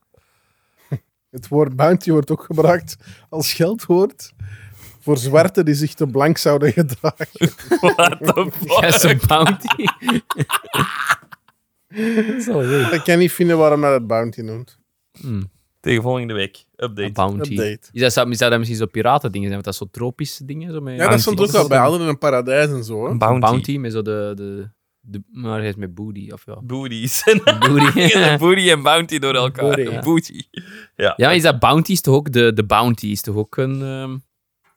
Het woord bounty wordt ook gebruikt als geldwoord voor zwarten die zich te blank zouden gedragen.
What the fuck?
Yes, een bounty.
Ik kan niet vinden waarom dat het bounty noemt.
Tegen volgende week. Update.
Een bounty.
Update.
Is dat, zou, zou dat misschien zo piratendingen zijn? Want dat is zo tropische dingen. Zo met
Ja, dat
bounties.
stond ook wel bij anderen in een paradijs en zo. hè.
Een
Bounty.
bounty.
met zo de... de, de maar hij is met booty, of ja.
Booties.
Booty.
Booty en bounty door elkaar.
Booty.
Booty. Ja.
ja, maar is dat bounty is toch ook... De, de bounty is toch ook een ehm,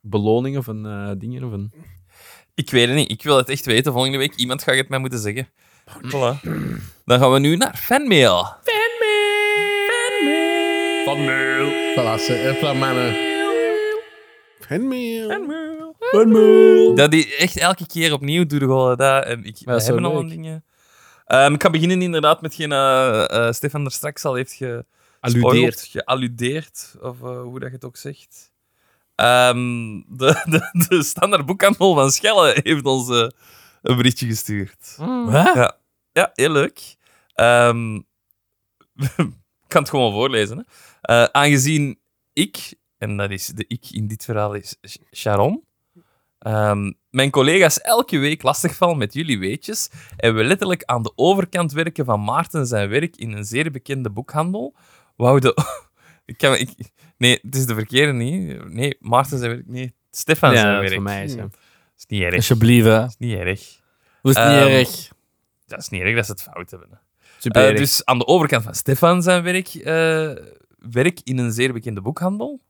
beloning of een eh ding? Of een...
Ik weet het niet. Ik wil het echt weten. Volgende week iemand gaat het mij moeten zeggen. Voilà. Dan gaan we nu naar fanmail. Fanmail! Fanmail!
Van Meul.
Voilà, ze Epla mannen. Fanmail.
Dat die echt elke keer opnieuw doe gewoon dat. En ik,
dat
we
is zo
hebben al
leuk.
wat dingen. Ehm, ik ga beginnen inderdaad met geen eh, eh, Stefan er straks al heeft ge,
Alludeert.
Spoiled, gealludeerd, of eh, hoe dat je het ook zegt. Ehm, de, de, de standaard boekhandel van Schelle heeft ons eh, een berichtje gestuurd.
Hè?
Ja, ja heel leuk. Ehm, ik kan het gewoon voorlezen. Hè. Eh, aangezien ik, en dat is de ik in dit verhaal is Sh- Sharon, ehm, mijn collega's elke week lastigvallen met jullie weetjes en we letterlijk aan de overkant werken van Maarten zijn werk in een zeer bekende boekhandel, wou de... ik kan, ik, nee, het is de verkeerde niet. Nee, Maarten zijn werk, nee, Stefan
Ja,
zijn
dat
werk.
voor mij is, ja.
is niet erg,
Alsjeblieft, hè.
is niet erg.
Dat is niet
Ehm,
erg.
Dat is niet erg dat ze het fout hebben. hè.
Super
Eh,
erg.
dus aan de overkant van Stefan zijn werk, eh, werk in een zeer bekende boekhandel.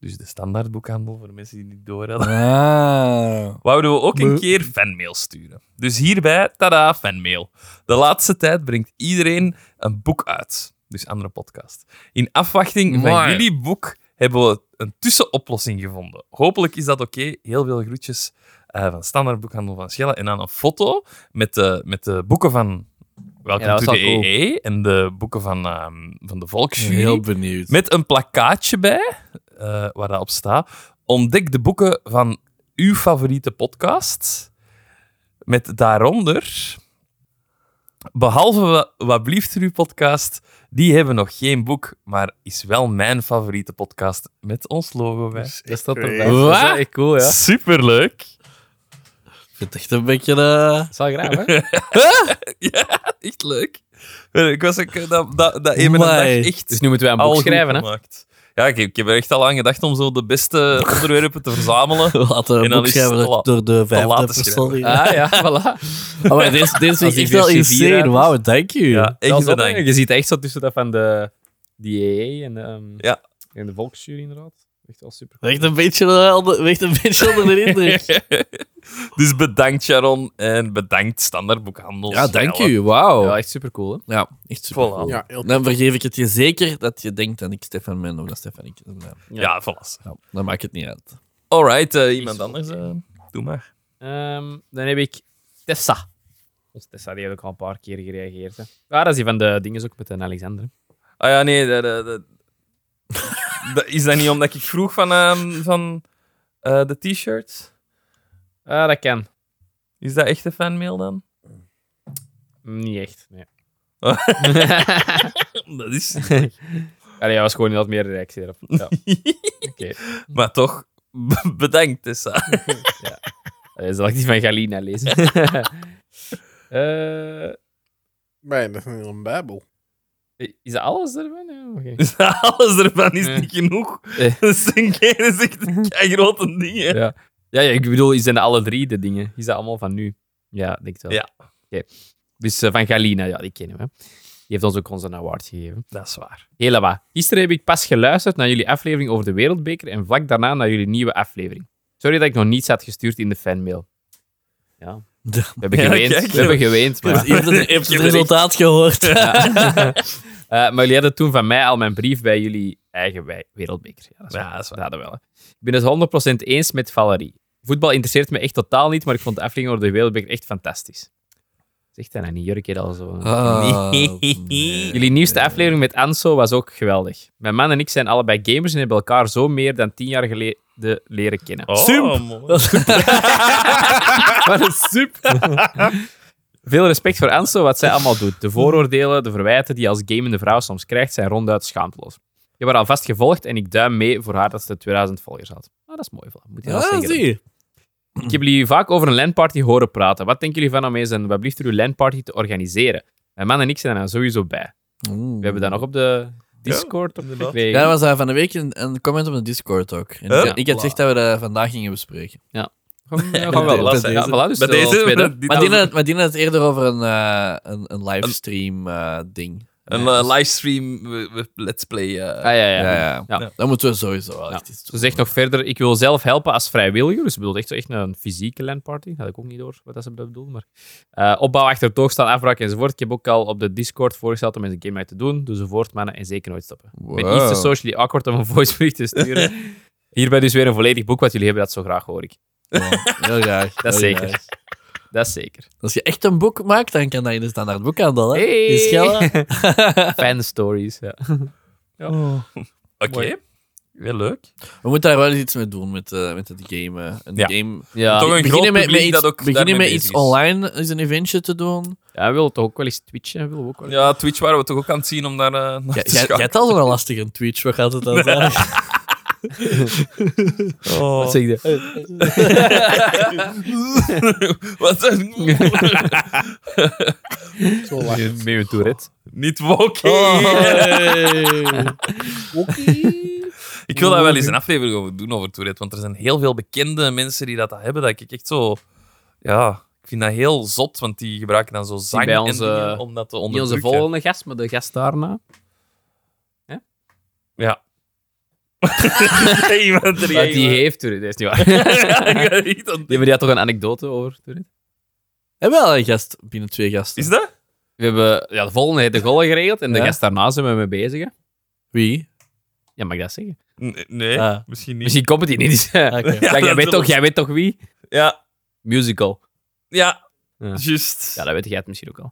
Dus de standaardboekhandel, voor de mensen die het niet door hadden.
Ah.
Wouden we ook een
Me-
keer fanmail sturen. Dus hierbij, tada, fanmail. De laatste tijd brengt iedereen een boek uit. Dus andere podcast. In afwachting van
Mooi.
jullie boek hebben we een tussenoplossing gevonden. Hopelijk is dat oké. Heel veel groetjes eh, van Standaard Boekhandel van Schelle. En dan een foto met de, met de boeken van Welcome
Ja, dat
to
was
the
wel cool.
EE en de boeken van, ehm, van de Volksjury.
Heel benieuwd.
Met een plakkaatje bij, eh, waar dat op staat. Ontdek de boeken van uw favoriete podcast. Met daaronder. Behalve wa- wat blieft er uw podcast, die hebben nog geen boek, maar is wel mijn favoriete podcast met ons logo bij.
Dus,
Dat staat
Crazy.
erbij. Dat is wel echt cool, ja.
Superleuk!
Ik vind het echt een beetje eh, de...
Dat is wel graag, hè?
Echt leuk. Ik was ook eh, dat, dat, dat even een dag
Amai.
echt
Dus nu moeten wij een boek
al
schrijven,
goed
hè?
gemaakt. Ja, ik, ik heb er echt al aan gedacht om zo de beste onderwerpen te verzamelen.
Laten
En
we
dan
boek
is
schrijven
het te la-
door de vijfde
laat te
persoon. hier.
Ah ja, voilà.
Oh, maar deze, deze
Als
is
die
echt wel
versie vier
insane.
uit is.
Wauw, thank you.
Ja,
Dat
echt
is wel mooi.
bedankt.
Je ziet echt zo tussen dat van de die EE en de, ehm,
Ja.
en de Volksjury, inderdaad. Echt wel super.
Echt een beetje, eh, onder- echt een beetje onder de indruk.
Dus bedankt Sharon en bedankt Standaardboekhandel.
Ja, thank you.
Oh.
Wauw.
Ja,
Ja,
echt super cool, hè?
echt super.
Voilà.
cool.
Ja, heel
Dan vergeef ik het je zeker dat je denkt dat ik Stefan ben of dat Stefan ik ben.
Ja, voilà.
Ja, dan maakt het niet uit.
Alright, eh, iemand anders. eh, doe maar.
Ehm, dan heb ik Tessa. Dus Tessa die heeft ook al een paar keer gereageerd. Hè. Ja, dat is die van de dingen ook met een Alexander.
Ah ja, nee. Dat, dat- dat- dat- is dat niet omdat ik vroeg van, ehm, van eh, de t-shirts?
Ah, dat kan.
Is dat echt een fanmail dan?
Niet echt, nee.
Oh. Dat is...
Allee, ja, was gewoon wat meer reactie erop. Ja. Oké.
Maar toch, b- bedankt Tessa.
Allee, Zal ik die van Galina lezen? Eh,
Bij, dat is een bijbel.
is dat alles ervan? Ja, oké.
Dus alles ervan is
Eh.
niet genoeg.
Eh.
Dat is een keer is echt een grote ding. hè.
Ja. Ja, ja, ik bedoel, is zijn alle drie de dingen. Is dat allemaal van nu? Ja, ik denk het wel.
Ja.
Oké. Dus eh, van Galina, ja, die kennen we. Die heeft ons ook onze award gegeven.
Dat is waar.
Hela wat. Gisteren heb ik pas geluisterd naar jullie aflevering over de Wereldbeker en vlak daarna naar jullie nieuwe aflevering. Sorry dat ik nog niets had gestuurd in de fanmail. Ja. We hebben
Ja,
geweend.
kijk.
we hebben geweend, maar...
Je hebt het, je hebt
Ik
het
heb er
resultaat gehoord.
Eh, maar jullie hadden toen van mij al mijn brief bij jullie eigen wij- wereldbeker. Ja, dat is
Ja, dat is
waar. Dat hadden we wel. hè. Ik ben het 100% eens met Valerie. Voetbal interesseert me echt totaal niet, maar ik vond de aflevering over de wereldbeker echt fantastisch. Zegt hij nou niet, Jurk heeft al zo...
Ah,
Nee.
nee.
Jullie nieuwste aflevering met Anso was ook geweldig. Mijn man en ik zijn allebei gamers en hebben elkaar zo meer dan tien jaar geleden leren kennen.
Oh,
Simp.
mooi.
Dat is goed.
Wat een sup! Veel respect voor Anso, wat zij allemaal doet. De vooroordelen, de verwijten die je als gamende vrouw soms krijgt, zijn ronduit schaamteloos. Je hebt haar alvast gevolgd en ik duim mee voor haar dat ze de 2000 volgers had. Nou, dat is mooi. Vlaam. Moet je wel
Ja,
zeggen.
zie je.
Ik heb jullie vaak over een LAN-party horen praten. Wat denken jullie van om eens een wat blieft er uw LAN-party te organiseren? Mijn man en ik zijn er dan sowieso bij. We hebben dat nog op de Discord op
inderdaad.
gekregen.
Ja, er was daar van de week een, een comment op de Discord ook. En ik-
Huh?
ik had gezegd dat we dat vandaag gingen bespreken.
Gewoon- ja,
Bij
gewoon wel
de-
lassen.
bij
Ja, voilà, dus
Bij
dat was
deze,
tweede.
dit
Maar
was-
die had het- maar die had het eerder over een, eh, een, een livestream eh, ding.
Een
Nee,
eh,
dat is-
livestream, we- we- let's play. eh,
dus- Ah, ja, ja.
Ja, ja.
Ja.
Dat moeten we sowieso wel
Ja.
echt iets
Ze
doen.
zegt nog verder, ik wil zelf helpen als vrijwilliger. Dus ze bedoelt echt, echt een fysieke landparty. Had ik ook niet door wat dat ze bedoelen. Maar, eh, opbouw achter het oog staan, afbraak enzovoort. Ik heb ook al op de Discord voorgesteld om eens een game uit te doen. Dus voort, mannen, en zeker nooit stoppen. Ik ben iets te
Wow.
socially awkward om een voicebericht te sturen. Hierbij dus weer een volledig boek wat jullie hebben. Dat zo graag hoor ik.
Ja, Heel graag.
Dat
heel
zeker.
graag.
Dat is zeker.
Als je echt een boek maakt, dan kan dat in de standaard boekhandel. Hè?
Hey.
Ah, Die schellen.
Fan stories, ja.
Oké,
Mooi.
heel leuk.
We moeten daar wel eens iets mee doen met, eh, met het game. eh, een
Ja.
game.
Ja,
Toch een groot
Beginnen met, met
publiek
iets,
dat ook
beginnen
daarmee
met
bezig
iets
is.
online, eens een eventje te doen.
ja we willen toch ook wel eens twitchen. Willen we ook wel eens-
Ja, Twitch waren we toch ook aan het zien om daar eh,
Jij
naar te
jij- jij
schakelen.
hebt al zo'n lastige Twitch, wat gaat het dan zijn?
Oh.
Wat zeg je?
Wat een...
Zo lachen.
Met mijn Tourette.
Niet wokie.
Oh.
Ik wil daar wel eens een aflevering over doen, over Tourette. Want er zijn heel veel bekende mensen die dat hebben. Dat ik echt zo... Ja, ik vind dat heel zot. Want die gebruiken dan zo zang
bij
en
onze-
dingen om dat te
Niet onze
onderdrukken.
volgende gast, maar de gast daarna.
Ja. Iemand er
Wat Ah, die heeft Tourette, dat is niet waar. ja, maar die had toch een anekdote over Tourette?
Hebben we al een gast binnen twee gasten?
Is dat?
We hebben ja, de volgende heeft de goal geregeld en de
Ja.
gast daarna zijn we mee bezig. hè.
Wie?
Ja, mag ik dat zeggen?
N- Nee,
Ah.
misschien niet.
Misschien komt het hier niet. Dus, eh,
Oké.
Ja,
zeg, jij,
dat
weet
zullen
toch,
we-
jij weet toch wie?
Ja,
Musical.
ja.
Ja.
Juist.
Ja, dat weet jij het misschien ook al.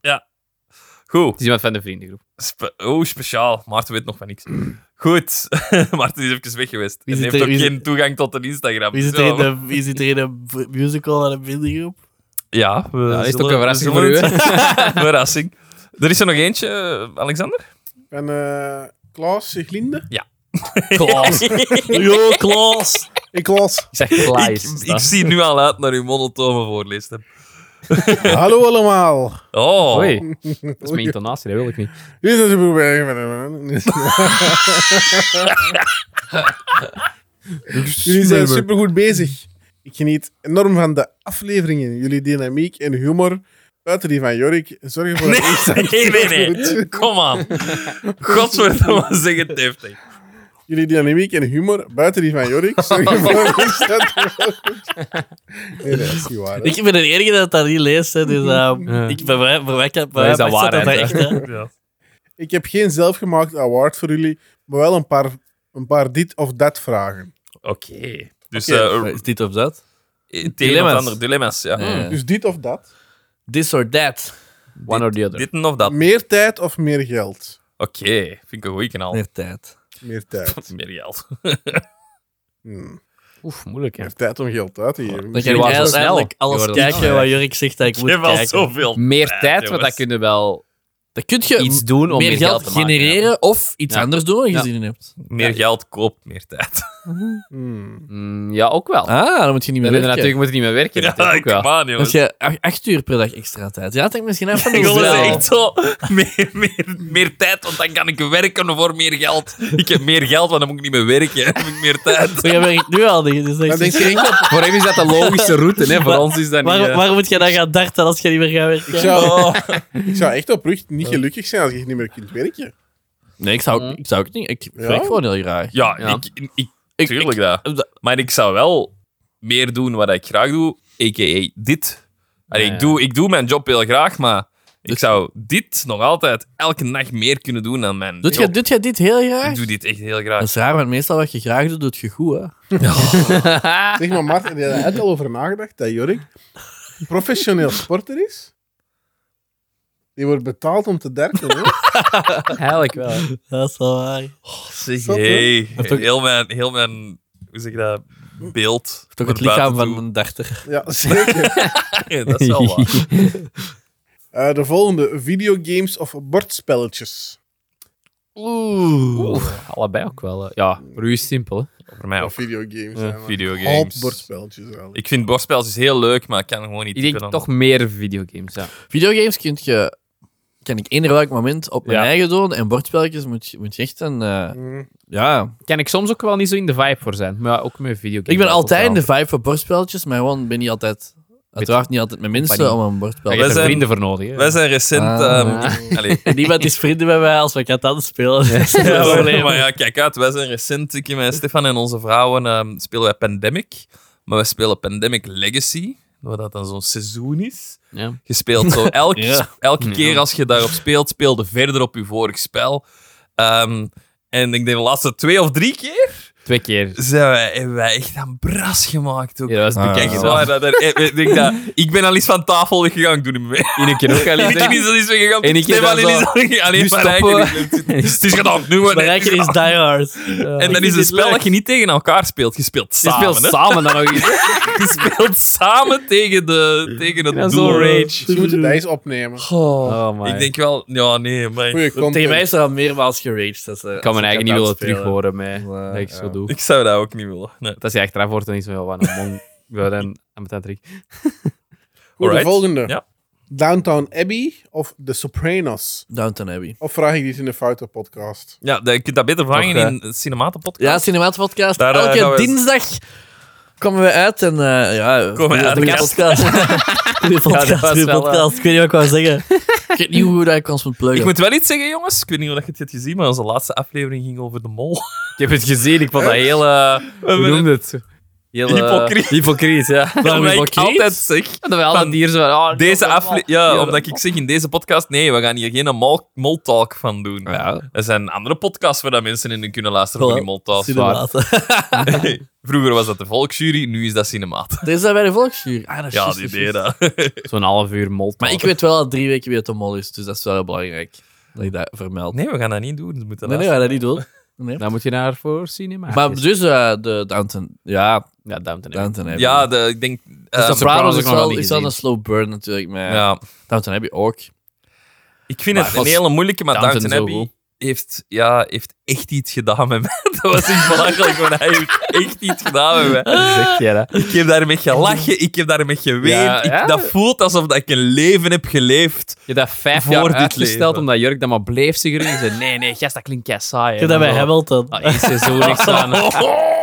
Goed.
Het is iemand van de vriendengroep.
Spe- oh, speciaal. Maarten weet nog van niks. Goed. Maarten is even weg geweest.
Wie
Hij
zit
heeft
er-
ook
wie zit-
geen toegang tot een Instagram.
Wie zit
Zo.
er in de, wie zit er in de v- musical en een vriendengroep?
Ja, we
Ja, dat is
zullen-
toch een verrassing
we
voor u,
zullen het- verrassing. Er is er nog eentje, eh, Alexander.
En eh, Klaas Siglinde?
Klaas.
Yo, Klaas!
Ik Klaas.
Ik zeg Klaas.
Ik,
is
ik
dat.
zie nu al uit naar uw monotone voorlezen.
Hallo allemaal.
Oh,
Oei, dat is mijn
Oei.
intonatie, dat wil ik niet.
Dit is een probleem. Jullie zijn supergoed bezig. Ik geniet enorm van de afleveringen. Jullie dynamiek en humor, buiten die van Jorik, zorgen voor een instant
nee, nee, nee.
goed.
Kom aan. Godverdomme, zeg het heftig.
Jullie dynamiek en humor, buiten die van Jorik, zorgen voor een instant goed. Nee, nee, dat is niet waar. hè.
Ik ben de enige dat dat niet leest. Hè, dus eh,
Ja.
ik, bij mij, bij mij, kan- bij
Dat is
mij
dat
staat dat
waarheid,
echt. Hè.
Ja.
Ik heb geen zelfgemaakt award voor jullie, maar wel een paar, een paar dit of dat vragen.
Oké. Dus
Oké.
eh,
Is dit of dat?
het een of
Dilemma's.
ander dilemma's, ja.
Ja.
Dus dit of dat.
This or that.
One or the other.
Dit of dat. Oké,
Meer tijd of meer geld?
vind ik een goeie kanaal.
Meer tijd.
Meer tijd.
Meer geld.
Hmm.
Oef, moeilijk hè.
Meer tijd om geld uit te geven.
Dan
Misschien-
kan ik
was
eigenlijk,
zo snel.
eigenlijk
Je
alles
wordt al
kijken
snel.
wat eh, Jurk zegt dat ik
Je
moet
hebt al
kijken.
zoveel.
Meer tijd, want
jongens.
dat kunnen we wel
Dan kun je
iets doen om
Eh, meer geld,
te maken, ja.
genereren of iets
Ja.
anders doen wat je
Ja.
zin in hebt.
Meer geld koopt meer tijd.
Hmm.
Mm, ja, ook wel.
Ah, dan moet je niet
We
meer
hebben
werken.
natuurlijk moeten niet meer werken.
Ja,
natuurlijk ook wel.
come on,
Dan heb
jongens.
je ach- acht uur per dag extra tijd. Ja, dat denk ik misschien even
Ik wil
wel.
dus echt zo meer, meer, meer tijd, want dan kan ik werken voor meer geld. Ik heb meer geld, want dan moet ik niet meer werken. Dan heb ik meer tijd.
Maar jij werkt nu al niet. Dus dat is
Dan denk
echt-
je echt dat-
Voor hem is dat de logische route, hè. voor ons is dat niet.
waarom,
eh,
waarom moet je dan gaan darten als je niet meer gaat werken?
ik, zou, ik zou echt oprecht niet gelukkig zijn als ik niet meer kunt werken.
Nee, ik zou, ik zou ook niet. Ik werk gewoon heel graag.
Ja,
Ja.
Ik, ik,
Ik,
tuurlijk
ik-
dat. Maar ik zou wel meer doen wat ik graag doe, a.k.a. dit. Allee,
Ja,
ik,
ja. Dus-
doe, ik doe mijn job heel graag, maar ik zou dit nog altijd elke nacht meer kunnen doen dan mijn
Dus
doet, jij,
job.
doet jij dit heel
Ik
graag?
doe dit echt heel
Dat
graag.
is raar, want meestal wat je graag doet, doet je goed. Hè?
Zeg maar, Maarten, heb je daar net al over nagedacht dat Jorik professioneel sporter is? Die wordt betaald om te derken, hè?
Eigenlijk wel.
Dat is wel waar. Toch
Zeg,
Zot, hè?
hey, heel, mijn, heel mijn, hoe zeg je dat, beeld.
het Wordt lichaam van een darter.
Ja, zeker.
een... Dat is wel waar.
Eh, de volgende, videogames of bordspelletjes.
Oeh.
Oeh, allebei ook wel. eh. Ja, voor u is het simpel. Hè.
Voor mij ook.
Of videogames.
Ja,
hè, maar
videogames.
Haat bordspelletjes eigenlijk.
Ik vind borstspels is heel leuk, maar ik kan gewoon niet
Ik denk
typen dan.
toch meer videogames. Ja.
Videogames kun je, kan ik eender welk moment op mijn
Ja.
eigen doen. En bordspelletjes moet, je- moet je echt een... eh,
Mm.
ja.
Kan ik soms ook wel niet zo in de vibe voor zijn, maar ja, ook met videogames.
Ik ben
wel
altijd in
wel.
de vibe voor bordspelletjes, maar gewoon ben niet altijd... Uiteraard niet altijd met mensen
Compagnie.
om een bordspel
Ja,
te
Daar zijn
zijn-
vrienden voor nodig. hè.
Wij zijn recent...
Ah.
ehm, allee,
eh,
spelen. Niemand is vrienden bij mij als we Catan spelen. Dus
Ja,
Dat is
maar,
alleen
maar
maar-
ja, kijk uit. Wij zijn recent, ik en mijn Stefan en onze vrouwen, ehm, spelen wij Pandemic. Maar wij spelen Pandemic Legacy, waar dat dan zo'n seizoen is.
Ja.
Je speelt zo elk,
Ja.
elke keer als je daarop speelt, speelde verder op je vorig spel. Ehm, en ik denk de laatste twee of drie keer
Twee keer.
zijn wij, hebben wij echt aan bras gemaakt. Ook.
Ja, dat was
Ah,
Kijk,
bekend.
ja.
zwaar, dat, dat- ik, ik denk dat, ik ben al eens van tafel weggegaan, ik doe niet meer mee.
In een keer ook al
Ik is al eens weggegaan,
Eén keer
Stefan
dan
is
zo,
al weggegaan. Alleen
nu
maar
stoppen
Rijker is- Het is gedaan, nu wordt
Maar Rijker is die hard. Ja.
en
Ik
dat
vind
is een
dit
spel
leuk.
dat je niet tegen elkaar speelt. Je speelt
Je
samen.
speelt
hè?
samen dan nog eens.
Je speelt samen tegen, de, tegen het
Ja,
doel.
zo'n rage.
Misschien moeten we dat eens opnemen.
Oh, my.
Ik denk wel... Ja, nee, maar...
Goeie content.
Tegen mij is er al meermaals geraged. als, eh,
ik kan
als
mijn eigen niet
Catan
willen
spelen.
terug horen mij.
Maar,
Dat ik zo
ja.
doe.
Ik zou dat ook niet willen. Nee.
Dat is achteraf wordt dan niet zo heel van oh, een mong. Ja, dan Ah, aan mijn trick.
Goed, de
Alright.
volgende.
Ja.
Downtown Abbey of The Sopranos?
Downton Abbey.
Of vraag ik dit in de foute podcast?
Ja, dat- je kunt dat beter vragen
Toch, eh,
in het Cinematenpodcast.
Ja, Cinemaat Podcast.
Daar, eh,
Elke
gaan we-
dinsdag komen we uit en eh ja,
Komen we uit de
goeie
kast.
podcast. Goeie podcast,
was
goeie
wel, eh,
podcast. Ik weet niet wat ik wou zeggen. Ik weet niet hoe dat ik ons moet pluggen.
Ik moet wel iets zeggen, jongens. Ik weet niet of je het hebt gezien, maar onze laatste aflevering ging over de mol.
Ik heb het gezien, ik vond dat heel... eh, hoe
hebben
noemde het? Heel, eh,
Hypocriet.
Hypocriet, ja.
Wat
Waarom
ik
hypocriet?
altijd zeg.
Dat we alle
Van
dieren zo van,
Ah,
oh,
Deze
dat is
aflevering... Ja, omdat ik zeg in deze podcast... Nee, we gaan hier geen mol- mol-talk van doen.
allemaal- Ja.
Er zijn andere podcasts waar dat mensen in kunnen luisteren van die
Voilà.
mol-talk.
Cinemaat.
Vroeger was dat de volksjury, nu is dat cinemaat.
Dit is dat bij de volksvuur. Ah, dat is
Ja,
juist,
die
juist, juist.
deed dat.
Zo'n half uur molt.
Maar ik weet wel al drie weken wie het de mol is, dus dat is wel heel belangrijk dat ik dat vermeld.
Nee, we gaan dat niet doen. We moeten
Nee, nee,
dat-
we gaan dat niet doen. Nee.
Dan moet je naar voor cinema.
Maar dus eh, de Downton, ja,
Ja, Downton Abbey.
Downton Abbey.
Ja, de, ik denk...
dus
ehm,
dat Sopranos
Sopranos
is
heb ik nog
wel,
niet
is wel
gezien.
een slow burn natuurlijk, maar
ja.
Downton Abbey ook.
Ik vind
Maar
het
was
een hele moeilijke, maar
Downton
Downton,
zo
Abbey heeft, ja, heeft echt iets gedaan met mij. Dat was echt belachelijk, want hij heeft echt iets gedaan met mij.
Zeg jij dat?
Ik heb daarmee gelachen, ik heb daarmee geweend.
Ja,
Ik-
ja.
dat voelt alsof dat ik een leven heb geleefd.
Je hebt dat vijf
Voor
jaar
dit
uitgesteld
leven.
omdat Jurk dat maar bleef suggereren. Ik zei, nee, nee, gast, dat klinkt kei saai.
Ik heb dat bij Hamilton.
Ah, één seizoen, ik sta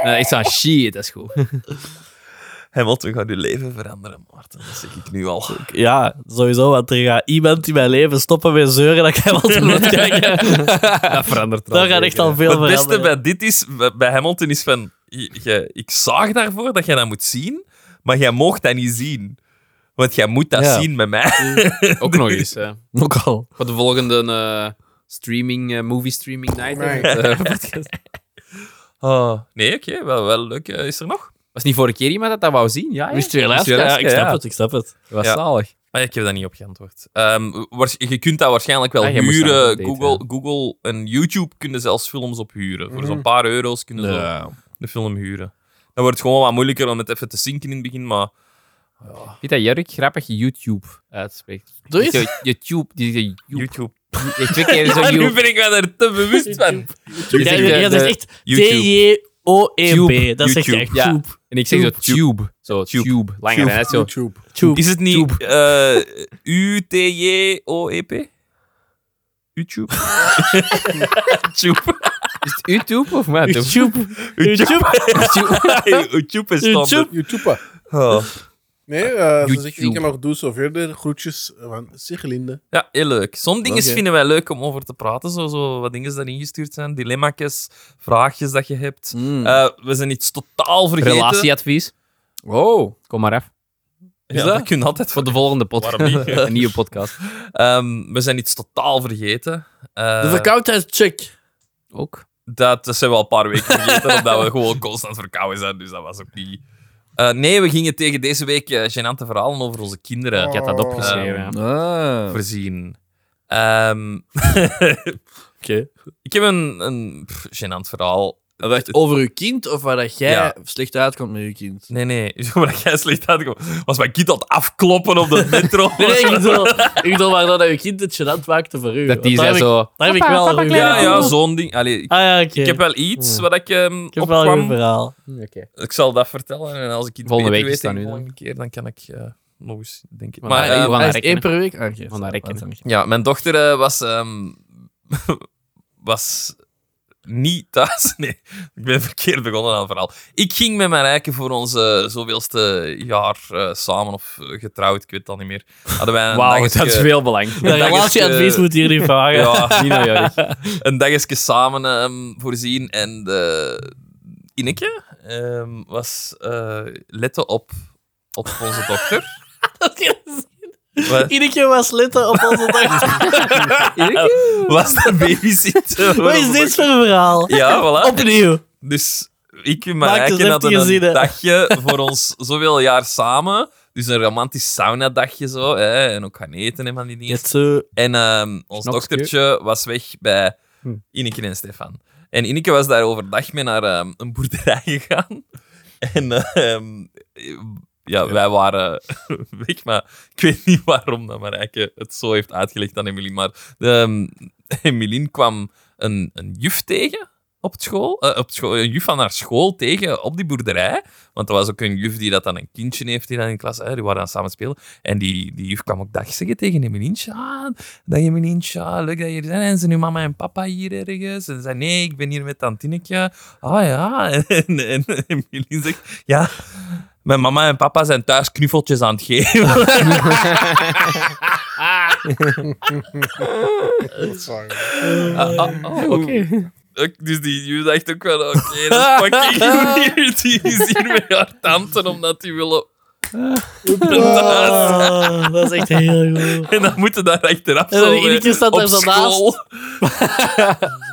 Nee, ik sta shit, dat is goed.
Hamilton gaat uw leven veranderen, Maarten. Dat zeg ik nu al.
Ja, sowieso, want er gaat iemand in mijn leven stoppen met zeuren dat ik Hamilton moet kijken.
Dat verandert er
Daar gaat echt
zeker.
al veel
Het
veranderen.
beste bij dit is, bij- bij Hamilton is van, je- je- ik zag daarvoor dat jij dat moet zien, maar jij mocht dat niet zien. Want jij moet dat
Ja.
zien met mij.
Ook nog eens. hè.
Ook al.
Voor de volgende eh, streaming, eh, movie streaming night.
Nee.
Eh, podcast.
Oh, nee, oké, wel, wel leuk. Eh, Is er nog?
was niet vorige keer iemand dat dat wou zien? Ja, hè?
Moest je weer
Moest je
luisteren?
weer
Ja, ik snap
ja.
het, ik snap het.
Dat was
Ah, Ja.
zalig.
Maar ik heb daar niet op geantwoord. Ehm, waars- je kunt dat waarschijnlijk wel
Ah, jij moest dat
huren.
updaten,
Google, Google en YouTube kunnen zelfs films op huren. Voor zo'n paar euro's kunnen ze de film huren. Dat wordt gewoon wat moeilijker om het even te zinken in het begin, maar...
Weet dat Jurk grappig YouTube uitspreekt?
Doe
Die
eens.
zo YouTube. Die zegt YouTube.
YouTube.
Die zegt Twee keer zo
Ja, nu
YouTube.
ben ik me daar te bewust van.
Die
Ja,
zegt, eh,
ja, dat is
de-
echt
YouTube.
T-J-O-E-B. E Dat zegt je
YouTube.
echt
Ja.
tube.
En ik zeg zo tube. Zo,
Tube.
tube. Langer, hè? Zo.
YouTube.
Is het niet eh U-T-J-O-E-P? YouTube? YouTube.
Is het YouTube of wat?
YouTube. YouTube.
YouTube is standaard.
YouTube.
YouTube.
Oh.
Nee, eh ze zegt,
YouTube.
ik kan nog doen zo verder. Groetjes van Sigelinde.
Ja, heel leuk. Sommige dingen
Oké.
vinden wij leuk om over te praten. Zo, zo wat dingen die ingestuurd zijn. Dilemma's, vraagjes dat je hebt.
Mm.
Eh, we zijn iets totaal vergeten.
Relatieadvies.
Wow.
Kom maar af.
Ja,
Is dat?
dat kun je altijd
Voor de volgende podcast.
Waarom niet?
Een nieuwe podcast.
Ehm, we zijn iets totaal vergeten. Eh,
De verkoudheidscheck.
Ook.
Dat, dat zijn we al een paar weken vergeten, omdat we gewoon constant verkouden zijn. Dus dat was ook niet... Eh, nee, we gingen tegen deze week eh gênante verhalen over onze kinderen
Ik had dat
Oh,
opgeschreven.
Ehm,
ja.
Ah.
voorzien. Ehm,
Oké.
ik heb een, een pff, gênant verhaal.
Wacht, Over uw kind of waar dat jij
Ja.
slecht uitkomt met uw kind?
Nee, nee, maar jij slecht uitkomt. Was mijn kind aan het afkloppen op de metro?
Nee, ik bedoel, ik bedoel maar dat uw kind het gênant maakte voor u.
Dat die
Want
zei
daar heb ik-
zo.
Daar heb ik wel een goed
Ja,
verhaal.
ja, zo'n ding. Allee, ik,
Ah ja, oké.
ik heb wel iets wat ik ehm
Ik heb wel een goed
opkwam.
verhaal.
Oké.
Ik zal dat vertellen en als ik iets
Volgende
beter
week is
weet,
dat
de
nu dan.
volgende keer, dan kan ik eh, nog eens, denk ik.
Maar
Maar,
hij-
ehm,
Van
Hij is
Rekken,
één
hè?
per week? Ah, oké,
Van
dat
Rekken.
is niet.
Ja, mijn dochter eh, was, ehm, was niet thuis. Nee, ik ben verkeerd begonnen aan het verhaal. Ik ging met mijn rijken voor onze zoveelste jaar eh, samen of eh, getrouwd, ik weet het al niet meer. Hadden wij een
Wauw,
dagetje-
dat is veel belang.
De
is,
relatieadvies
eh,
moet hier niet vragen.
Ja,
Nino, ja.
een dagje samen ehm, voorzien. En de Ineke ehm, was eh letten op, op onze dokter.
dus
Wat?
Iedere keer was letten op onze dag.
was daar babysitter.
Wat is dit voor een verhaal?
Ja, voilà.
Opnieuw.
Dus ik en
Maak eens
Marijke hadden
even
een
zin, hè.
dagje voor ons zoveel jaar samen. Dus een romantisch sauna-dagje zo. Hè, en ook gaan eten en van die dingen.
zo.
En ehm, ons
Snapske.
doktertje was weg bij
Hm.
Ineke en Stefan. En Ineke was daar overdag mee naar ehm, een boerderij gegaan. En ehm, ja, wij waren weg, maar ik weet niet waarom dat Marijke het zo heeft uitgelegd aan Emilien. Maar ehm Emilien kwam een, een juf tegen op het school, eh, op het school, een juf van haar school tegen op die boerderij. Want er was ook een juf die dat dan een kindje heeft die dan in de klas, hè, die waren dan samen spelen. En die, die juf kwam ook dag zeggen tegen Emilientje. Ah, dag Emilientje, ah, leuk dat je er bent. En zijn uw mama en papa hier ergens? En ze zei, nee, ik ben hier met Tantineke. Ah ja, en, en, en Emilien zegt, ja, mijn mama en papa zijn thuis knuffeltjes aan het geven.
Sorry.
Ah, ah, ah, oké.
Oké.
Ook- Dus die juf dacht ook wel, oké, dat is fucking weird. Die is hier met haar tante, omdat die willen...
Oh, dat is echt heel goed.
En dan moeten daar achteraf
En dan
zo,
iedere
eh,
keer staat
op
daar zo naast.
school.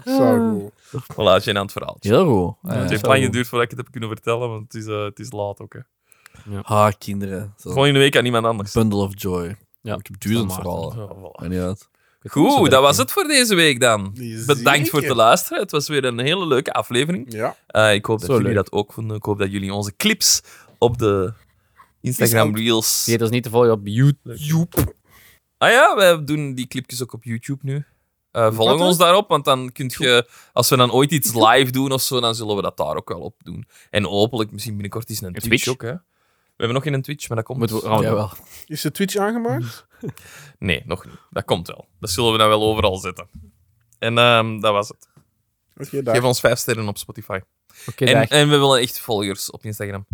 Sorry.
Voilà, gênant verhaal.
Heel goed.
Het
Ja.
heeft lang geduurd voordat ik het heb kunnen vertellen, want het is, eh, het is laat ook. Hè.
Ah, kinderen. Zo.
Volgende week aan iemand anders.
Bundle of joy.
Ja.
Ik heb duizend
Van
verhalen.
Ja, voilà.
Maar niet uit.
Goed, dat was het voor deze week dan.
Zeker.
Bedankt voor het luisteren. Het was weer een hele leuke aflevering.
Ja.
Eh, ik hoop dat
Zo
jullie
leuk.
dat ook vonden. Ik hoop dat jullie onze clips op de Instagram Reels.
Vergeet ons niet te volgen op YouTube.
YouTube. Ah ja, wij doen die clipjes ook op YouTube nu. Eh volg
Wat
ons daarop, want dan kun je, als we dan ooit iets live doen of zo, dan zullen we dat daar ook wel op doen. En hopelijk misschien binnenkort eens een Twitch,
Twitch.
ook. Hè. We hebben nog geen Twitch, maar dat komt.
Moeten we- gaan we
Jawel.
Is de Twitch aangemaakt?
Nee, nog niet. Dat komt wel. Dat zullen we dan wel overal zetten. En ehm, dat was het.
Oké, daar.
Geef ons vijf sterren op Spotify.
Oké,
En,
dag.
en we willen echt volgers op Instagram.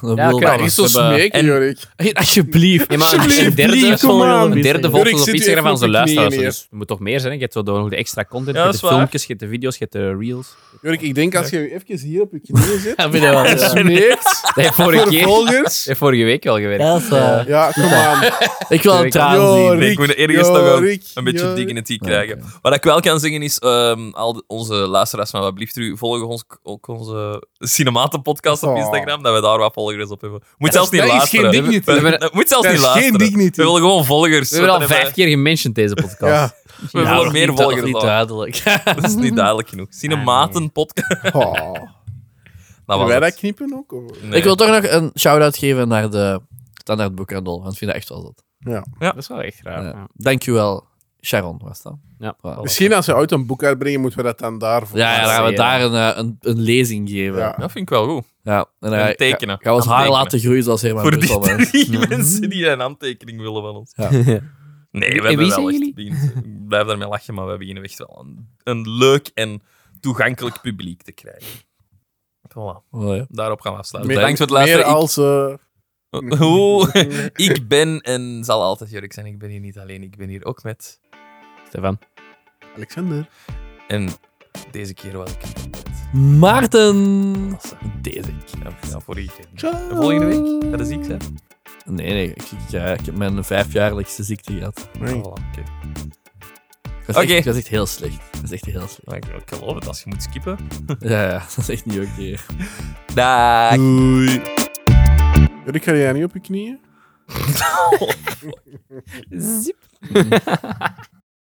Dat
Ja,
wil
oké.
dat.
Is zo
we hebben-
smeken,
en-
Jorik.
Hey, Alsjeblieft.
Ja, maar een derde,
please,
kom aan.
een derde
Jorik,
volgt ons
zit
op
hier
Instagram
even
van onze
op de knieën
luisteraars.
neer.
Dus er moet toch meer zijn. hè. Je hebt zo door nog de extra content,
Ja,
je
dat
hebt
is
de
waar.
filmpjes, je hebt de video's, je hebt de reels.
Jorik, ik denk als je even hier op je knieën zit
Ja, vind ik wel,
en
ja.
smeekt
Dat heeft vorige,
voor
keer,
volgers.
dat heeft vorige week al gewerkt.
Ja, dat is waar.
Ja, kom aan.
Ik wil een traan
Jorik.
zien.
Nee, ik moet ergens nog een,
Jorik,
een beetje
Jorik.
dignity krijgen. Wat ik wel kan zeggen is, ehm, al de- onze luisteraars van Wat Blieft U volgen ons k- ook onze Cinematen-podcast op
Oh.
Instagram, dat we daar wat volgers op hebben. Moet zelfs niet
dat is
luisteren.
geen dignity.
We- we-
Dat
dat moet zelfs
dat
niet
is geen
luisteren.
dignity.
We willen gewoon volgers.
We hebben al
Dan
vijf keer gementiond deze podcast.
Ja.
We willen
Nou,
meer
niet du-
volgers
Niet
dan.
duidelijk.
Dat is niet duidelijk genoeg. Cinematen-podcast. Dat
Oh. Kunnen
was
wij
het.
dat knippen ook? of-
Nee.
Ik wil toch nog een shout-out geven naar de standaardboekhandel, want ik vind dat echt wel zot.
Dat is wel echt raar.
Ja. Dankjewel, Sharon was dat.
Ja.
Voilà.
Misschien als we ooit een boek uitbrengen, moeten we dat dan daarvoor.
Ja, ja, dan gaan we
Ja.
daar een, eh, een, een lezing geven.
Ja.
Ja.
Dat vind ik wel goed.
En, dan
En tekenen.
Gaan we ons
En
haar
tekenen.
laten groeien zoals Herman
Voor
Brusselman.
die drie mensen die een handtekening willen van ons.
Ja.
Nee, we
En wie
hebben
zijn
wel echt...
jullie?
begin- Ik blijf daarmee lachen, maar we beginnen echt wel een, een leuk en toegankelijk publiek te krijgen. Voilà,
Oh, ja.
daarop gaan we afsluiten.
Meer-
Bedankt voor het
Meer
luisteren.
als... eh,
Ik, Oeh, ik ben en zal altijd Jurk zijn. Ik ben hier niet alleen, ik ben hier ook met...
Stefan.
Alexander.
En deze keer was ik niet met
Maarten!
Lasse.
Deze.
Ja, ja, vorige keer. niet.
Ciao.
De volgende week, dat is ik, hè?
Nee, nee, ik, ik, ja, ik heb mijn vijfjaarlijkse ziekte gehad.
Nee.
Voilà, oké.
Ik was, echt-
Oké.
ik was echt heel slecht. Ik was echt heel slecht.
Maar Ik, ik geloof het, als je moet skippen.
Ja, ja, dat is echt niet oké.
Daag.
Jorik, ga jij niet op je knieën?
Zip.